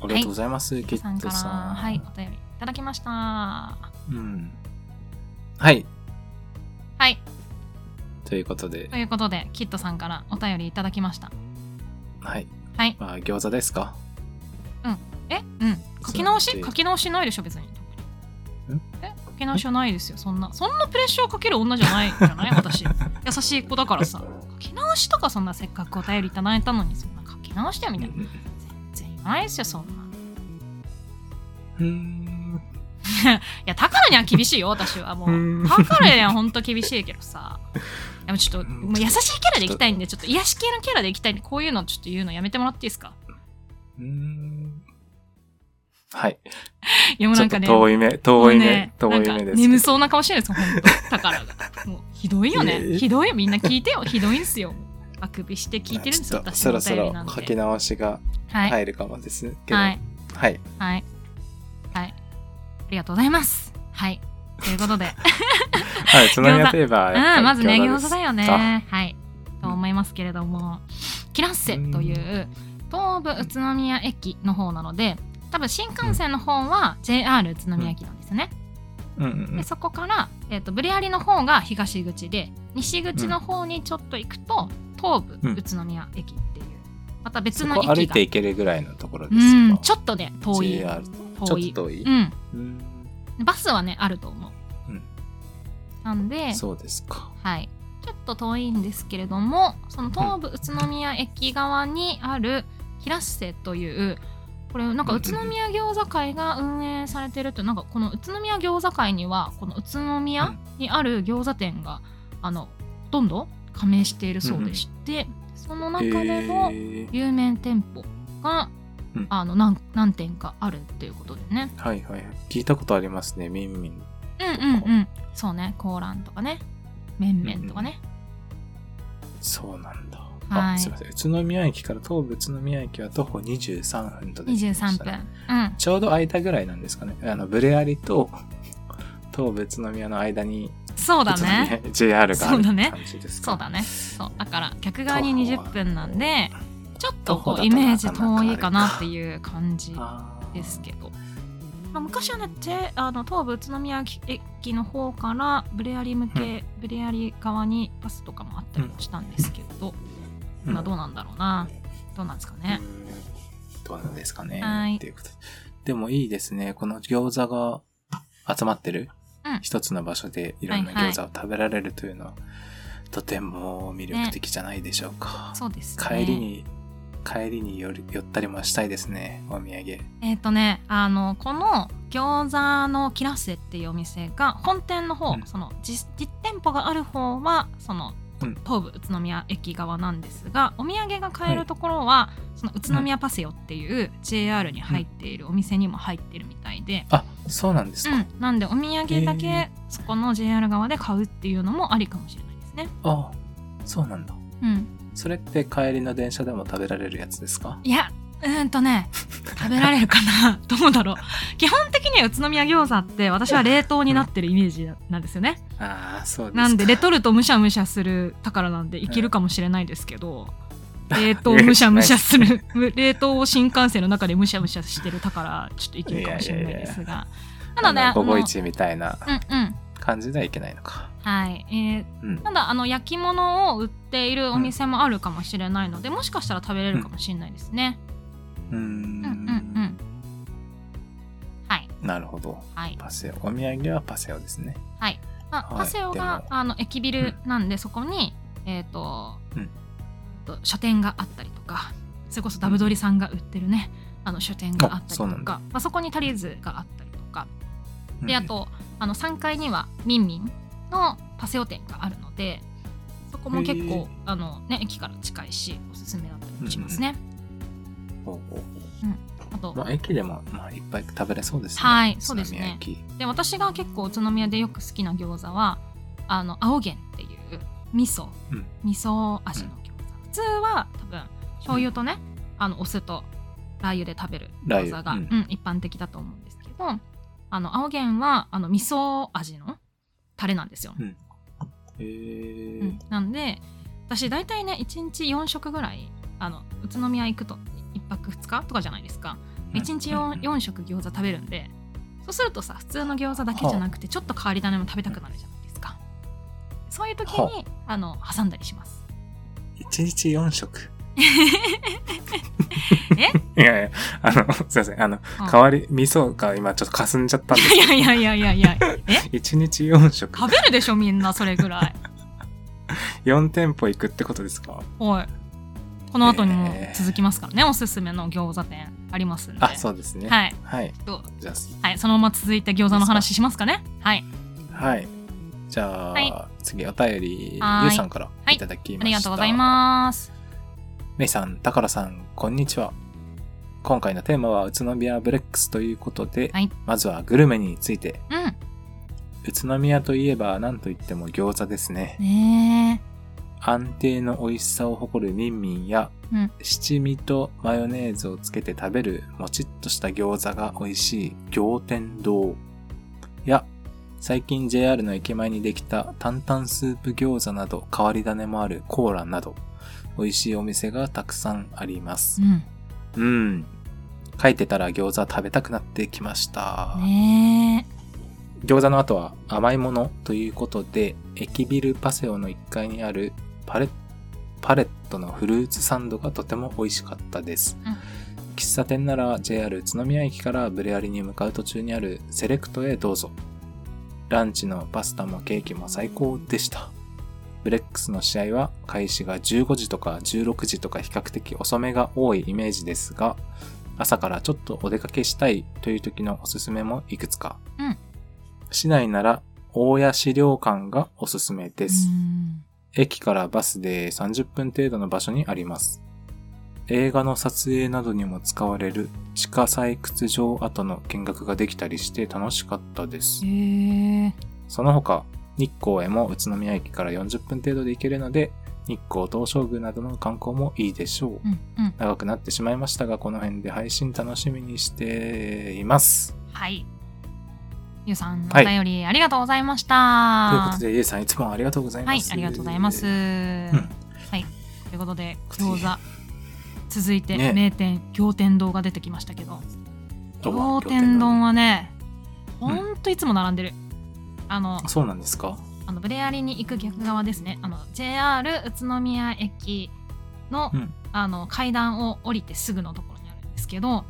S3: ありがとうございます、ケ
S2: 高田さ
S3: ッ
S2: んか
S3: ト
S2: ら
S3: さん。
S2: はいお便りいただきましたは
S3: うん。はい。
S2: い
S3: ということで
S2: と、いうことでキッドさんからお便りいただきました
S3: はい。
S2: はい
S3: まあ、餃子ですか
S2: えうん書き直
S3: そ
S2: し
S3: う
S2: 書き直しないでしょ別に
S3: ん
S2: え書き直しはないですよそんなそんなプレッシャーかける女じゃないじゃない 私優しい子だからさ書き直しとかそんなせっかくお便りいただいたのにそんな書き直してみたいな全然言わないですよそんな
S3: うん。
S2: いや、高野には厳しいよ、私はも
S3: う
S2: う。
S3: ん
S2: 高野には本当厳しいけどさ。でもちょっと、
S3: うん
S2: もう優しいキャラでいきたいんで、ちょっと癒し系のキャラでいきたいんで、こういうのちょっと言うのやめてもらっていいですか
S3: うん。はい。
S2: いや、もう
S3: ち
S2: な
S3: ょっ
S2: んか
S3: と
S2: ね、
S3: 遠い目、遠い
S2: もう
S3: 目、遠い
S2: な
S3: 目
S2: んか
S3: ですけど。
S2: 眠そうな顔してるんですよ、本当高野が。もう、ひどいよ
S3: いえい
S2: ね。
S3: え
S2: ひどいよ、みんな聞いてよ。ひどいんすよ。あくびして聞いてるんです
S3: ちょ
S2: よ、
S3: っと
S2: 私
S3: そ
S2: のお
S3: ろそ
S2: 便り
S3: ろ
S2: なん
S3: 書き
S2: て。
S3: 直しが
S2: はい。
S3: 入るかもですけど。
S2: は
S3: はいい。。
S2: はい。はい。ありがとうございます。はい。というこ とで。
S3: はい。その宮といえば、やっぱ
S2: う
S3: り
S2: ん、まずね、
S3: 餃
S2: 餃
S3: 子
S2: 子
S3: です
S2: だよね。はい。と思いますけれども、キラッセという東武宇都宮駅の方なので、多分新幹線の方は JR 宇都宮駅なんですね。
S3: うんうんう
S2: で
S3: ん。
S2: そこから、えー、とブレアリの方が東口で西口の方にちょっと行くと、東
S3: う
S2: 武
S3: ん
S2: 宇都宮駅っていうまた別
S3: そ
S2: の
S3: こ歩
S2: 駅
S3: い
S2: が
S3: ていけるぐらいのところ
S2: う
S3: ですか
S2: んちょっとね遠い
S3: JR ちょっ
S2: 遠
S3: と
S2: い
S3: 遠い。
S2: うん
S3: うん
S2: バスはねあると思う
S3: うん
S2: なんで
S3: そうですか。
S2: はい、ちょっと遠いんですけれどもその東武宇都宮駅側にある平ッセというこれなんか
S3: うん
S2: 宇都宮餃子会が運営されてるってなんかこの宇都宮餃子会にはこの宇都宮にある餃子店があのほとんど加盟しているそうでして、その中でも
S3: へー
S2: 有名店舗が、
S3: うん
S2: あの何何店かあるっていうことでね。
S3: はいはいはい。聞いたことありますね、みんみん。
S2: うんうんうん、そうねコーランとかねめんめんとかね、
S3: そうなんだ。
S2: は
S3: あ、
S2: い
S3: すみません。宇都宮駅から東武宇都宮駅は徒歩23分と出てきまし
S2: 23
S3: た
S2: 分
S3: ね。。
S2: うん
S3: ちょうど間ぐらいなんですかね。あの、ブレアリと東武宇都宮の間に、
S2: そうだ
S3: 宇都宮
S2: ね。
S3: JR があ
S2: そう
S3: る
S2: だね
S3: 感じですか
S2: そうだね。そうだから逆側に
S3: 徒歩
S2: 20分なんで、ちょっと
S3: 徒歩だ
S2: こう
S3: と
S2: イメージ
S3: なかなかあれ
S2: 遠
S3: か
S2: いかなっていう感じ
S3: あー
S2: ですけど。まあ、昔はね、J、あの東武宇都宮駅の方からブレアリ向け、
S3: う
S2: ブレアリ側にバスとかもあったりもしたんですけど、
S3: うん
S2: 今どうなんだろうな。どうなんですかね。
S3: うんどうなんですかね。
S2: はい
S3: っていうことででもいいですね。この餃子が集まってる、
S2: うん
S3: 一つの場所でいろんな
S2: はいはい
S3: 餃子を食べられるというのは、とても魅力的じゃないでしょうか。
S2: そうです、ね。
S3: 帰りに、帰りに寄り寄ったりもしたいですね。お土産。
S2: えっ、とね、あの、この餃子のキラッセっていうお店が、本店の方、
S3: うん
S2: その実、実店舗がある方は、その、
S3: うん
S2: 東武宇都宮駅側なんですが、お土産が買えるところは、その宇都宮パセオっていう JR に入っているお店にも入ってるみたいで、
S3: あ、そうなんです
S2: う
S3: か。
S2: ん、なんでお土産だ
S3: へ
S2: けそこの JR 側で買うっていうのもありかもしれないですね。
S3: あ、そうなんだ。
S2: うん、
S3: それって帰りの電車でも食べられるやつですか
S2: いや、うーんとね、食べられるか などうだろう基本的には宇都宮餃子って私は冷凍になってるイメージなんですよね
S3: ああ、そうですか。
S2: なんでレトルトむしゃむしゃする宝なんでいけるかもしれないですけ ど、冷凍むしゃむしゃ する冷凍を新幹線の中でむしゃむしゃしてる宝ちょっといけるかもしれないですがただね
S3: あ
S2: あ
S3: の
S2: の
S3: 午後一みたいな
S2: うんうん
S3: 感じではいけないのか。
S2: はいえー
S3: うん。
S2: ただあの焼き物を売っているお店もあるかもしれないので、もしかしたら食べれるかもしれないですね、
S3: うー
S2: うん、うんうん
S3: ん。
S2: はい
S3: なるほど。
S2: はい
S3: パセオ。お土産はパセオですね。
S2: はい、まあ
S3: はい
S2: パセオが
S3: で
S2: あの駅ビルなんで、そこに、えっと
S3: うん
S2: と書店があったりとかそれこそダブドリさんが売ってるね、あの書店があったり
S3: あそう
S2: と
S3: なん
S2: か
S3: だ
S2: まあ、そこにタリーズがあったりとか
S3: う
S2: で
S3: ん
S2: あ、とあの3階にはミンミンのパセオ店があるのでそこも結
S3: へ
S2: 構
S3: ー
S2: あの、ね、駅から近いしおすすめだったりもしますね。
S3: ほうほうほ
S2: あと
S3: うまあ、駅でも、まあ、いっぱい食べれそうですね。
S2: はいそうですね
S3: 宇都宮駅
S2: で私が結構宇都宮でよく好きな餃子はあの青源っていう味噌、
S3: うん
S2: 味噌味の餃子、普通は多分醤油とね、あのお酢とラー油で食べる
S3: ラー油
S2: 餃子が、
S3: う
S2: うんん一般的だと思うんですけどあの青源はあの味噌味のタレなんですよ、
S3: えー
S2: うんなんで私大体ね1日4食ぐらいあの宇都宮行くと1泊2日とかじゃないですか1日 4, 4食餃子食べるんでそうするとさ普通の餃子だけじゃなくてちょっと変わり種も食べたくなるじゃないですかそういう時
S3: は
S2: にあの挟んだりし ます
S3: 一日4食。えいやいや、あの、すいません。あの、
S2: うん
S3: 代わり、味噌が今ちょっと霞んじゃったん です
S2: いやいやいやいやいやえ
S3: 一日4食。
S2: 食べるでしょみんなそれぐらい
S3: 4店舗行くってことですか
S2: おいこの後にも
S3: えー
S2: 続きますからねおすすめの餃子店ありますんで
S3: あ、そうですね。
S2: はい
S3: はい。
S2: どう
S3: じゃ
S2: はいそのまま続いて餃子の話しますかねはい
S3: あ、はい。じゃあ、
S2: はい
S3: 次、お便り、
S2: はい
S3: ゆうさんから
S2: はい
S3: いただきました。
S2: ありがとうございます
S3: メイさん、タカラさん、こんにちは。今回のテーマは宇都宮ブレックスということで、
S2: はい
S3: まずはグルメについて。
S2: うん
S3: 宇都宮といえば何といっても餃子ですね。
S2: ね
S3: 安定の美味しさを誇るミンミンや、
S2: うん
S3: 七味とマヨネーズをつけて食べるもちっとした餃子が美味しい餃天堂や最近 JR の駅前にできた担々スープ餃子など変わり種もあるコーラなど美味しいお店がたくさんあります
S2: えうん
S3: うん書いてたら餃子食べたくなってきました、
S2: ねえ
S3: 餃子の後は甘いものということで、駅ビルパセオの1階にあるパレパレットのフルーツサンドがとても美味しかったです。
S2: うん
S3: 喫茶店なら JR 宇都宮駅からブレアリに向かう途中にあるセレクトへどうぞ。ランチのパスタもケーキも最高でした。ブレックスの試合は開始が15時とか16時とか比較的遅めが多いイメージですが、朝からちょっとお出かけしたいという時のおすすめもいくつか。
S2: うん
S3: 市内なら大谷資料館がおすすめです。
S2: うん
S3: 駅からバスで30分程度の場所にあります。映画の撮影などにも使われる地下採掘場跡の見学ができたりして楽しかったです
S2: へ。え
S3: その他、日光へも宇都宮駅から40分程度で行けるので、日光東照宮などの観光もいいでしょう。
S2: うんうん
S3: 長くなってしまいましたが、この辺で配信楽しみにしています。
S2: はいゆうさんのお
S3: はい
S2: 便りありがとうございました、
S3: ということで、ゆうさんいつもありがとうござい
S2: は
S3: ま
S2: い
S3: す。
S2: ありがとうございます、
S3: うん
S2: はいということで
S3: と
S2: 餃
S3: で
S2: 子続いて、
S3: ね
S2: 名店仰天堂が出てきましたけど
S3: お
S2: 仰天丼
S3: は。
S2: はね
S3: ん
S2: ほんといつも並んでる、あの
S3: そうなんですか
S2: あのブレアリに行く逆側ですねあの JR 宇都宮駅の,、
S3: うん
S2: あの階段を降りてすぐのところにあるんですけども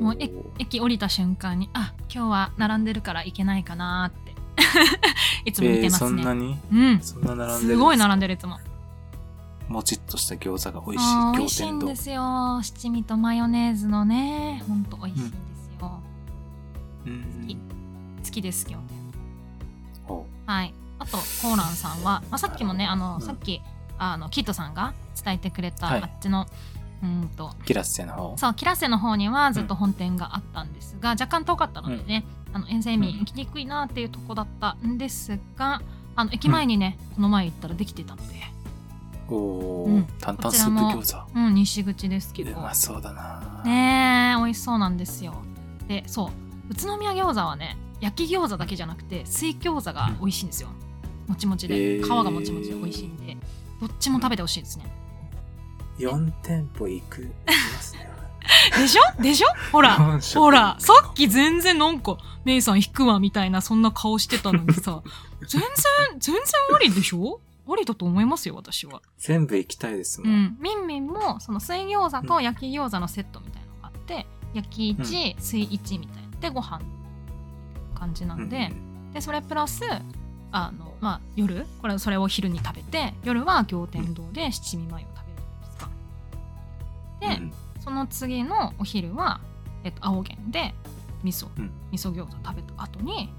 S3: も
S2: う駅降りた瞬間にあ今日は並んでるから行けないかなーって いつも見てま
S3: そ
S2: す
S3: ん
S2: ね、
S3: なに
S2: うん
S3: そんな並んでる
S2: すごい
S3: な
S2: 並んでるいつも
S3: もちっとした餃子が美味し
S2: あー美味
S3: い
S2: しい
S3: 餃
S2: ん
S3: 天
S2: で
S3: 堂
S2: すよ七味とマヨネーズのねほんと美味しいんですよ、
S3: うん
S2: 好きです今日
S3: ほ
S2: はいあとコーランさんは、まあ、さっきもねあの、
S3: うん
S2: さっきあのキットさんが伝えてくれた、
S3: はい
S2: あっちのうーんと
S3: うキラッセの方
S2: そうキラセの方にはずっと本店があったんですが、若干遠かったのでね、あの遠征に行きにくいなっていうとこだったんですがあの駅前にね、この前行ったらできてたので、
S3: お
S2: う
S3: ー
S2: ん
S3: 担々スープ
S2: こ
S3: 餃
S2: うん、西口ですけ
S3: 子う
S2: ど
S3: まそうだな
S2: ねえ美味しそうなんですよでそう宇都宮餃子はね焼き餃子だけじゃなくて水餃子が美味しいんですよもちもちで
S3: へえ
S2: 皮がもちもちで美味しいんでどっちも食べてほしいですね
S3: 4店舗行く行きますね
S2: でしょでしょほら
S3: 四色
S2: ほら、さっき全然なんか、メイさん引くわみたいな、そんな顔してたのに さ、全然、全然ありでしょありだと思いますよ、私は。
S3: 全部行きたいですも
S2: うんん。みんみんも、その水餃子と焼き餃子のセットみたいなのがあって、焼き1、水1みたいな。で、ご飯、感じなんで、で、それプラス、あの、まあ、夜、これ、それを昼に食べて、夜は仰天堂で七味マヨを食べるじゃないですか。で、
S3: うん
S2: その次のお昼は、えっと、青源で味噌、
S3: うん
S2: 味噌餃子食べた後に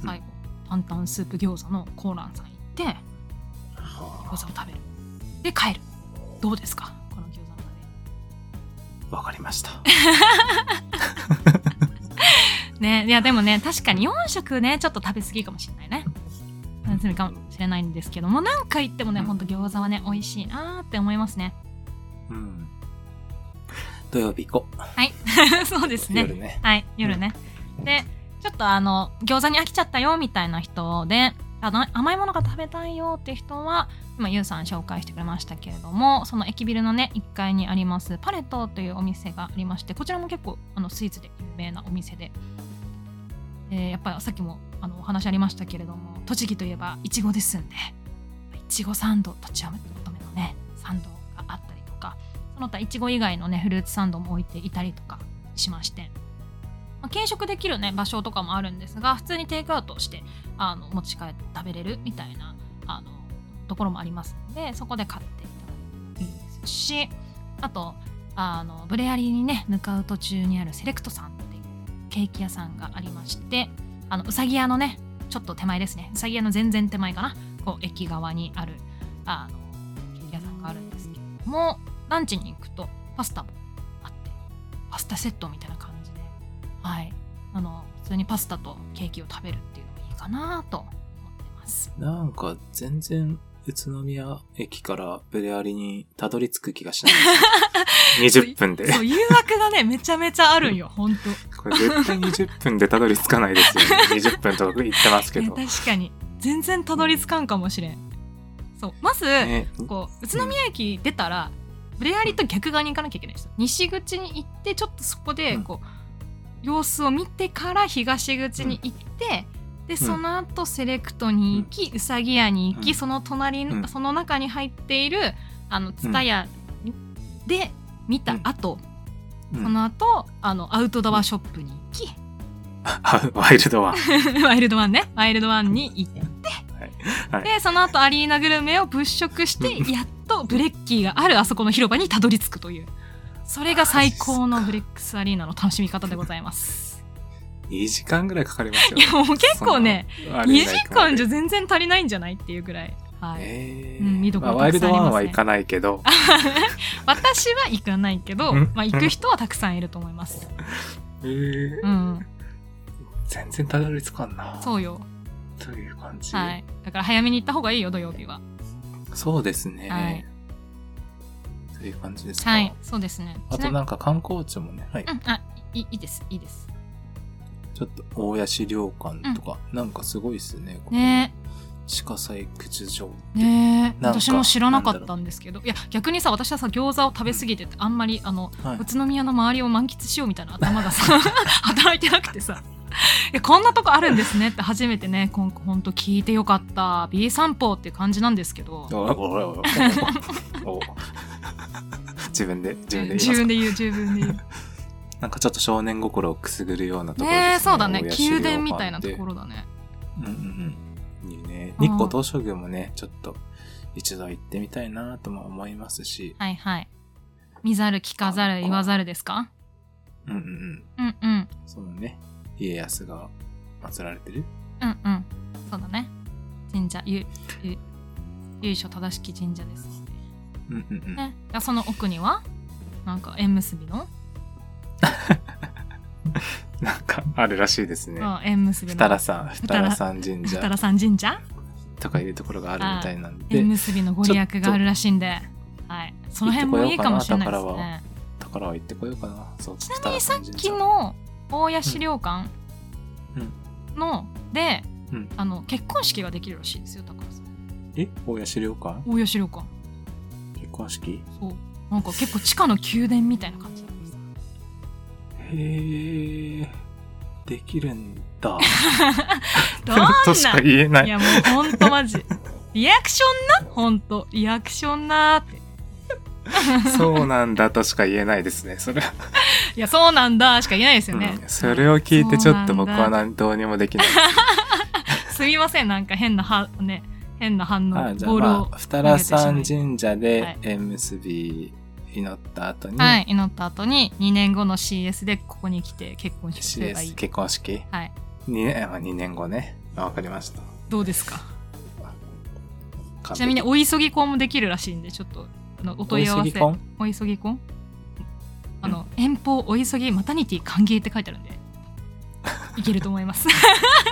S3: うん
S2: 最後、担々スープ餃子のコーランさん行って餃子を
S3: は
S2: 食べるで帰るどうですかこの餃子の
S3: あわかりま した
S2: 旅ねいやでもね確かに4食ねちょっと食べ過ぎかもしれないね楽しみかもしれないんですけども何回行ってもね
S3: うん
S2: ほんと餃子はね美味しいなーって思いますね
S3: うん土曜日行こう
S2: そうですね
S3: 夜ね
S2: はい、夜ね。で、ちょっとあの、餃子に飽きちゃったよみたいな人で、あの甘いものが食べたいよって人は、今、ゆうさん紹介してくれましたけれども、その駅ビルのね、1階にあります、パレットというお店がありまして、こちらも結構あのスイーツで有名なお店で、えーやっぱりさっきもあのお話ありましたけれども、栃木といえばいちごですんで、いちごサンド、とちあめ乙女のね、サンドがあったりとか、その他いちご以外のね、フルーツサンドも置いていたりとかしまして、まあ、軽食できるね場所とかもあるんですが普通にテイクアウトしてあの持ち帰って食べれるみたいなあのところもありますのでそこで買っていただいてもいいですしあとあのブレアリーにね向かう途中にあるセレクトさんっていうケーキ屋さんがありましてあのうさぎ屋のねちょっと手前ですねうさぎ屋の全然手前かなこう駅側にあるあのケーキ屋さんがあるんですけれどもランチに行くとパスタもあってパスタセットみたいな感じではい、あの普通にパスタとケーキを食べるっていうのもいいかなと思って ます。
S3: なんか全然宇都宮駅からブレアリにたどり着く気が しないですね。20分で。
S2: そう誘惑がねめちゃめちゃあるんよ本当。
S3: これ絶対20分でたどり着かない ですよね。20分とか言ってますけ
S2: ね
S3: ど。
S2: 確かに全然たどり着かんかもしれん。そうまず、
S3: ね、
S2: こう宇都宮駅出たらブレアリと逆側に行かなきゃいけないんですよ。西口に行ってちょっとそこで
S3: うん
S2: こう、様子を見てから東口に行って。でその後セレクトに行き、うさぎ屋に行き、
S3: うん
S2: その隣の、
S3: うん
S2: その中に入っているあの蔦屋で見た後、
S3: うん
S2: その後あのアウトドアショップに行き、
S3: あワイルドは。
S2: ワイルドワンねワイルドワンに行って、
S3: はい
S2: でその後アリーナグルメを物色して
S3: う
S2: やっとブレッキーがあるあそこの広場にたどり着くというそれが最高のブレックスアリーナの楽しみ方でございます
S3: 2時間ぐらいかかりますよ
S2: い
S3: ね
S2: や。もう結構ね
S3: その。あれ
S2: 2
S3: 以
S2: 時
S3: 外行くまで
S2: 間じゃ全然足りないんじゃないっていうぐらいはい、
S3: え
S2: うん見
S3: ー
S2: どこ
S3: まあ
S2: ろ
S3: ワ
S2: た
S3: イ
S2: く
S3: ル
S2: さん
S3: ド
S2: ありますね
S3: ワンは行かないけど、
S2: 私は行かないけど、
S3: うん
S2: まあ、行く人はたくさんいると思います
S3: えー
S2: うん
S3: 全然たどり着かんな。
S2: そうよ
S3: という感じ。
S2: はいだから早めに行った方がいいよ土曜日は
S3: そうですね。
S2: はい
S3: という感じですか。
S2: はいそうですね
S3: あ
S2: ちな
S3: と
S2: みに
S3: なんか観光地もね、はい、
S2: うんあいいいいですいいです
S3: ちょっと大谷資料館とか、なんかすごいっすね。ここ
S2: ねえ
S3: 地下採掘場。
S2: ねえ
S3: なんか
S2: 私も知らなかったんですけどいや逆にさ私はさ餃子を食べ過ぎててあんまりあの
S3: はい
S2: 宇。都宮の周りを満喫しようみたいな頭が さ働いてなくてさえこんなとこあるんですねって初めてね今回ほんと聞いてよかった B 散歩っていう感じなんですけど
S3: おおおおお 自分で自分で言います
S2: 自分で言う自分で言う
S3: なんかちょっと少年心をくすぐるようなところですね。
S2: ねえ、そうだね。
S3: 大谷
S2: 宮
S3: 資料館
S2: 殿みたいなとこ
S3: って。
S2: ろだね。
S3: うんうんうん。いいね。
S2: うん
S3: 日光東照宮もね、ちょっと一度行ってみたいなとも思いますし。
S2: はいはい。見ざる聞かざる言わざるですか
S3: うんうんうん。
S2: うんうん。
S3: そのね、家康が祀られてる。
S2: うんうん。そうだね。神社、ゆ、ゆ、由緒正しき神社です。
S3: うんうんうん。
S2: ね。じゃあその奥には、なんか縁結びの、
S3: なんかあるらしいですね。
S2: あ縁結びの。
S3: 二良山、
S2: 二
S3: 二
S2: 良
S3: 良山神
S2: ふた
S3: 社
S2: らさん神社
S3: とかいうところがあるみたいなんで
S2: 縁、結びのご利益があるらしいんで、はい。その辺もいいかもしれないで
S3: 行って
S2: す
S3: こようかな
S2: ね。
S3: だから行ってこようかな。そう、
S2: ちなみにさっき
S3: 二良山神社
S2: の大谷資料館の、で、
S3: うん
S2: あの結婚式ができるらしいですよ高橋さん
S3: え、大谷資料館
S2: 大谷資料館
S3: 結婚式
S2: そうなんか結構地下の宮殿みたいな 感じなんです
S3: へえ、できるん だ。
S2: どんな
S3: としか言えないい。
S2: やもうほんとマジリアクションなほんとリアクションなーって
S3: そうなんだとしか言えないですね。それは、
S2: いやそうなんだしか言えない ですよね、
S3: うんそれを聞いてちょっと僕
S2: そ
S3: は
S2: うなんだ
S3: 何どうにもできない。
S2: すみませんなんか変なはね変な反応
S3: あじゃあ
S2: ボールを
S3: まあ、二良山神社
S2: は
S3: で
S2: い
S3: 縁結び祈った後に、
S2: はい祈った後に2年後の CS でここに来て結婚式すればい
S3: CS
S2: い
S3: 結婚式
S2: はい
S3: 2年あ二年後ねあわかりました
S2: どうですか
S3: 完璧
S2: ちなみにお急ぎ婚もできるらしいんでちょっとあのお問い合わせ
S3: お急ぎ婚
S2: お急ぎ婚あの、遠方お急ぎマタニティ歓迎って書いてあるんでいけると思います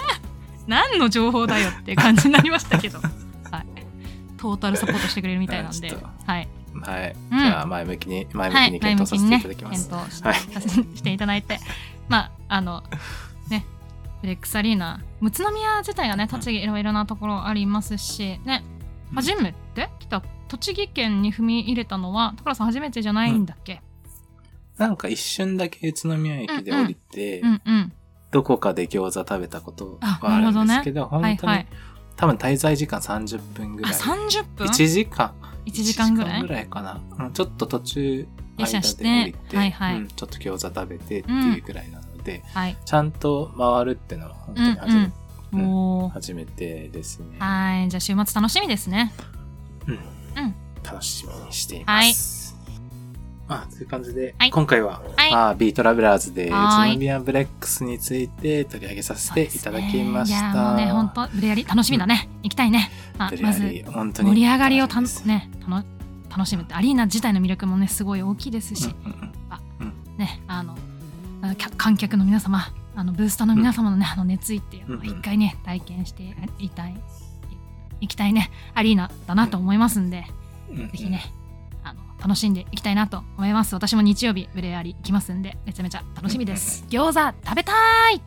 S2: 何の情報だよって感じになりましたけど、はい、トータルサポートしてくれるみたいなんで、
S3: あちょっと
S2: はい、
S3: はい、
S2: うん
S3: じゃあ前向きに前向
S2: は
S3: きに
S2: い、前
S3: 検
S2: 向
S3: 討
S2: き
S3: させてい
S2: にね
S3: ただきま
S2: 検
S3: す、
S2: 討し,、
S3: はい
S2: していただいてまああのねフレックスアリーナ宇都宮自体がね栃木いろいろなところありますしね
S3: うん
S2: 初めて来た栃木県に踏み入れたのは所さん初めてじゃないんだっけ、
S3: なんか一瞬だけ宇都宮駅で降りて、
S2: うん、うん
S3: どこかで餃子食べたことがあるんですけど
S2: は
S3: 本
S2: い
S3: 当に、
S2: はい
S3: 多分滞在時間30分ぐ
S2: あ
S3: らい
S2: 30分
S3: 1時間
S2: 一時間ぐらい
S3: 一かな、うんちょっと途中
S2: 下車
S3: 間
S2: して
S3: で降りて、
S2: はいはい
S3: うんちょっと餃子食べてっていうぐらいなので、
S2: はい
S3: ちゃんと回るってのは本
S2: う
S3: 当
S2: ん
S3: に初め,、
S2: うん
S3: うん
S2: おー
S3: 初めてですね、
S2: はいじゃあ週末楽しみですね
S3: うん
S2: ん
S3: 楽しみにしています、あという感じで、
S2: はい
S3: 今回は、
S2: はい
S3: まあ、ビートラベラーズで宇
S2: はーい
S3: 都宮ブレックスについて取り上げさせていただきまし
S2: そ
S3: た。
S2: うですねいやもうね本当ブレアリ楽しみだね、行きたいね、まあ
S3: とりあ
S2: ま
S3: え
S2: ず
S3: ず本当に
S2: 盛り上がりをた
S3: 楽しみ
S2: ね楽楽しむってアリーナ自体の魅力もねすごい大きいです
S3: です
S2: し、
S3: うんうんうん
S2: ねあのあの客観客の皆様あのブースターの皆様のね、あの熱意っていうの
S3: う
S2: を
S3: んうん
S2: 一回ね体験していたいい行きたいねアリーナだなと思いますんで、
S3: うんうん
S2: ぜひねあの楽しんでいきたいなと思います私も日曜日ブレアリ行きますんでめちゃめちゃ楽しみです、餃子食べたい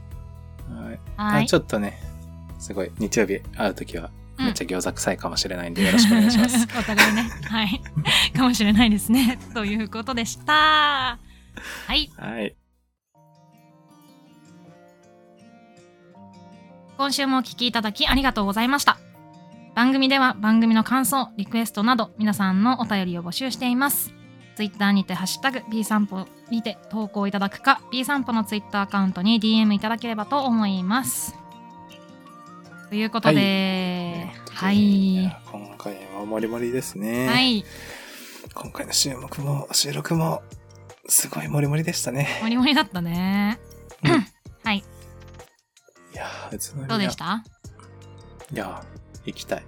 S3: はい
S2: は
S3: あ
S2: い
S3: ちょっとね、すごい、日曜日会うときは、めっちゃ餃子臭いかもしれないん で、よろしくお願いします。
S2: お互いねはい かもしれないですねということでしたはい
S3: はい。
S2: 今週もお聞きいただきありがとうございました。番組では番組の感想、リクエストなど皆さんのお便りを募集しています。ツイッターにてハッシュタグ B 散歩にて投稿いただくか B 散歩のツイッターアカウントに DM いただければと思います。ということで、は
S3: という
S2: い。
S3: ことで。今回はもりもりですね。
S2: はい。
S3: 今回の収録も、収録も、すごいもりもりでしたね。
S2: もりもりだったね。 はい。
S3: いやー、宇都宮。
S2: どうでした
S3: いやー、行きたい。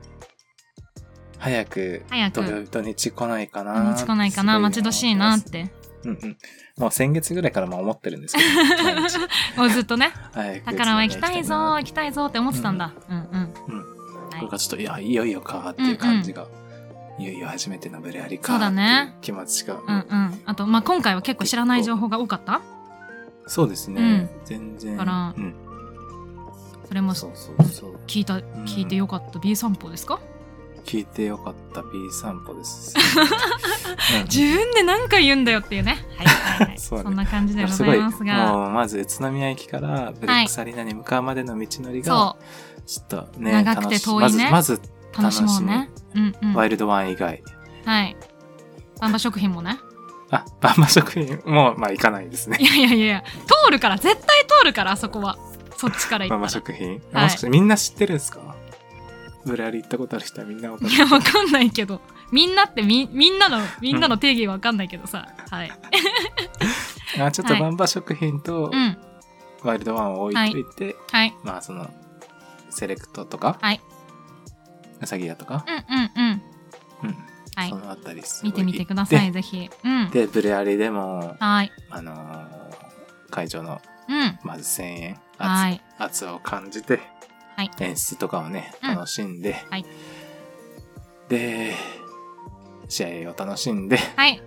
S3: 早く、
S2: 早
S3: 土
S2: く。
S3: 土日来ないかな。
S2: 土日来ないかな待ち遠しいなっ。て。
S3: うんうん。もう先月ぐらいからまあ思ってるんですけど 毎日。
S2: もうずっと ね。
S3: 早く
S2: 宝は行きたいぞ、
S3: な
S2: 行きたいぞって思ってたんだ。うんうん。
S3: これがちょっと、いや、いよいよかっていう感じが、いよいよ初めてのブレアリか。
S2: そうだね。
S3: 気持ちが。
S2: うんうん、あと、まあ、今回は結構知らない情報が多かった
S3: そうですね。
S2: うん
S3: 全然。
S2: だから
S3: うん。
S2: それも
S3: そうそうそう。
S2: 聞いた聞いてよかった B 散歩ですか
S3: 聞いてよかった B 散歩 です。
S2: 自分で何回言うんだよっていうねはいはいはい
S3: そう
S2: そ,、
S3: ね
S2: んな感じ
S3: う
S2: で
S3: ん
S2: ご
S3: す
S2: ざ
S3: ご
S2: い
S3: い、
S2: ますが
S3: もうまず宇都宮駅からブレックスアリーナに向かうまでの道のりが、
S2: そ
S3: ちょっとね、
S2: 長くて遠い
S3: 楽
S2: ね
S3: しまず、まず、
S2: う楽しもうねうんう
S3: ワイ
S2: ん
S3: ルドワン以外。
S2: はいバンバ食品もね
S3: あ、バンマ食品も、まあ行かないですね
S2: い。やいやいやいや通るから絶対通るからあそこはそっち から行
S3: バン
S2: っ
S3: マ
S2: たら
S3: 食品。
S2: はい
S3: もしかしてみんな知ってるんですかブラリ行ったことある人はみんなわ かる
S2: いやわかんないけどみんなってみみんなのみんなの定義わかんないけどさ、はい
S3: あちょっと
S2: はい
S3: バンバ食品と
S2: うん
S3: ワイルドワンを置いといて、
S2: はい
S3: まあそのセレクトとか、
S2: はい
S3: ウサギ屋とか、
S2: うんうんうん
S3: うん
S2: はい
S3: そのあたりすご
S2: 見てみてくださいぜひうん
S3: でブレアリでも、
S2: はい
S3: あのー会場の
S2: うん
S3: まず1000円圧,、
S2: はい
S3: 圧を感じて、
S2: はい
S3: 演出とかをね
S2: うん
S3: 楽しんで、
S2: はい
S3: で試合を楽しんで
S2: はい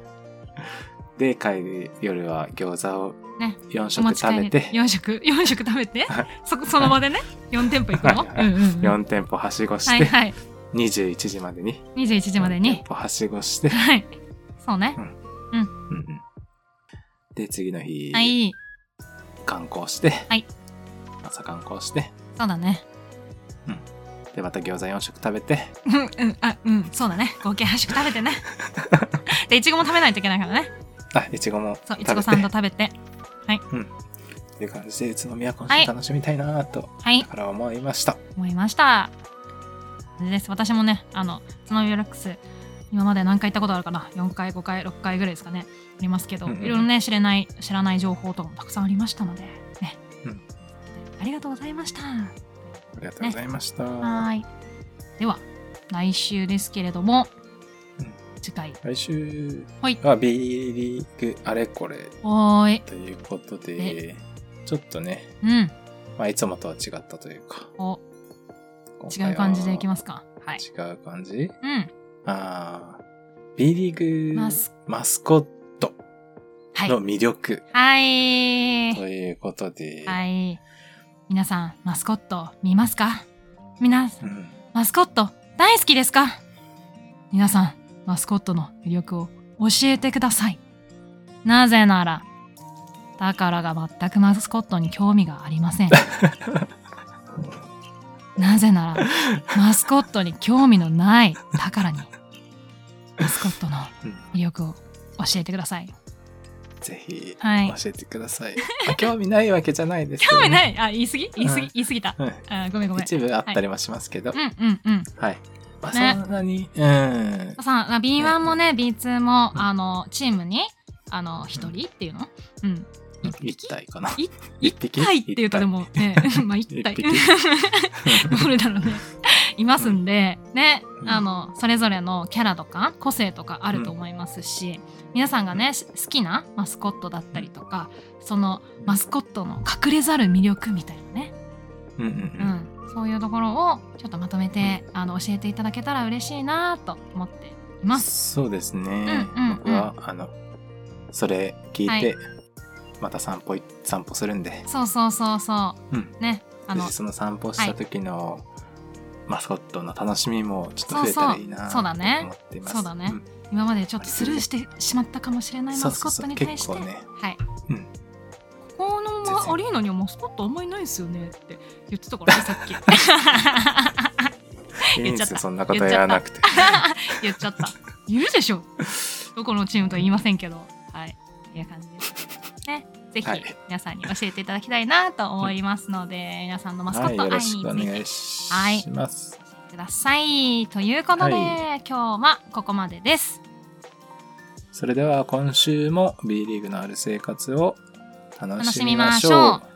S3: で帰り夜は餃子を
S2: ね
S3: 4
S2: お
S3: 食
S2: 持ち
S3: 食
S2: 帰
S3: べ
S2: り
S3: て、
S2: で4食4食食べて
S3: はい
S2: そその場でね4店舗行くの
S3: はい
S2: うんうんうん
S3: 4店舗はしごして、
S2: はいはい
S3: 21時までに
S2: 21時まで
S3: 4
S2: に
S3: 店舗はしごして、
S2: はいそうね
S3: うんうんで次の日、
S2: はい
S3: 観光して、
S2: はい
S3: 朝観光して
S2: そうだね
S3: でまた餃子4食食べて
S2: うんうんあうんそうだね合計8食食べてね でいちごも食べないといけないからね
S3: あいちごも
S2: そう
S3: 食べ
S2: いち
S3: て
S2: ごサンド食べて
S3: っていう感じで宇都宮今
S2: は
S3: 週
S2: い
S3: 楽しみたいなぁと、
S2: はい
S3: から思いました
S2: 思いましたそれです私もねあの宇都宮ラックス今まで何回行ったことあるかな4回5回6回ぐらいですかねありますけど、
S3: うんうん
S2: いろいろね知れない知らない情報とかもたくさんありましたのでね、
S3: うん
S2: ありがとうございました
S3: ありがとうございました、
S2: はいでは来週ですけれども、
S3: うん
S2: 次回
S3: 来週
S2: はい
S3: は B リーグあれこれ
S2: おーい
S3: ということでちょっとね、
S2: うん
S3: まあ、いつもとは違ったというか
S2: お違う感じでいきますかはい
S3: す違う感じ
S2: うん
S3: あー B リーグ
S2: マス
S3: マスコット
S2: はい
S3: の魅力
S2: はい
S3: ということで、
S2: はい皆さんマスコット見ますか皆さん
S3: うん
S2: マスコット大好きですか皆さん、マスコットの魅力を教えてください。なぜなら、だからが全くマスコットに興味がありません。なぜなら、マスコットに興味のない宝に、マスコットの魅力を教えてください。
S3: ぜひ
S2: はい。
S3: 教えてください、あ興味ないわけじゃないですけど、
S2: 興味ないいあ、言い過ぎ言い過ぎ、
S3: うん
S2: 言い過ぎた。
S3: うん
S2: あごめんごめん。
S3: 一部あったりもしますけど、
S2: うんうんうん。
S3: はい。まあ、
S2: ね
S3: そんなに、うん。
S2: さあ B1 もね B2 も
S3: うん
S2: あのチームにあの一人っていうのうん
S3: 一体かな。
S2: い
S3: 一
S2: 一
S3: 匹
S2: 体っていうとでもね まあ一体
S3: 一
S2: どれだろうねいますんでね
S3: うん
S2: あのそれぞれのキャラとか個性とかあると思いますし皆さんがねし好きなマスコットだったりとかそのマスコットの隠れざる魅力みたいなね
S3: うんう
S2: うんんそういうところをちょっとまとめてあの教えていただけたら嬉しいなと思ってい
S3: うん。
S2: ます。
S3: そうですね。
S2: うんうんうん
S3: 僕は、あの、それ聞
S2: はい
S3: て
S2: い、
S3: また散歩い、散歩するんで、。
S2: そうそうそうそううんね、あの
S3: ぜひ、その散歩した時の、マスコットの楽しみもちょっと増えたらいいな
S2: そうそうそうだね
S3: と思っています。
S2: そうだね
S3: ん
S2: 今までちょっとスルーしてしまったかもしれないマスコットに対して、
S3: そうそうそう結
S2: はい。
S3: うん
S2: ここの
S3: 全然
S2: アリーナにはマスコットあんまりないですよねって言ってたからね、さっき。
S3: いいんで
S2: 言っ
S3: す
S2: ちゃっ
S3: よ、
S2: た
S3: そんなことやらなくて。
S2: 言っちゃった。言うでしょ。どこのチームとは言いませんけど、はい。っていう感じです。ね。ぜひ
S3: はい
S2: 皆さんに教えていただきたいなと思いますので、皆さんのマスコ
S3: は
S2: ッ
S3: い、
S2: ト
S3: よ
S2: 愛に
S3: ろ
S2: つ
S3: しくお
S2: いて
S3: 願いし
S2: はい
S3: ます。
S2: ください。ということで、
S3: は
S2: 今日はここまでです。
S3: それでは今週も B リーグのある生活を楽しみまし
S2: 楽しみ
S3: ょ
S2: ましょ
S3: う。